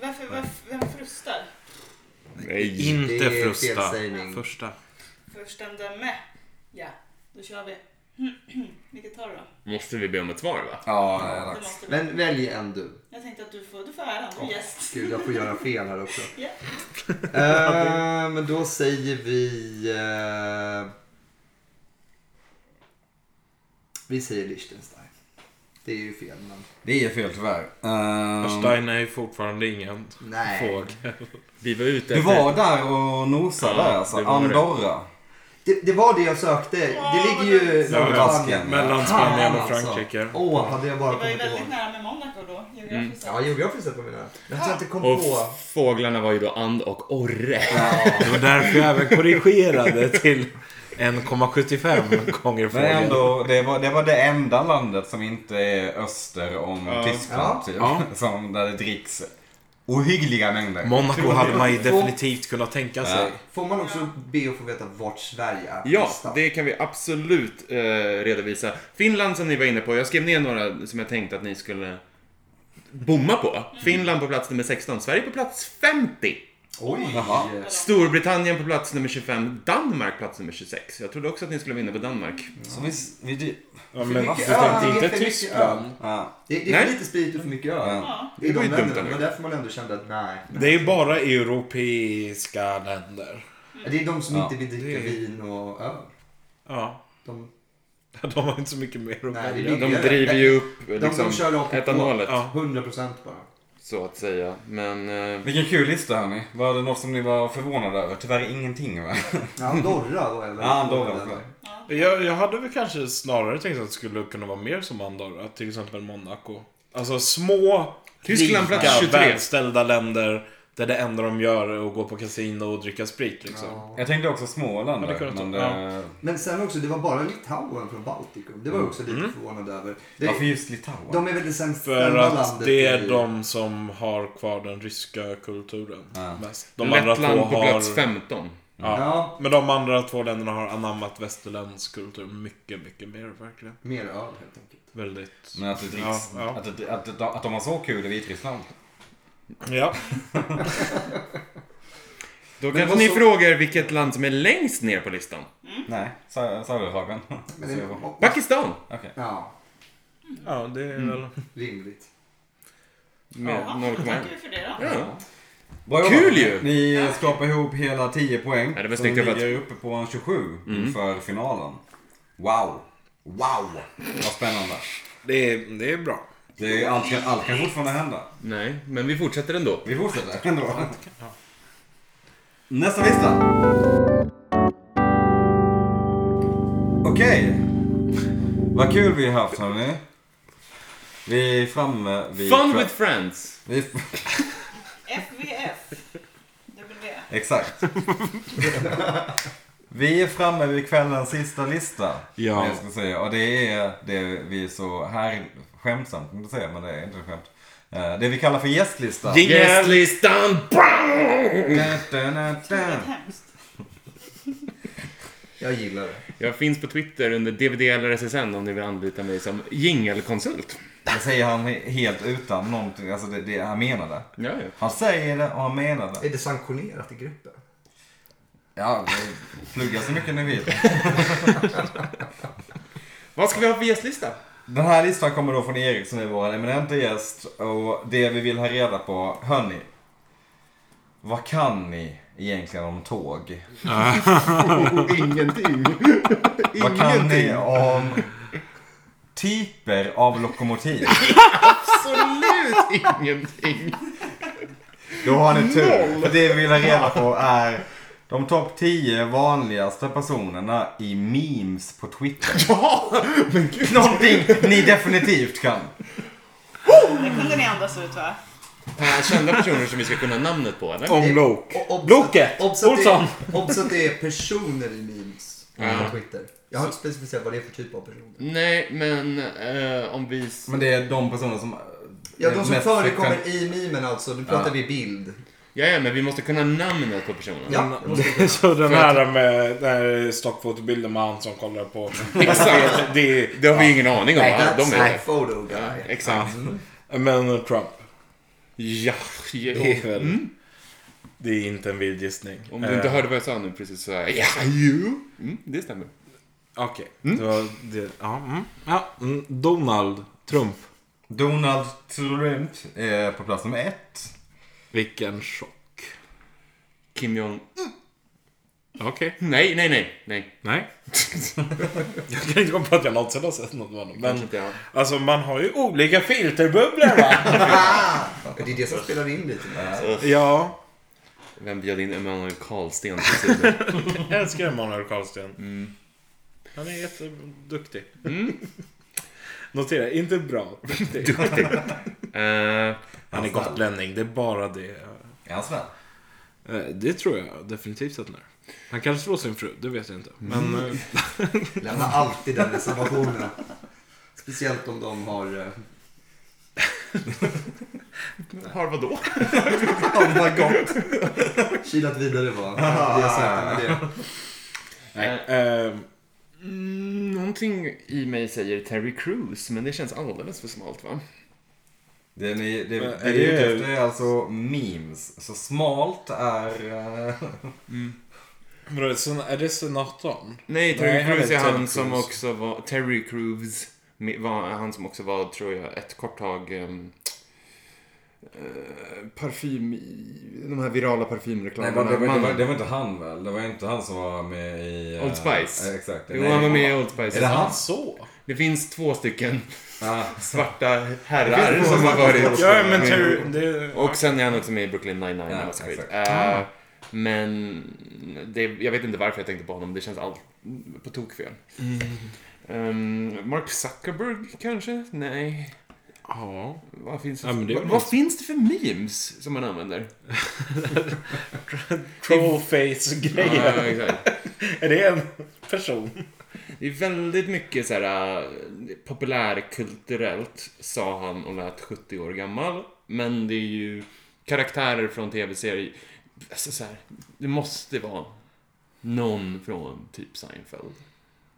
Speaker 4: Varför, varför, vem frustar?
Speaker 3: Nej.
Speaker 5: Det
Speaker 2: Inte
Speaker 5: är
Speaker 2: frusta.
Speaker 5: felsägning.
Speaker 2: Första.
Speaker 4: Furstendöme. Ja, då kör vi. Vilket tar du då?
Speaker 3: Måste vi be om ett svar va?
Speaker 1: Ja, det är
Speaker 4: Det
Speaker 1: dags.
Speaker 4: måste vi.
Speaker 5: Men välj en du.
Speaker 4: Jag tänkte att du får, du får äran, du är gäst.
Speaker 5: Gud, jag får göra fel här också.
Speaker 4: Ja.
Speaker 5: Eh, men då säger vi... eh, vi säger Liechtenstein. Det är ju fel, men...
Speaker 1: Det är fel tyvärr. Ehm,
Speaker 2: Stein är ju fortfarande ingen
Speaker 5: Nej.
Speaker 2: fågel.
Speaker 3: Vi var ute
Speaker 1: du
Speaker 3: efter...
Speaker 1: var där och nosade
Speaker 2: Ja,
Speaker 1: alltså.
Speaker 2: det var det.
Speaker 1: Andorra.
Speaker 5: Det, det var det jag sökte. Det ligger ju...
Speaker 1: Det var
Speaker 5: Spanien.
Speaker 2: Mellan
Speaker 5: Fan,
Speaker 2: Spanien och
Speaker 5: alltså.
Speaker 2: Frankrike.
Speaker 5: Åh, hade jag bara
Speaker 4: Det var ju
Speaker 5: kommit
Speaker 4: väldigt
Speaker 5: på.
Speaker 4: nära med Monaco då, geografiskt
Speaker 5: Ja,
Speaker 4: sett.
Speaker 5: geografiskt sett var vi nära. Jag tror jag inte kom
Speaker 3: Och
Speaker 5: på.
Speaker 3: f- fåglarna var ju då and och orre.
Speaker 2: Det var därför jag även korrigerade till 1,75 gånger
Speaker 1: Men
Speaker 2: fågel.
Speaker 1: ändå, det var, det var det enda landet som inte är öster om
Speaker 3: Ja.
Speaker 1: Tyskland
Speaker 5: Ja.
Speaker 1: typ.
Speaker 2: Ja.
Speaker 1: Som, där det dricks ohyggliga mängder.
Speaker 2: Monaco hade man ju definitivt kunnat tänka sig.
Speaker 5: Får man också be att få veta vart Sverige är? på
Speaker 3: Ja,
Speaker 5: listan?
Speaker 3: det kan vi absolut eh, redovisa. Finland som ni var inne på, jag skrev ner några som jag tänkte att ni skulle bomma på. Finland på plats nummer 16, Sverige på plats 50.
Speaker 5: Oj!
Speaker 1: Jaha.
Speaker 3: Storbritannien på plats nummer 25, Danmark plats nummer 26. Jag trodde också att ni skulle vinna på Danmark.
Speaker 1: Så vi, vi,
Speaker 2: Ja, men du
Speaker 5: öl,
Speaker 2: tänkte
Speaker 5: det är
Speaker 2: inte
Speaker 5: för mycket
Speaker 2: Tyskland.
Speaker 5: öl.
Speaker 1: ja.
Speaker 5: Det, det är
Speaker 3: Nej.
Speaker 5: för lite sprit och för mycket öl.
Speaker 4: Ja.
Speaker 5: Det är
Speaker 3: Det var
Speaker 5: de
Speaker 3: ju dumt
Speaker 5: länderna. Det var
Speaker 3: ändå.
Speaker 5: därför man ändå kände att nej.
Speaker 2: Det är bara europeiska länder.
Speaker 5: Det är de som
Speaker 1: Ja,
Speaker 5: inte vill dricka
Speaker 2: det är-
Speaker 5: vin och öl.
Speaker 2: Ja,
Speaker 5: De,
Speaker 2: de har inte så mycket mer att
Speaker 5: Nej, det
Speaker 2: välja.
Speaker 3: De
Speaker 5: Ja,
Speaker 3: driver ju upp
Speaker 5: de, de
Speaker 3: liksom,
Speaker 5: kör rakt på.
Speaker 3: etanolet,
Speaker 2: Ja.
Speaker 5: 100% bara.
Speaker 3: så att säga. Men... Eh,
Speaker 1: Vilken kul lista hörni. Var det något som ni var förvånade över? Tyvärr ingenting va?
Speaker 5: Ja, Andorra var jag väldigt
Speaker 1: Ja, Andorra,
Speaker 5: förvånad
Speaker 1: förlåt.
Speaker 5: över.
Speaker 2: Jag, jag hade väl kanske snarare tänkt att det skulle kunna vara mer som Andorra, till exempel Monaco. Alltså små,
Speaker 3: Tyskland
Speaker 2: rika,
Speaker 3: plats 23.
Speaker 2: välställda länder där det enda de gör är att gå på kasino och dricka sprit liksom.
Speaker 5: Ja.
Speaker 1: Jag tänkte också Småland
Speaker 2: Ja, det
Speaker 1: där.
Speaker 2: kunde
Speaker 1: Men
Speaker 2: ta-
Speaker 1: det,
Speaker 5: Men sen också, det var bara Litauen från Baltikum. Det var jag också lite förvånad över. Det,
Speaker 1: varför just Litauen?
Speaker 5: de är väl det sämst
Speaker 2: För
Speaker 5: ställda
Speaker 2: att
Speaker 5: landet.
Speaker 2: det är
Speaker 5: i-
Speaker 2: de som har kvar den ryska kulturen
Speaker 1: Ja.
Speaker 2: mest. De andra två
Speaker 3: Lettland på
Speaker 2: har...
Speaker 3: plats 15.
Speaker 2: Ja.
Speaker 5: Ja,
Speaker 2: Men de andra två länderna har anammat västerländsk kultur mycket, mycket mer verkligen.
Speaker 5: mer öl helt enkelt.
Speaker 2: Väldigt.
Speaker 1: Men att det dricks.
Speaker 2: Ja, ja.
Speaker 1: Att, det, att, det, att de har så kul i Vitryssland.
Speaker 2: Ja.
Speaker 3: Då
Speaker 5: Men
Speaker 3: kanske
Speaker 5: vad
Speaker 3: ni
Speaker 5: så-
Speaker 3: frågar vilket land som är längst ner på listan.
Speaker 1: Nej, sa, sa du Fabian?
Speaker 5: Men det,
Speaker 3: Pakistan!
Speaker 1: Okej.
Speaker 5: ja,
Speaker 2: ja, det är väl...
Speaker 5: rimligt.
Speaker 3: Med
Speaker 4: Ja,
Speaker 3: 0,1.
Speaker 4: tackar vi för det då.
Speaker 3: Ja.
Speaker 1: Bra jobbat.
Speaker 3: Kul ju!
Speaker 1: Ni skrapar ihop hela 10 poäng.
Speaker 3: Ja, det var
Speaker 1: så ni
Speaker 3: snyggt jobbat.
Speaker 1: ligger uppe på en 27 inför finalen. Wow! Wow! Vad spännande.
Speaker 2: Det är, det är bra.
Speaker 1: Det är, allt, kan, allt kan fortfarande hända.
Speaker 3: Nej, men vi fortsätter ändå.
Speaker 1: Vi fortsätter ändå. Nästa lista. Okej. Vad kul vi har haft hörni. Vi är framme vid...
Speaker 3: Fun with friends!
Speaker 1: vi är f-
Speaker 4: FVF. W.
Speaker 1: Exakt. vi är framme vid kvällens sista lista.
Speaker 2: Ja.
Speaker 1: Jag ska säga. Och det är det vi så här skämtsamt, kan man säga, men det är inte skämt. Eh, Det vi kallar för gästlista.
Speaker 3: Gästlistan!
Speaker 4: Vad hemskt.
Speaker 5: Jag gillar det.
Speaker 3: Jag finns på Twitter under DVD eller SSN om ni vill anlita mig som jingelkonsult.
Speaker 1: Det säger han helt utan någonting, alltså det, det han menar det.
Speaker 3: Ja, ja.
Speaker 1: Han säger det och han menar det.
Speaker 5: Är det sanktionerat i gruppen?
Speaker 1: Ja, det- plugga så mycket ni vill.
Speaker 3: Vad ska vi ha för gästlista?
Speaker 1: Den här listan kommer då från Erik som är vår eminenta gäst. Och det vi vill ha reda på, hörni. Vad kan ni egentligen om tåg?
Speaker 5: Ingenting.
Speaker 1: Vad kan ni om typer av lokomotiv?
Speaker 3: Absolut ingenting!
Speaker 1: Då har ni tur. För det vi vill ha reda på är De topp 10 vanligaste personerna i memes på Twitter.
Speaker 3: Ja, men gud.
Speaker 1: Någonting ni definitivt kan.
Speaker 4: Det kunde ni andas ut va?
Speaker 3: Eh, Kända personer som vi ska kunna namnet på, eller?
Speaker 2: Om Loke.
Speaker 5: Och obs-
Speaker 2: Loket!
Speaker 5: obs att det-
Speaker 2: Olsson!
Speaker 5: Obs att det är personer i memes
Speaker 3: Ja.
Speaker 5: på Twitter. Jag har inte specificerat vad det är för typ av personer.
Speaker 3: Nej, men eh, om vi... s-
Speaker 1: Men det är de personer som... eh,
Speaker 5: Ja, de som
Speaker 1: mest
Speaker 5: förekommer
Speaker 1: frekvent-
Speaker 5: i memen alltså. Nu pratar vi bild.
Speaker 3: Ja, ja, men vi måste kunna namnet på personen.
Speaker 5: Ja,
Speaker 2: Så den här med den här stockfotobilden med han som kollar på
Speaker 3: Exakt.
Speaker 2: det är,
Speaker 3: Det har vi ingen aning om. va?
Speaker 5: that's
Speaker 3: De är
Speaker 5: a photo guy.
Speaker 3: Exakt.
Speaker 2: Men Trump.
Speaker 3: Ja,
Speaker 2: Det är
Speaker 3: jo.
Speaker 2: väl... Det är inte en vild gissning.
Speaker 3: Om du inte
Speaker 2: Eh,
Speaker 3: hörde vad jag sa nu precis så här. Ja, jo. Mm, det stämmer.
Speaker 2: Okej. Det var det. Ja, mm. ja, mm. Donald Trump.
Speaker 1: Donald Trump är på plats nummer ett.
Speaker 2: Vilken chock. Mm.
Speaker 3: Kim Jong...
Speaker 2: Okej.
Speaker 3: Nej, nej, nej. Nej.
Speaker 2: Nej. jag kan inte komma på att jag någonsin har sett något med honom.
Speaker 3: Men...
Speaker 2: Men
Speaker 3: Inte, ja.
Speaker 2: alltså man har ju olika filterbubblor va?
Speaker 5: Det är det som spelar in lite nu. alltså.
Speaker 2: ja.
Speaker 3: Vem bjöd in Emanuel Karlsten till sidan?
Speaker 2: Jag älskar Emanuel Karlsten.
Speaker 3: Mm.
Speaker 2: Han är jätteduktig. Mm. Notera, inte bra. Duktig. Alltså.
Speaker 3: Eh,
Speaker 2: Han är gotlänning, det är bara det.
Speaker 1: Är han snäll?
Speaker 2: Eh, Det tror jag definitivt att han är. Han kanske slår sin fru, det vet jag inte. Men
Speaker 5: Mm.
Speaker 2: eh,
Speaker 5: Lämna alltid den reservationen. Speciellt om de har, eh,
Speaker 3: har vadå?
Speaker 5: de har gått. Kilat vidare på det jag sagt med det.
Speaker 2: nej. eh,
Speaker 3: Mm, någonting i mig säger Terry Crews, men det känns alldeles för smalt va?
Speaker 1: Det ni det,
Speaker 2: Men
Speaker 1: det,
Speaker 2: är
Speaker 1: ni är
Speaker 2: det-
Speaker 1: ute efter är alltså memes. Så smalt är... eh,
Speaker 2: vadå, sen- är det senatorn?
Speaker 3: Nej,
Speaker 2: Nej,
Speaker 3: Terry
Speaker 2: han
Speaker 3: Crews
Speaker 2: är
Speaker 3: är
Speaker 2: Terry
Speaker 3: han som
Speaker 2: Crews.
Speaker 3: också var... Terry Crews med- var han som också var, tror jag, ett kort tag ehm, eh, parfym i... De här virala
Speaker 1: nej, det, var, det,
Speaker 3: parfymreklamerna.
Speaker 1: var, det, var,
Speaker 3: Man-
Speaker 1: det var inte han väl? Det var inte han som var med i... eh,
Speaker 3: Old Spice.
Speaker 1: eh, Exakt.
Speaker 3: Jo,
Speaker 1: Nej,
Speaker 3: han var med i Old
Speaker 1: Är det
Speaker 3: Spice.
Speaker 1: han?
Speaker 2: Han så?
Speaker 3: Det finns två stycken
Speaker 1: Ah,
Speaker 3: svarta herrar som har varit...
Speaker 2: Ja, men typ- Terry... Det,
Speaker 3: Och sen är han också med i Brooklyn 99 och
Speaker 1: Ja,
Speaker 3: massa skit.
Speaker 1: exakt.
Speaker 3: Eh,
Speaker 2: Ah.
Speaker 3: Men det, jag vet inte varför jag tänkte på honom. Det känns all, på tok fel.
Speaker 2: Mm.
Speaker 3: Ehm, Mark Zuckerberg kanske? Nej.
Speaker 2: ja.
Speaker 3: Vad finns det,
Speaker 2: Ja, men det är
Speaker 3: vad,
Speaker 2: väl
Speaker 3: vad
Speaker 2: något.
Speaker 3: finns det för memes som man använder?
Speaker 2: Trollface-grejen.
Speaker 3: Ja, exakt.
Speaker 2: Är det en person?
Speaker 3: Det är väldigt mycket så här eh, populärkulturellt, sa han och lät 70 år gammal. Men det är ju karaktärer från tv-serier. Alltså så här, det måste vara någon från typ Seinfeld.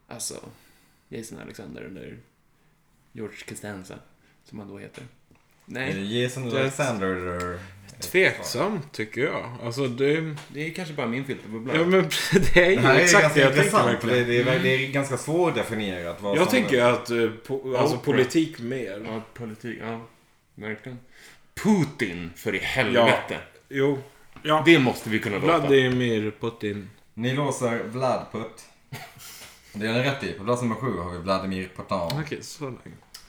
Speaker 3: Alltså, Jason Alexander eller George Costanza, som han då heter.
Speaker 1: är det
Speaker 3: Nej,
Speaker 1: Jason
Speaker 3: Just-
Speaker 1: Alexander eller...
Speaker 2: Tveksamt, tycker jag. Alltså, det...
Speaker 3: det är kanske bara min filterbubbla.
Speaker 2: Ja, men det är
Speaker 1: Det här
Speaker 2: ju
Speaker 1: är
Speaker 2: exakt
Speaker 1: ganska
Speaker 2: det jag tänker
Speaker 1: intressant.
Speaker 2: verkligen.
Speaker 1: Det, det, är, det är ganska svårdefinierat. vad
Speaker 2: Jag
Speaker 1: som-
Speaker 2: tänker att eh, po- alltså,
Speaker 3: Oprah.
Speaker 2: politik mer.
Speaker 3: Ja, politik, ja. Verkligen. Putin, för i helvete.
Speaker 2: Jo. Ja.
Speaker 3: Det måste vi kunna låta.
Speaker 2: Vladimir Putin.
Speaker 1: Ni låser Vladput. Det är ni rätt i. På plats nummer sju har vi Vladimir Potan.
Speaker 2: Okej, så länge.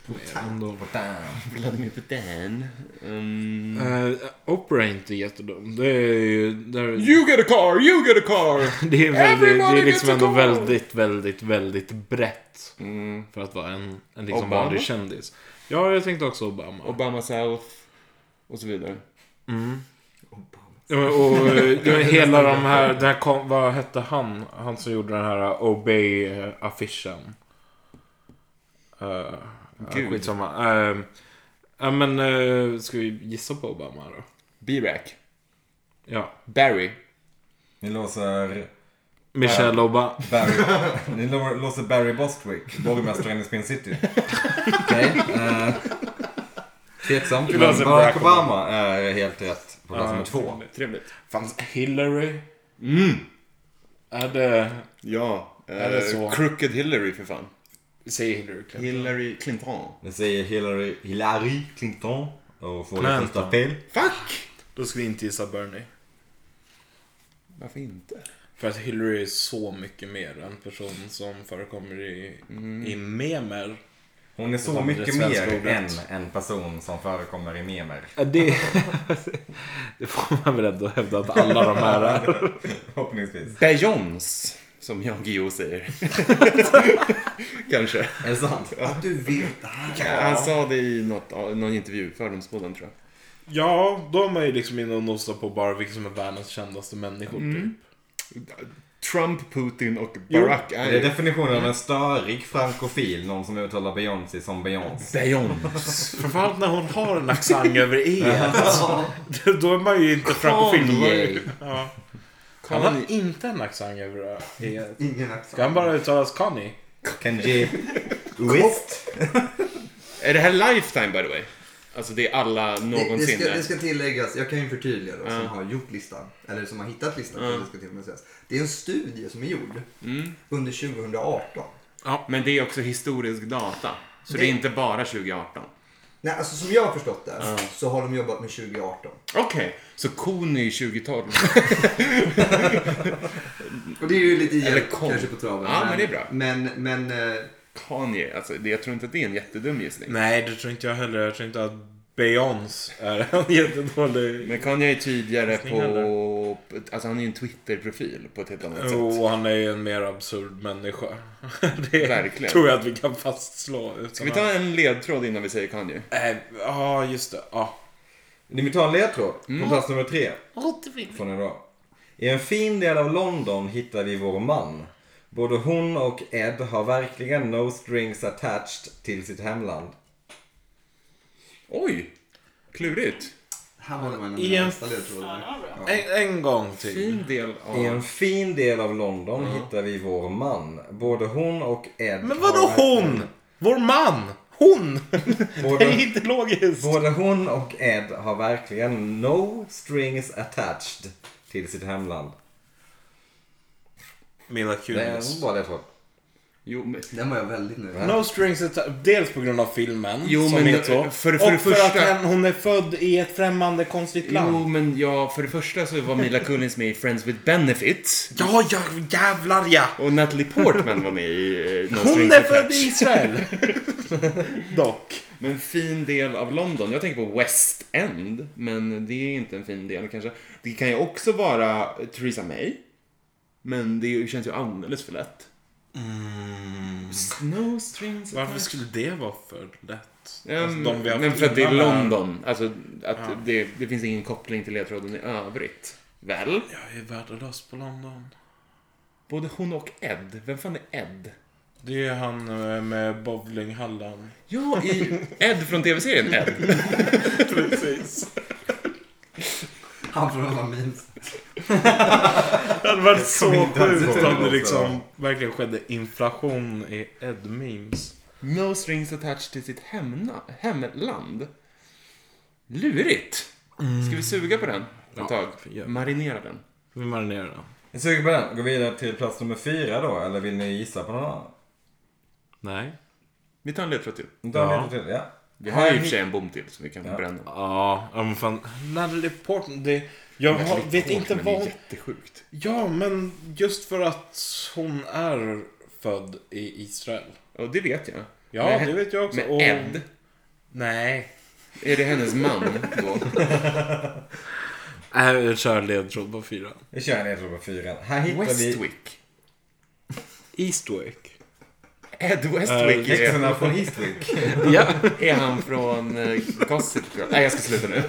Speaker 2: Mer ändå.
Speaker 1: Potan.
Speaker 3: Vladimir Putin. Um,
Speaker 2: Eh, opera är inte jättedum. Det är ju... Det är,
Speaker 3: you get a car, you get a car!
Speaker 2: det är, väldigt, det
Speaker 3: Everybody
Speaker 2: är
Speaker 3: gets
Speaker 2: liksom
Speaker 3: a
Speaker 2: ändå
Speaker 3: goal.
Speaker 2: väldigt, väldigt, väldigt brett.
Speaker 3: Mm.
Speaker 2: För att vara en, en liksom
Speaker 3: Obama?
Speaker 2: vanlig kändis. Ja, jag tänkte också Obama.
Speaker 3: Obama South och så vidare.
Speaker 2: Ja, men, Mm. och eh, ja, men hela de här, den här kom, vad hette han? Han som gjorde den här eh, Obey-affischen. Uh,
Speaker 3: Gud.
Speaker 2: skitsamma. Eh, Ja men, eh, ska vi gissa på Obama då?
Speaker 3: B-Rack.
Speaker 2: Ja.
Speaker 3: Barry.
Speaker 1: Ni låser
Speaker 2: Michelle Obama.
Speaker 1: Barry... Ni lå- låser Barry Bostwick, borgmästaren i Spin City. Okej. eh, Tveksamt.
Speaker 2: Vi
Speaker 1: Men
Speaker 2: låser
Speaker 1: Barack
Speaker 2: Barack Obama.
Speaker 1: Obama är helt rätt på plats nummer två.
Speaker 3: Trevligt.
Speaker 2: Fanns Hillary? Mm. Är det...
Speaker 3: Ja.
Speaker 2: Är det Eh, så?
Speaker 3: Crooked Hillary för fan.
Speaker 2: Säg Hillary Clinton.
Speaker 3: Hillary Clinton.
Speaker 1: Ni säger Hillary, Hillary Clinton och får det
Speaker 2: Clinton.
Speaker 1: första fel.
Speaker 3: Fuck!
Speaker 2: Då ska vi inte gissa Bernie.
Speaker 3: Varför inte?
Speaker 2: För att Hillary är Mm. så mycket mer en person som förekommer i, i memer.
Speaker 1: Hon är så
Speaker 2: Det
Speaker 1: mycket
Speaker 2: svenska
Speaker 1: mer än
Speaker 2: ordet.
Speaker 1: en person som förekommer i memer.
Speaker 2: Ja, Det, det får man väl ändå hävda att alla de här är.
Speaker 1: Förhoppningsvis.
Speaker 3: Bejons, som Jan Guillou säger. Kanske.
Speaker 1: Är det sant?
Speaker 5: Att du vet det här.
Speaker 3: Han sa det i något, någon intervju, Fördomspodden tror jag.
Speaker 2: Ja, de är ju liksom inne och nosar på bara vilka som är världens kändaste människor. Mm.
Speaker 3: Trump, Putin och
Speaker 2: Jo,
Speaker 3: Barack är
Speaker 1: Det är
Speaker 3: ju...
Speaker 1: definitionen av en störig frankofil, någon som uttalar Beyoncé som Beyoncé.
Speaker 3: Bejons.
Speaker 2: Framförallt när hon har en accent över E. Då är man ju inte frankofil. Då var det- Ja. Han har inte en accent över E.
Speaker 5: Ingen accent.
Speaker 2: Ska han bara uttalas Kanye?
Speaker 1: Kenji Wist.
Speaker 3: Är det här Lifetime by the way? Alltså det är alla
Speaker 5: Det, det,
Speaker 3: någonsin.
Speaker 5: ska,
Speaker 3: där.
Speaker 5: det ska tilläggas, jag kan ju förtydliga då, som
Speaker 3: Ja.
Speaker 5: har gjort listan. Eller som har hittat listan.
Speaker 3: Ja.
Speaker 5: Det, ska till och med sägas. det är en studie som är gjord
Speaker 3: Mm.
Speaker 5: under 2018.
Speaker 3: Men det är också historisk data. Så det,
Speaker 5: Det-
Speaker 3: är inte bara 2018.
Speaker 5: Nej, alltså som jag har förstått det så har de jobbat med 2018.
Speaker 3: Okej, så Kony 2012.
Speaker 5: Och det är ju lite
Speaker 3: Eller
Speaker 5: hjälp
Speaker 3: kom.
Speaker 5: kanske på traven.
Speaker 3: Ja, men det är bra.
Speaker 5: Men, men eh,
Speaker 3: Kanye, alltså det, jag tror inte att det är en jättedum gissning.
Speaker 2: Nej, det tror inte jag heller. Jag tror inte att Beyoncé är en jättedålig...
Speaker 3: Men Kanye är tydligare
Speaker 2: Gissning
Speaker 3: på... Alltså han är ju en Twitter-profil på ett helt annat sätt.
Speaker 2: Och han är ju en mer absurd människa. Det
Speaker 3: Verkligen.
Speaker 2: tror jag att vi kan fastslå. Utan
Speaker 3: Ska vi ta en ledtråd innan vi säger Kanye?
Speaker 2: att- Eh, Ja, just det. Ja.
Speaker 1: Ni vill ta en ledtråd? På plats nummer tre. Får ni då. I en fin del av London hittar vi vår man. Både hon och Ed har verkligen no strings attached till sitt hemland.
Speaker 3: Oj! Klurigt.
Speaker 5: här var nog en av
Speaker 2: I
Speaker 5: mina
Speaker 2: en-
Speaker 5: bästa ledtrådar.
Speaker 4: Ja, bra.
Speaker 2: En, en gång till.
Speaker 3: Fin del av...
Speaker 1: I en fin del av London hittar vi vår man. Både hon och Ed
Speaker 2: Men vadå
Speaker 1: har
Speaker 2: hon? Vår man! Hon! Det är
Speaker 1: Både,
Speaker 2: inte logiskt.
Speaker 1: både hon och Ed har verkligen no strings attached till sitt hemland.
Speaker 2: Mila
Speaker 1: Det är en bra ledtråd.
Speaker 3: Jo, men...
Speaker 5: Den var jag väldigt nöjd med.
Speaker 2: No strings attached. Dels på grund av filmen.
Speaker 3: Jo,
Speaker 2: som
Speaker 3: men
Speaker 2: är två.
Speaker 3: för- för det
Speaker 2: och för att
Speaker 3: första-
Speaker 2: hen- hon är född i ett främmande konstigt land.
Speaker 3: Jo, men ja, för det första så var Mila Kunis med i Friends with Benefits.
Speaker 2: Ja, ja, jävlar ja!
Speaker 3: Och Natalie Portman var med i eh, No
Speaker 2: Hon
Speaker 3: Strings
Speaker 2: är född i
Speaker 3: Attached.
Speaker 2: Israel! Dock.
Speaker 3: Men fin del av London. Jag tänker på West End, men det är inte en fin del kanske. Det kan ju också vara Theresa May. Men det känns ju alldeles för lätt.
Speaker 2: Mm.
Speaker 3: No strings
Speaker 2: Varför
Speaker 3: attached.
Speaker 2: skulle det vara för lätt?
Speaker 3: Ja,
Speaker 2: Alltså, de vi har
Speaker 3: men
Speaker 2: haft
Speaker 3: för att det är
Speaker 2: innan här-
Speaker 3: London. Alltså, att det, det finns ingen koppling till ledtråden i övrigt. Väl?
Speaker 2: Jag är värdelös på London.
Speaker 3: Både hon och Ed. Vem fan är Ed?
Speaker 2: Det är han eh, med bowlinghallen.
Speaker 3: Ja, i Ed från tv-serien Ed.
Speaker 2: Precis.
Speaker 5: Han från alla memes.
Speaker 2: Det hade varit så
Speaker 1: inte ens
Speaker 2: sjukt
Speaker 1: ihåg
Speaker 2: om det
Speaker 1: också.
Speaker 2: liksom verkligen skedde inflation i Ed-memes.
Speaker 3: No strings attached till sitt hemna, hemland. Lurigt. Ska vi suga på den
Speaker 2: Ja,
Speaker 3: ett tag?
Speaker 2: för jävlar.
Speaker 3: Marinera den.
Speaker 2: Vi marinerar den.
Speaker 1: Jag suger på den. Gå vidare till plats nummer fyra då, eller vill ni gissa på någon annan?
Speaker 2: Nej.
Speaker 3: Vi tar en ledtråd till.
Speaker 1: Ta en
Speaker 2: Ja.
Speaker 1: ledtråd till, ja.
Speaker 3: Vi har ju i och för sig en bom till som vi kan bränna.
Speaker 2: Ja, ja, men fan. Natalie Portman, det... Jag har,
Speaker 3: Natalie
Speaker 2: vet inte
Speaker 3: Portman
Speaker 2: vad
Speaker 3: är
Speaker 2: hon...
Speaker 3: jättesjukt.
Speaker 2: Ja, men just för att hon är född i Israel.
Speaker 3: Och det vet jag.
Speaker 2: Ja,
Speaker 3: Men-
Speaker 2: det vet jag också.
Speaker 3: Men
Speaker 2: Och-
Speaker 3: Ed,
Speaker 2: Nej.
Speaker 3: är det hennes man då?
Speaker 2: Äh, jag kör ledtråd på fyra.
Speaker 1: Vi kör en ledtråd på fyran. Här hittar vi
Speaker 3: Westwick.
Speaker 2: Eastwick.
Speaker 3: Ed Westwick är,
Speaker 1: häxorna från Eastwick.
Speaker 2: Ja.
Speaker 3: är han från eh, Gossip Girl. Nej, jag ska sluta nu.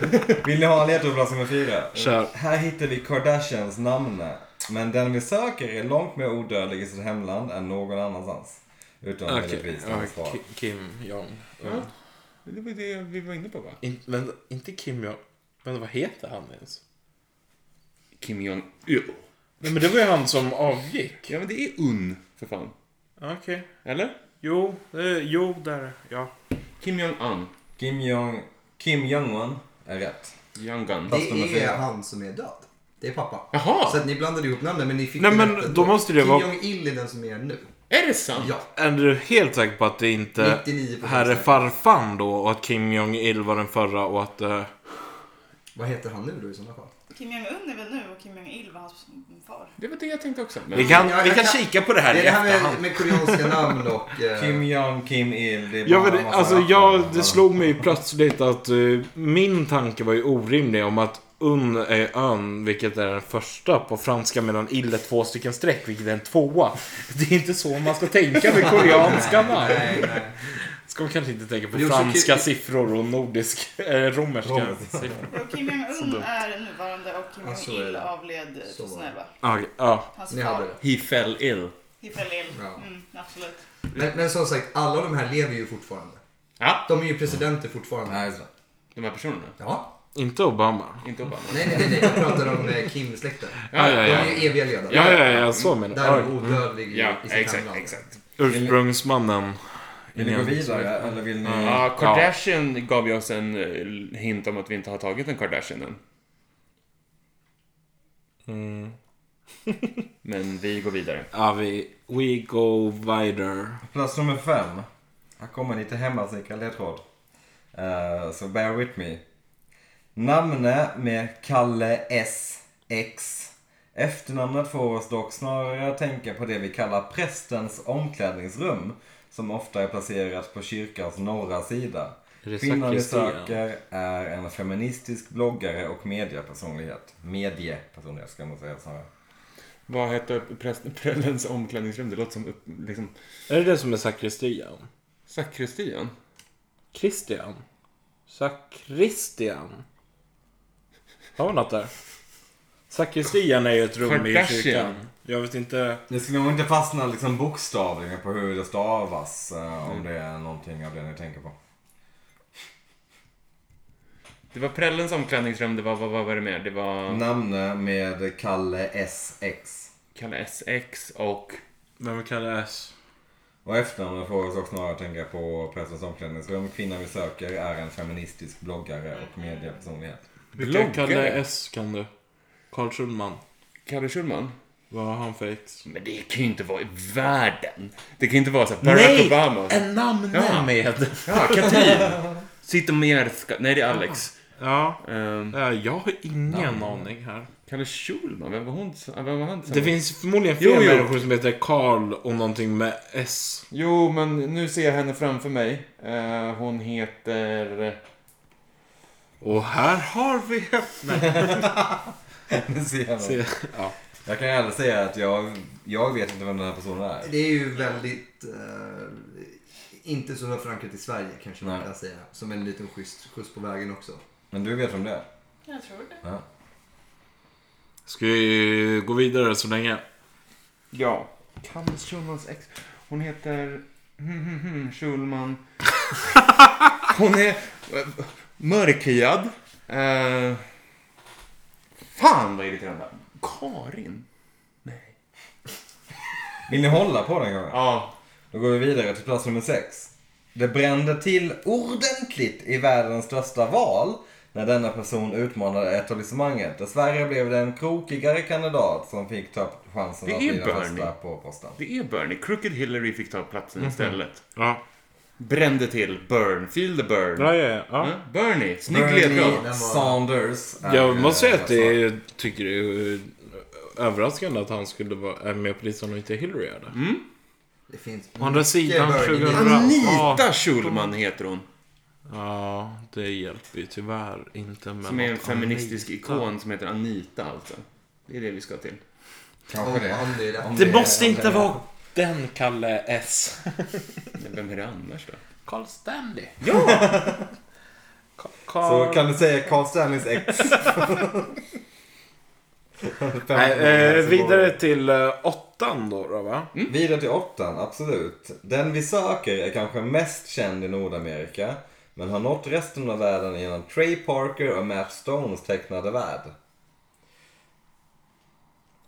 Speaker 1: Vill ni ha en ledtråd på plats nummer fyra?
Speaker 2: Kör.
Speaker 1: Här hittar vi Kardashians namn. Men den vi söker är långt mer odödlig i sitt hemland än någon annanstans. Utom
Speaker 2: Okej.
Speaker 1: möjligtvis
Speaker 2: ja,
Speaker 1: hennes far.
Speaker 2: Ki- Kim Jong.
Speaker 3: Ja. Det var det vi var inne på va?
Speaker 2: In, men inte Kim Jong. Men vad heter han ens?
Speaker 3: Kim Jong-Il.
Speaker 2: Nej, men det var ju han som avgick.
Speaker 3: Ja, men det är Un, för fan.
Speaker 2: Okej.
Speaker 3: Eller?
Speaker 2: Jo, eh, jo, där. Ja.
Speaker 3: Kim Jong-Un.
Speaker 1: Kim Jong... Kim Jong-Un är rätt.
Speaker 3: Jong-Un.
Speaker 1: Fast nummer
Speaker 5: Det är
Speaker 1: fyra.
Speaker 5: han som är död. Det är pappa.
Speaker 3: Jaha!
Speaker 5: Så att ni blandade ihop namnen men ni fick
Speaker 2: Nej,
Speaker 5: det
Speaker 2: men
Speaker 5: rätt ändå.
Speaker 2: då måste det
Speaker 5: Kim
Speaker 2: vara-
Speaker 5: Jong-Il är den som är nu.
Speaker 3: Är det sant?
Speaker 5: Ja.
Speaker 2: Är du helt säker på att det inte
Speaker 5: 99%
Speaker 2: här är
Speaker 5: säker.
Speaker 2: farfan då och att Kim Jong-Il var den förra och att... eh,
Speaker 5: Vad heter han nu då i sådana fall?
Speaker 4: Kim Jong-Un är väl nu och Kim Jong-Il var hans far.
Speaker 3: Det var det jag tänkte också. Men
Speaker 2: Vi kan,
Speaker 5: Ja, jag
Speaker 2: vi kan
Speaker 5: kan-
Speaker 2: kika på det här
Speaker 5: Det
Speaker 2: i
Speaker 5: är det här med,
Speaker 2: efterhand.
Speaker 5: med koreanska namn och... eh,
Speaker 1: Kim Jong, Kim Il, det är
Speaker 2: Ja,
Speaker 1: bara
Speaker 2: men det,
Speaker 1: en massa
Speaker 2: alltså,
Speaker 1: rappare.
Speaker 2: jag, det slog mig plötsligt att eh, min tanke var ju orimlig om att Un är ön, vilket är den första på franska, medan ill är två stycken streck, vilket är en tvåa. Det är inte så man ska tänka med koreanska namn.
Speaker 5: Nej, nej.
Speaker 2: Ska man kanske inte tänka på
Speaker 5: Det är också
Speaker 2: franska
Speaker 5: kul-
Speaker 2: siffror och nordisk, eh, romerska
Speaker 1: Romerska.
Speaker 2: siffror.
Speaker 4: Och Kim Jong-Un är nuvarande och Kim
Speaker 5: Ja, så är
Speaker 4: Jong-Il
Speaker 5: det.
Speaker 4: avled eh,
Speaker 5: Så var det.
Speaker 4: 2011.
Speaker 2: Ah, okej, ja.
Speaker 4: Hans
Speaker 5: Ni hade
Speaker 4: far.
Speaker 5: det.
Speaker 3: He fell ill.
Speaker 4: Hiffel Il.
Speaker 5: Ja.
Speaker 4: Mm, absolut.
Speaker 5: Men, men som sagt, alla de här lever ju fortfarande.
Speaker 3: Ja,
Speaker 5: De är ju presidenter fortfarande.
Speaker 1: Nej, så.
Speaker 3: de här personerna.
Speaker 5: Ja.
Speaker 2: Inte Obama.
Speaker 3: Inte Obama.
Speaker 5: Nej, nej, nej, nej. Jag pratar om eh, Kim-släkten.
Speaker 2: Ja, ja,
Speaker 5: De
Speaker 2: ja.
Speaker 5: är ju eviga ledare.
Speaker 2: Ja, ja, ja, så menar
Speaker 5: Där är
Speaker 2: jag.
Speaker 5: de
Speaker 2: Oj. Mm.
Speaker 5: odödlig
Speaker 3: Ja,
Speaker 5: i sitt
Speaker 3: exakt,
Speaker 5: hemland.
Speaker 3: exakt.
Speaker 2: Ursprungsmannen.
Speaker 1: Vill ni gå vidare eller vill
Speaker 5: Mm.
Speaker 1: ni?
Speaker 3: Ja, Kardashian gav ju oss en eh, hint om att vi inte har tagit en Kardashian än.
Speaker 5: Mm.
Speaker 3: Men vi går vidare.
Speaker 2: Ja, vi... We go wider.
Speaker 1: Plats nummer fem. Här kommer lite hemmasnickrad ledtråd. Eh, så bear with me. Namne med Kalle S. X. Efternamnet får oss dock snarare att tänka på det vi kallar prästens omklädningsrum. Som ofta är placerat på kyrkans norra sida.
Speaker 2: Är det
Speaker 1: Kvinnan vi
Speaker 2: sakristian?
Speaker 1: söker är en feministisk bloggare och mediepersonlighet. Mediepersonlighet ska man säga snarare.
Speaker 3: Vad hette präst- prästens omklädningsrum? Det låter som upp, liksom,
Speaker 2: Är det det som är sakristian?
Speaker 3: sakristian.
Speaker 2: Christian? Sakristian? Har vi något där? Sakristian är ju ett rum i
Speaker 3: Kardashian.
Speaker 2: kyrkan. Jag vet inte.
Speaker 1: Ni ska nog inte fastna liksom bokstavligen på hur det stavas. eh, om det är någonting av det ni tänker på.
Speaker 3: Det var prällens omklädningsrum, det var, vad, vad var det mer? Det var
Speaker 1: Namne med Kalle SX.
Speaker 3: Kalle SX och...
Speaker 2: Vem kallar S?
Speaker 1: Och efternamnet får oss också snarare tänka på Pressens omklädningsrum. Kvinnan vi söker är en feministisk bloggare och mediepersonlighet.
Speaker 2: Vilka Kalle
Speaker 3: Bloggare.
Speaker 2: S kan du? Carl Schulman.
Speaker 3: Kalle Schulman?
Speaker 2: Vad har han för ex?
Speaker 3: Men det kan ju inte vara i världen. Det kan ju inte vara så här Barack Nej! Obama.
Speaker 2: En namn
Speaker 3: Ja.
Speaker 2: med!
Speaker 3: Ja, Katrin. Zytomierska. Nej, det är Alex.
Speaker 2: Ja,
Speaker 3: Ehm,
Speaker 2: eh, jag har ingen aning här.
Speaker 3: Kalle Schulman? Vem var hon? Vem var han
Speaker 2: Det
Speaker 3: tillsammans med?
Speaker 2: finns förmodligen
Speaker 3: Jo,
Speaker 2: fler
Speaker 3: jo.
Speaker 2: människor som heter Carl och någonting med S.
Speaker 3: Jo, men nu ser jag henne framför mig. Eh, hon heter...
Speaker 2: Och här har vi...
Speaker 1: Ni ser jag.
Speaker 2: Se, ja.
Speaker 1: Jag kan ärligt säga att jag, jag vet inte vem den här personen är.
Speaker 5: Det är ju väldigt... eh, inte så förankrat i Sverige kanske man
Speaker 1: Nej.
Speaker 5: kan säga. Som en liten skjuts, skjuts på vägen också.
Speaker 1: Men du vet vem det är?
Speaker 4: Jag tror det.
Speaker 1: Ja.
Speaker 2: Ska vi gå vidare så länge?
Speaker 3: Ja. Kalle Schulmans ex. Hon heter... Hmm, hmm, hmm, Schulman. Hon är eh, mörkhyad. Eh, fan vad irriterande. Karin?
Speaker 1: Vill ni hålla på den gången?
Speaker 3: Ja.
Speaker 1: Då går vi vidare till plats nummer sex. Det brände till ordentligt i världens största val när denna person utmanade etablissemanget. Dessvärre blev det en krokigare kandidat som fick ta chansen
Speaker 3: Det
Speaker 1: att
Speaker 3: är
Speaker 1: bli den
Speaker 3: Bernie.
Speaker 1: första på posten.
Speaker 3: Det är Bernie. Crooked Hillary fick ta platsen istället.
Speaker 2: Ja.
Speaker 3: Brände till. Burn. Feel the burn.
Speaker 2: Ja, ja, ja.
Speaker 3: Mm, Bernie. Snygg ledtråd.
Speaker 1: Bernie Sanders. är-
Speaker 2: Jag måste säga att det är, tycker det är eh, överraskande att han skulle vara är med på listan och inte Hillary är det.
Speaker 3: Mm.
Speaker 5: Det finns
Speaker 2: Å andra sidan
Speaker 5: Bernie.
Speaker 2: 2000... Ja.
Speaker 3: Anita Schulman heter hon.
Speaker 2: Ja, det hjälper ju tyvärr inte med
Speaker 3: Som är en
Speaker 2: något
Speaker 3: feministisk
Speaker 2: annat.
Speaker 3: ikon som heter Anita alltså. Det är det vi ska till.
Speaker 1: Kanske
Speaker 5: Om,
Speaker 1: det.
Speaker 5: om det är rätt.
Speaker 2: Det måste inte vara den Kalle S.
Speaker 3: Men vem är det annars då?
Speaker 2: Carl Stanley.
Speaker 3: Ja!
Speaker 2: Ka-
Speaker 1: Så
Speaker 2: Carl...
Speaker 1: kan du säga Carl Stanleys ex.
Speaker 2: Nej, eh, vidare till eh, åttan då, då va?
Speaker 1: Vidare till åttan, absolut. Den vi söker är kanske mest känd i Nordamerika men har nått resten av världen genom Trey Parker och Matt Stones tecknade värld.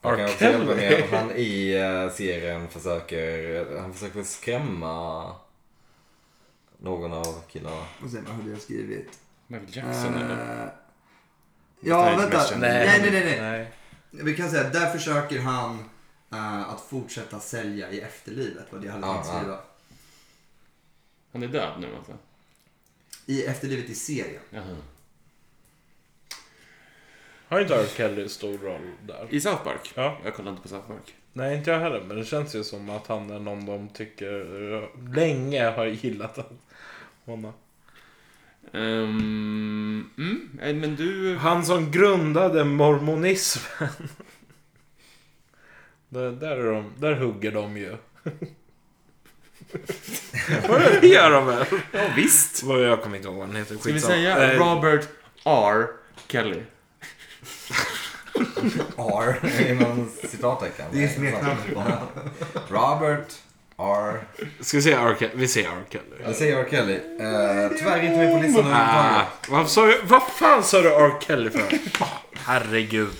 Speaker 1: Jag kan också hjälpa med att han i eh, serien försöker, han försöker skrämma någon av killarna.
Speaker 5: Och sen vad hade jag skrivit?
Speaker 3: Michael Jackson eller?
Speaker 5: Eh,
Speaker 3: Det
Speaker 5: ja,
Speaker 3: här är inte mest
Speaker 5: vänta.
Speaker 3: känd.
Speaker 5: Nej, nej, nej, nej. Vi kan säga att där försöker han eh, att fortsätta sälja i efterlivet. Vad det hade
Speaker 1: Ja,
Speaker 5: han
Speaker 1: ja.
Speaker 5: skriva.
Speaker 3: Han är död nu alltså?
Speaker 5: I efterlivet i serien.
Speaker 3: Jaha.
Speaker 2: Har inte R. Kelly stor roll där?
Speaker 3: I South Park?
Speaker 2: Ja.
Speaker 3: Jag kollar inte på South Park.
Speaker 2: Nej, inte jag heller. Men det känns ju som att han är någon de tycker eh, länge har gillat att hon har.
Speaker 3: Ehm, mm, eh, men du...
Speaker 2: Han som grundade mormonismen. där, där, är de, där hugger de ju. Vad gör de väl?
Speaker 3: Ja, visst.
Speaker 2: Vad Jag kommer inte ihåg vad han heter.
Speaker 3: Ska vi
Speaker 2: Skitsamma.
Speaker 3: säga
Speaker 2: Eh,
Speaker 3: Robert R. Kelly?
Speaker 1: R inom citattecken.
Speaker 5: Det är smeknamnet bara.
Speaker 1: Robert R.
Speaker 2: Ska vi säga R. Kelly? Vi säger R. Kelly.
Speaker 1: Jag säger R. Kelly. Eh, tyvärr inte med på listan
Speaker 2: Ah,
Speaker 1: överhuvudtaget.
Speaker 2: vad, sa jag, vad fan sa du R. Kelly för? Ah, herregud.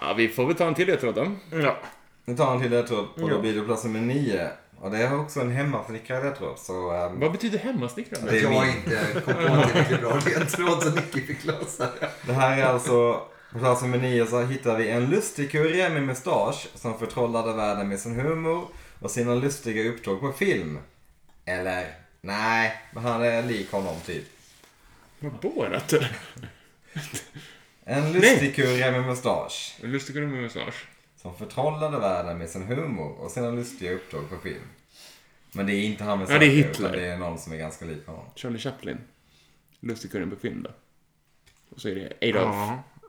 Speaker 3: Ja, vi får väl ta en till ledtråd då.
Speaker 2: Ja.
Speaker 1: Nu tar han till ledtråd och då blir det plats nummer nio. Och det är också en hemmasnickrad ledtråd. Så ehm,
Speaker 3: Vad betyder hemmasnickrande?
Speaker 1: Det är
Speaker 5: jag har
Speaker 1: min.
Speaker 5: inte kom på en tillräckligt bra ledtråd som Nicky fick lösa.
Speaker 1: det här är alltså... På plats nummer nio så hittar vi en lustig kurie med mustasch som förtrollade världen med sin humor och sina lustiga upptåg på film. Eller? Nej, men han är lik honom typ.
Speaker 3: Vad Borat eller?
Speaker 1: En lustig kurie med mustasch.
Speaker 3: Lustig gubbe med mustasch.
Speaker 1: Som förtrollade världen med sin humor och sina lustiga uppdrag på film. Men det är inte han vi
Speaker 3: Ja, det är
Speaker 1: söker,
Speaker 3: Hitler.
Speaker 1: utan det är någon som är ganska lik honom.
Speaker 3: Charlie Chaplin. Lustig gubbe på film då. Och så är det Adolf.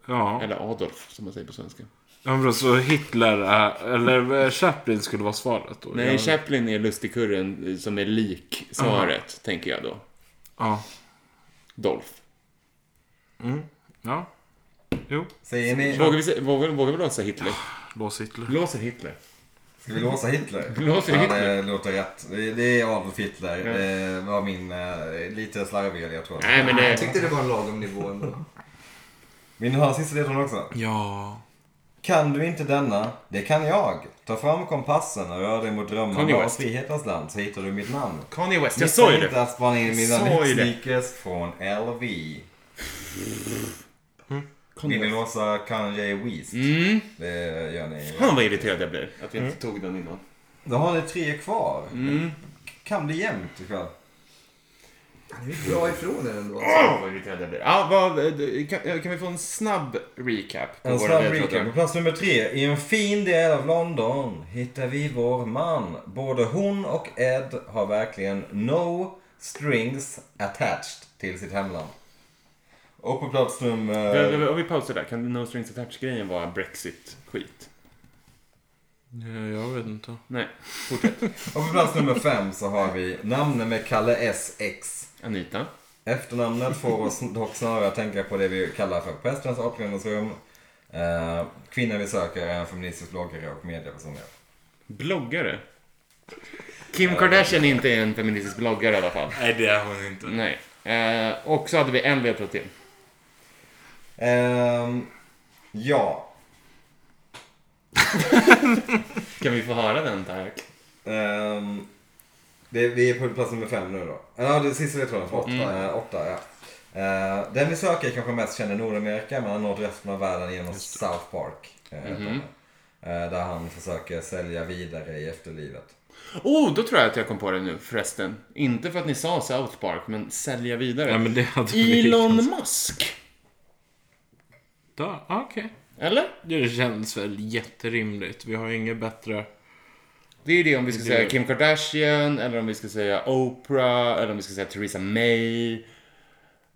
Speaker 2: Ja.
Speaker 3: Eller Adolf som man säger på svenska.
Speaker 2: Ja, men då så Hitler är, eller eh, Chaplin skulle vara svaret då?
Speaker 3: Nej,
Speaker 2: ja.
Speaker 3: Chaplin är lustigkurren eh, som är lik svaret, tänker jag då.
Speaker 2: Ja.
Speaker 3: Dolph.
Speaker 2: ja. Jo,
Speaker 1: Säger ni...
Speaker 3: Vågar vi, se- vågar, vågar vi låsa Hitler?
Speaker 2: lås Hitler.
Speaker 3: Låser Hitler.
Speaker 1: Ska vi låsa Hitler?
Speaker 3: Låser
Speaker 1: Ja,
Speaker 3: Hitler.
Speaker 1: det låter rätt. Det det är Adolf Hitler. Det var min eh, lite slarviga jag tror.
Speaker 3: Nej, men det...
Speaker 5: Jag tyckte det var en lagom nivå ändå.
Speaker 1: Vill ni höra sista ledtråden också?
Speaker 2: Ja.
Speaker 1: Kan du inte denna? Det kan jag. Ta fram kompassen och rör dig mot
Speaker 3: Kanye
Speaker 1: drömmarna av
Speaker 3: West.
Speaker 1: frihetens land så hittar du mitt namn.
Speaker 3: Kanye West,
Speaker 1: Missa inte att spana in mina
Speaker 3: sa ju det.
Speaker 1: sneakers från LV. Vill ni
Speaker 3: Mm. Kanye West.
Speaker 1: låsa Kanye West?
Speaker 3: Mm.
Speaker 1: Det gör ni.
Speaker 3: Fan vad irriterad jag blir att vi inte tog den innan.
Speaker 1: Då har ni tre kvar.
Speaker 3: Mm.
Speaker 1: Kan bli jämnt ikväll.
Speaker 5: Ni gick bra ifrån er ändå.
Speaker 3: Åh, vad irriterad jag blir. Ja, vad, eh, kan, eh, kan vi få en snabb recap? på
Speaker 1: En
Speaker 3: våra
Speaker 1: snabb
Speaker 3: ledtrådar?
Speaker 1: recap. På plats nummer tre. I en fin del av London hittar vi vår man. Både hon och Ed har verkligen no strings attached till sitt hemland. Och på plats
Speaker 2: Eh,
Speaker 3: Vi-
Speaker 1: nummer...
Speaker 3: vi- Om vi pausar där, kan No Strings Attached-grejen vara Brexit-skit?
Speaker 2: Eh, Jag vet inte.
Speaker 3: Nej,
Speaker 1: Och på plats nummer fem så har vi namnet med Kalle SX.
Speaker 3: Anita.
Speaker 1: Efternamnet får oss dock snarare att tänka på det vi kallar för prästens avklädnadsrum. Eh, kvinnan vi söker är en feministisk bloggare och mediepersonlighet.
Speaker 3: Bloggare.
Speaker 2: Eh.
Speaker 3: Kim Kardashian är inte en feministisk bloggare i alla fall.
Speaker 2: Nej, det är hon inte.
Speaker 3: Nej. Eh, och så hade vi en ledtråd till.
Speaker 1: Ehm, ja.
Speaker 3: Kan vi få höra den, tack?
Speaker 1: Ehm, det, vi är på plats nummer fem nu då. Ja, det sista ledtråden. Förlåt. Eh, åtta, ja. Eh, den vi söker är kanske mest känd i Nordamerika men har nått resten av världen genom South Park. eh,
Speaker 3: Mhm.
Speaker 1: eh, där han försöker sälja vidare i efterlivet.
Speaker 3: Oh, då tror jag att jag kom på det nu förresten. Inte för att ni sa South Park, men sälja vidare.
Speaker 2: Ja, men det hade blivit
Speaker 3: Elon
Speaker 2: ganska-
Speaker 3: Musk.
Speaker 2: Ja, Ah, Okej.
Speaker 3: Eller?
Speaker 2: Det känns väl jätterimligt. Vi har ju inget bättre.
Speaker 3: Det är ju det om vi ska
Speaker 2: Det-
Speaker 3: säga Kim Kardashian, eller om vi ska säga Oprah, eller om vi ska säga Theresa May.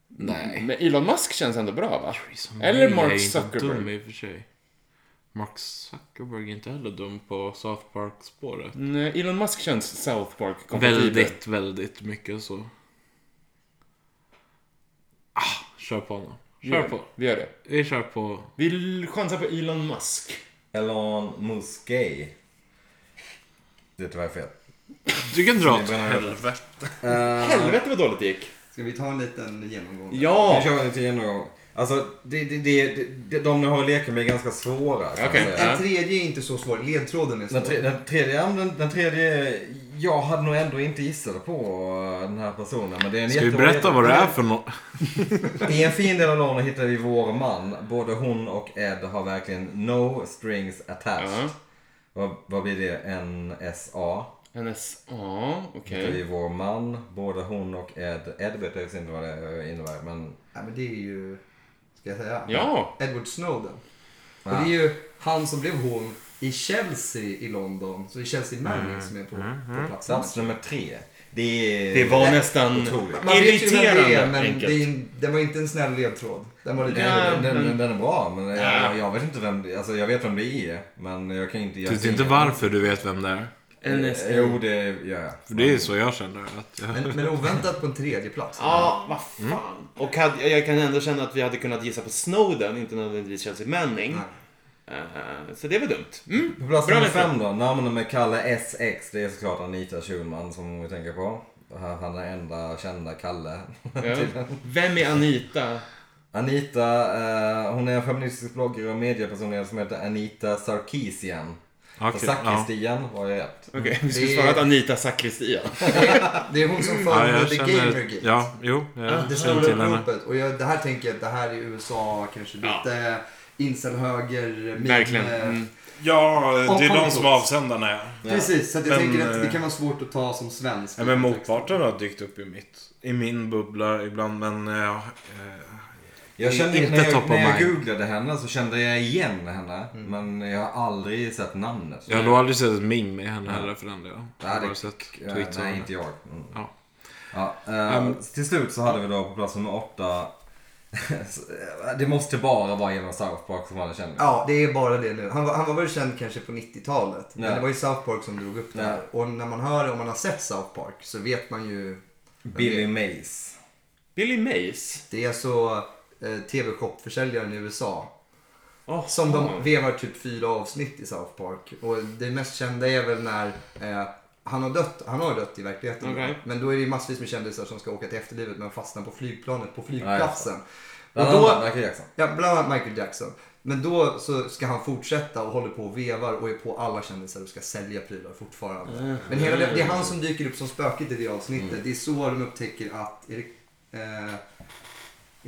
Speaker 2: Nej.
Speaker 3: Men Elon Musk känns ändå bra, va? Eller
Speaker 2: Nej,
Speaker 3: Mark
Speaker 2: jag är inte
Speaker 3: Zuckerberg.
Speaker 2: dum i och för sig. Mark Zuckerberg är inte heller dum på South Park-spåret.
Speaker 3: Nej, Elon Musk känns South Park kompatibel.
Speaker 2: Väldigt, väldigt mycket så. Ah, kör på honom. Kör
Speaker 3: Gör-
Speaker 2: på.
Speaker 3: Vi gör det.
Speaker 2: Vi kör på.
Speaker 3: Vi l- chansar på Elon Musk.
Speaker 1: Elon Musk gay. Det är tyvärr fel.
Speaker 2: Du kan dra åt
Speaker 1: menar jag.
Speaker 2: helvete.
Speaker 1: Ehm,
Speaker 3: Helvete vad dåligt det gick.
Speaker 5: Ska vi ta en liten genomgång?
Speaker 1: Nu
Speaker 3: Ja!
Speaker 1: kör vi till genomgång. Alltså, det, det, det, det, de ni har att leka med är ganska svåra. kan man
Speaker 3: Okej.
Speaker 1: säga.
Speaker 5: En tredje är inte så svår. Ledtråden är svår.
Speaker 1: Den, tre, den, tredje, ja, den, den tredje, jag hade nog ändå inte gissat på eh, den här personen. Men det är en
Speaker 2: Ska vi
Speaker 1: jättebra
Speaker 2: berätta vad det är för något?
Speaker 1: I en fin del av London hittar vi vår man. Både hon och Ed har verkligen no strings attached.
Speaker 3: Ja.
Speaker 1: Vad, vad blir det? NSA?
Speaker 3: NSA, okej.
Speaker 1: Hittar vi vår man. Både hon och Ed. Ed vet jag inte vad det innebär men
Speaker 5: Nej, men det är ju... Ska jag säga?
Speaker 3: Ja.
Speaker 5: Edward Snowden.
Speaker 1: Ja.
Speaker 5: Och det är ju han som blev hon i Chelsea i London. Så det är Chelsea Manning som är på, på plats.
Speaker 1: Mm. Plats nummer tre. Det är...
Speaker 3: Det var nästan
Speaker 1: otroligt.
Speaker 5: Man vet ju vem det är,
Speaker 3: irriterande
Speaker 5: men det
Speaker 3: enkelt.
Speaker 5: är, en- den var inte en snäll ledtråd. Den var lite...
Speaker 1: Nej,
Speaker 3: Ja,
Speaker 1: den, den,
Speaker 3: men-
Speaker 1: den är bra, men
Speaker 3: Ja.
Speaker 1: jag, jag vet inte vem det Alltså jag vet vem det är, men jag kan inte... Jag
Speaker 2: Du vet inte varför du vet vem det är?
Speaker 3: En,
Speaker 1: Eh, Jo, det gör jag.
Speaker 2: För det är så jag känner. Att
Speaker 5: Men, men oväntat på en tredje plats.
Speaker 3: Ja, vad fan. Och hade, jag kan ändå känna att vi hade kunnat gissa på Snowden, inte nödvändigtvis Chelsea Manning. Eh, så det var dumt. Mm.
Speaker 1: På plats
Speaker 3: Bra
Speaker 1: nummer
Speaker 3: listat.
Speaker 1: fem då, namn med Kalle SX. Det är såklart Anita Schulman som vi tänker på. Han han är enda kända Kalle.
Speaker 3: Ja. Vem är Anita?
Speaker 1: Anita, eh, hon är en feministisk bloggare och mediepersonlighet som heter Anita Sarkisian.
Speaker 2: Okej,
Speaker 1: Så
Speaker 2: ja.
Speaker 1: Sarkistian var ju rätt.
Speaker 3: Okej, vi
Speaker 5: Det-
Speaker 3: skulle svara att Anita Zakristian.
Speaker 5: Det är hon som
Speaker 2: Mm. Ja,
Speaker 5: förberedde
Speaker 2: jag
Speaker 5: The
Speaker 2: känner...
Speaker 5: Gamergate.
Speaker 2: Ja, jo.
Speaker 5: Det
Speaker 2: Jag känner
Speaker 5: stora
Speaker 2: till henne.
Speaker 5: uppropet. Och jag, det här tänker jag att det här är USA kanske
Speaker 3: Ja.
Speaker 5: lite eh, incelhöger. meme-
Speaker 3: Verkligen. Mm.
Speaker 2: Ja,
Speaker 5: det är de som
Speaker 2: avsändarna är.
Speaker 5: Precis, så att jag
Speaker 2: Men,
Speaker 5: tänker att det
Speaker 2: eh,
Speaker 5: kan vara svårt att ta som svensk.
Speaker 2: Ja, men motparten har dykt upp i mitt. I min bubbla ibland, men eh, ja. eh,
Speaker 1: Jag kände,
Speaker 2: Inte
Speaker 1: när, jag,
Speaker 2: top of
Speaker 1: när jag
Speaker 2: mind.
Speaker 1: googlade henne så kände jag igen henne. Men jag har aldrig sett namnet.
Speaker 2: Jag har nog aldrig sett ett meme med henne heller för den delen. Jag
Speaker 1: Ja,
Speaker 2: har
Speaker 1: det-
Speaker 2: bara sett
Speaker 1: Eh,
Speaker 2: tweets av
Speaker 1: Nej,
Speaker 2: henne.
Speaker 1: inte jag. Mm.
Speaker 2: Ja.
Speaker 1: Ja, eh,
Speaker 2: Um,
Speaker 1: till slut så hade vi då på plats nummer åtta. det måste bara vara genom South Park som hade kändis.
Speaker 5: Ja, det är bara det nu. Han var, han var väl känd kanske på 90-talet. Men
Speaker 1: Ja.
Speaker 5: det var ju South Park som drog upp det här.
Speaker 1: Ja.
Speaker 5: Och när man hör, om man har sett South Park så vet man ju.
Speaker 1: Billy Mays.
Speaker 3: Billy Mays?
Speaker 5: Det är alltså eh, TV-shopförsäljaren i USA.
Speaker 3: Oh,
Speaker 5: Som de vevar typ fyra avsnitt i South Park. Och det mest kända är väl när eh, han har dött. Han har dött i verkligheten.
Speaker 3: Okej.
Speaker 5: Men då är det ju massvis med kändisar som ska åka till efterlivet men fastnar på flygplanet på flygplatsen.
Speaker 1: Bland
Speaker 5: och då,
Speaker 1: annat Michael Jackson.
Speaker 5: Ja, bland annat Michael Jackson. Men då så ska han fortsätta och håller på och vevar och är på alla kändisar och ska sälja prylar fortfarande.
Speaker 2: Mm.
Speaker 5: Men hela det, det är han som dyker upp som spöket i det avsnittet. Det är så de upptäcker att... Är det, eh,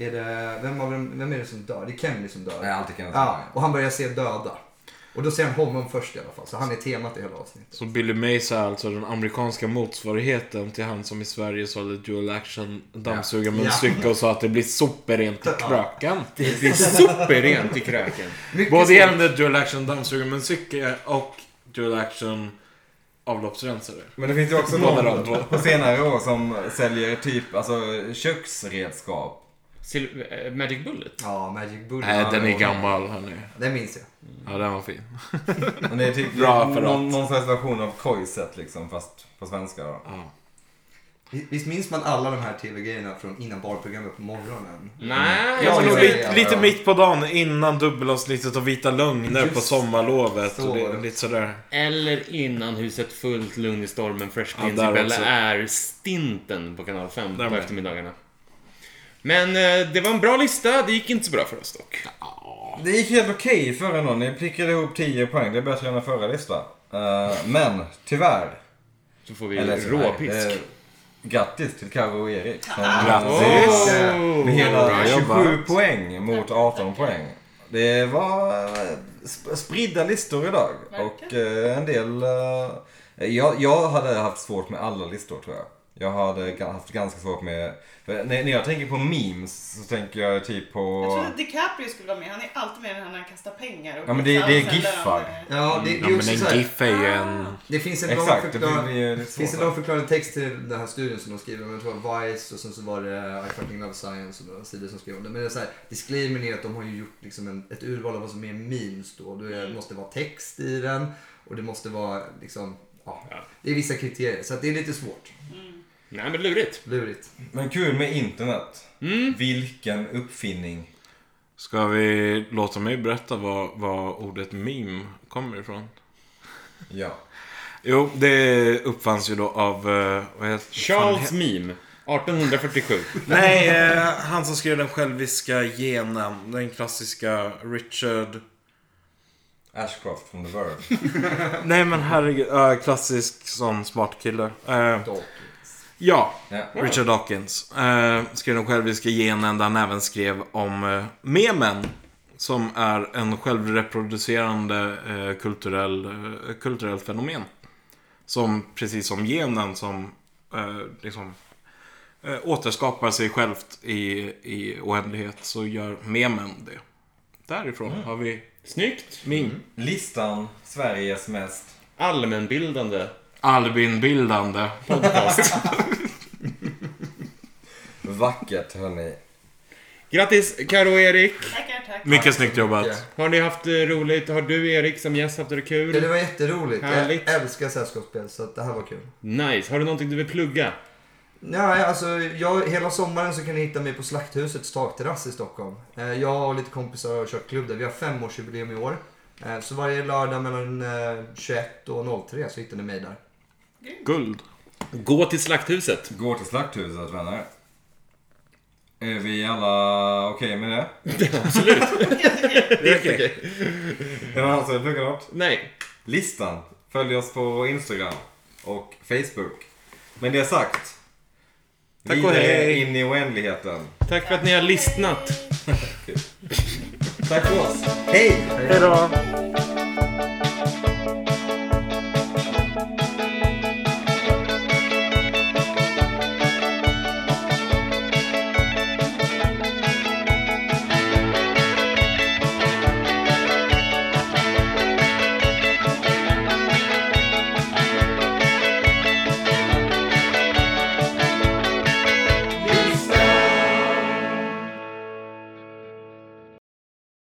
Speaker 5: är det, vem, av dem, vem är det som dör? Det är Kennedy som dör.
Speaker 1: Nej, alltid Kennedy.
Speaker 5: Ja, och han börjar se döda. Och då ser han honom först i alla fall. Så han är temat i hela avsnittet.
Speaker 2: Så Billy Mays är alltså den amerikanska motsvarigheten till han som i Sverige sålde dual action dammsugarmunstycke och sa att det blir superrent i kröken.
Speaker 3: Det blir superrent i kröken.
Speaker 5: Mycket
Speaker 2: Både
Speaker 5: så-
Speaker 2: gällande dual action dammsugarmunstycke och dual action avloppsrensare.
Speaker 1: Men det finns ju också
Speaker 2: Båda
Speaker 1: någon
Speaker 2: de två.
Speaker 1: på senare år som säljer typ alltså, köksredskap.
Speaker 3: Sil- eh, Magic Bullet?
Speaker 5: Ja, Magic Bullet.
Speaker 2: Nej, den är gammal hörni.
Speaker 5: Den minns jag.
Speaker 2: Ja, den var fin.
Speaker 1: Men det är typ
Speaker 2: Bra apparat.
Speaker 1: någon, någon slags version av Koiset liksom fast på svenska då.
Speaker 2: Ja.
Speaker 5: Visst minns man alla de här tv-grejerna från innan barprogrammet på morgonen?
Speaker 3: Nej,
Speaker 2: Jag var
Speaker 5: Ja,
Speaker 2: nog
Speaker 5: ja,
Speaker 2: lite,
Speaker 5: ja, ja.
Speaker 2: lite mitt på dagen innan dubbelavsnittet och Vita Lögner på
Speaker 5: Just
Speaker 2: sommarlovet.
Speaker 5: så
Speaker 2: Och
Speaker 5: var
Speaker 2: det,
Speaker 5: det.
Speaker 2: lite sådär.
Speaker 3: Eller innan huset fullt, lugn i stormen, Fresh
Speaker 2: Ja,
Speaker 3: Prince
Speaker 2: där
Speaker 3: i Bella
Speaker 2: också.
Speaker 3: är stinten på kanal 5
Speaker 2: Där
Speaker 3: på
Speaker 2: med.
Speaker 3: eftermiddagarna. Men eh, det var en bra lista, det gick inte så bra för oss dock.
Speaker 1: Det gick helt okej förra någon. Ni prickade ihop 10 poäng. Det är bättre än den förra listan. Eh, men tyvärr.
Speaker 3: Så får vi
Speaker 1: Eller tyvärr,
Speaker 3: råpisk.
Speaker 1: eh, Grattis till Karo och Erik.
Speaker 5: Ah.
Speaker 1: som Eh,
Speaker 2: Grattis!
Speaker 1: Med hela
Speaker 2: Bra
Speaker 1: 27
Speaker 2: jobbat.
Speaker 1: poäng mot 18 poäng. Det var eh, sp- spridda listor idag. Och eh, en del... eh, Jag, jag hade haft svårt med alla listor tror jag. Jag hade ga- haft ganska svårt med... för När, när jag tänker på memes så tänker jag typ
Speaker 4: Jag
Speaker 1: på...
Speaker 4: trodde att DiCaprio skulle vara med. Han är alltid med när han kastar pengar. Och
Speaker 1: Ja, men det- det är
Speaker 4: Sen
Speaker 1: giffar.
Speaker 4: där han-
Speaker 5: Ja, det, det
Speaker 2: Ja,
Speaker 5: är
Speaker 2: men
Speaker 5: också
Speaker 2: en
Speaker 5: så här,
Speaker 2: GIF är ju en...
Speaker 5: Det finns en lång
Speaker 1: Exakt, det blir
Speaker 5: förklaring.
Speaker 1: ju lite
Speaker 5: Det finns en
Speaker 1: svårt.
Speaker 5: lång förklarande text till den här studien som de skriver om. Jag tror det var Vice och sen så var det I fucking love science och några sidor som skrev om det. Men det är så här, disclaimern är att de har ju gjort liksom en, ett urval av vad som är memes då. Det måste vara text i den och det måste vara liksom, ja. Det är vissa kriterier. Så att det är lite svårt.
Speaker 3: Nej men lurigt.
Speaker 5: Lurigt.
Speaker 1: Men kul med internet.
Speaker 2: Mm.
Speaker 1: Vilken uppfinning.
Speaker 2: Ska vi låta mig berätta var, var ordet meme kommer ifrån?
Speaker 1: Ja.
Speaker 2: Jo, det uppfanns ju då av... eh, Vad heter, fan
Speaker 3: Charles
Speaker 2: he-
Speaker 3: Meme, 1847.
Speaker 2: Nej, eh, han som skrev den själviska genen. Den klassiska Richard...
Speaker 1: Ashcroft från The Verve.
Speaker 2: Nej men herregud, eh, klassisk sån smart kille. Eh, ja,
Speaker 1: Ja.
Speaker 2: Richard Dawkins. Eh, skrev den själviska genen där han även skrev om eh, memen. Som är en självreproducerande eh, kulturell, eh, kulturellt fenomen. Som precis som genen som eh, liksom eh, återskapar sig självt i, i oändlighet så gör memen det. Därifrån har vi
Speaker 3: Snyggt!
Speaker 2: min
Speaker 1: Listan, Sveriges mest.
Speaker 3: Allmänbildande.
Speaker 2: Albin-bildande podcast.
Speaker 1: Vackert hörni.
Speaker 3: Grattis Karo och Erik!
Speaker 4: Tackar, tack.
Speaker 2: Mycket snyggt jobbat.
Speaker 5: mycket.
Speaker 3: Har ni haft eh, roligt? Har du Erik som gäst haft det
Speaker 5: Ja, det
Speaker 3: kul?
Speaker 5: var jätteroligt.
Speaker 3: Härligt.
Speaker 5: Jag älskar sällskapsspel så att det här var kul.
Speaker 3: Nice. Har du någonting du vill plugga?
Speaker 5: Nej, alltså jag, hela sommaren så kan ni hitta mig på Slakthusets takterrass i Stockholm. Eh, Jag och lite kompisar har kört klubb där. Vi har femårsjubileum i år. Eh, Så varje lördag mellan eh, 21 och 03 så hittar ni mig där.
Speaker 2: Guld.
Speaker 3: Gå till Slakthuset.
Speaker 1: Gå till Slakthuset vänner. Är vi alla okej med det? Är det någon som vill plugga något?
Speaker 3: Nej.
Speaker 1: Listan. Följ oss på Instagram och Facebook. Men det sagt.
Speaker 2: Tack och
Speaker 1: vidare
Speaker 2: hej.
Speaker 1: in i oändligheten.
Speaker 3: Tack för att ni har lyssnat.
Speaker 1: Tack för oss. Hej!
Speaker 6: Hej då!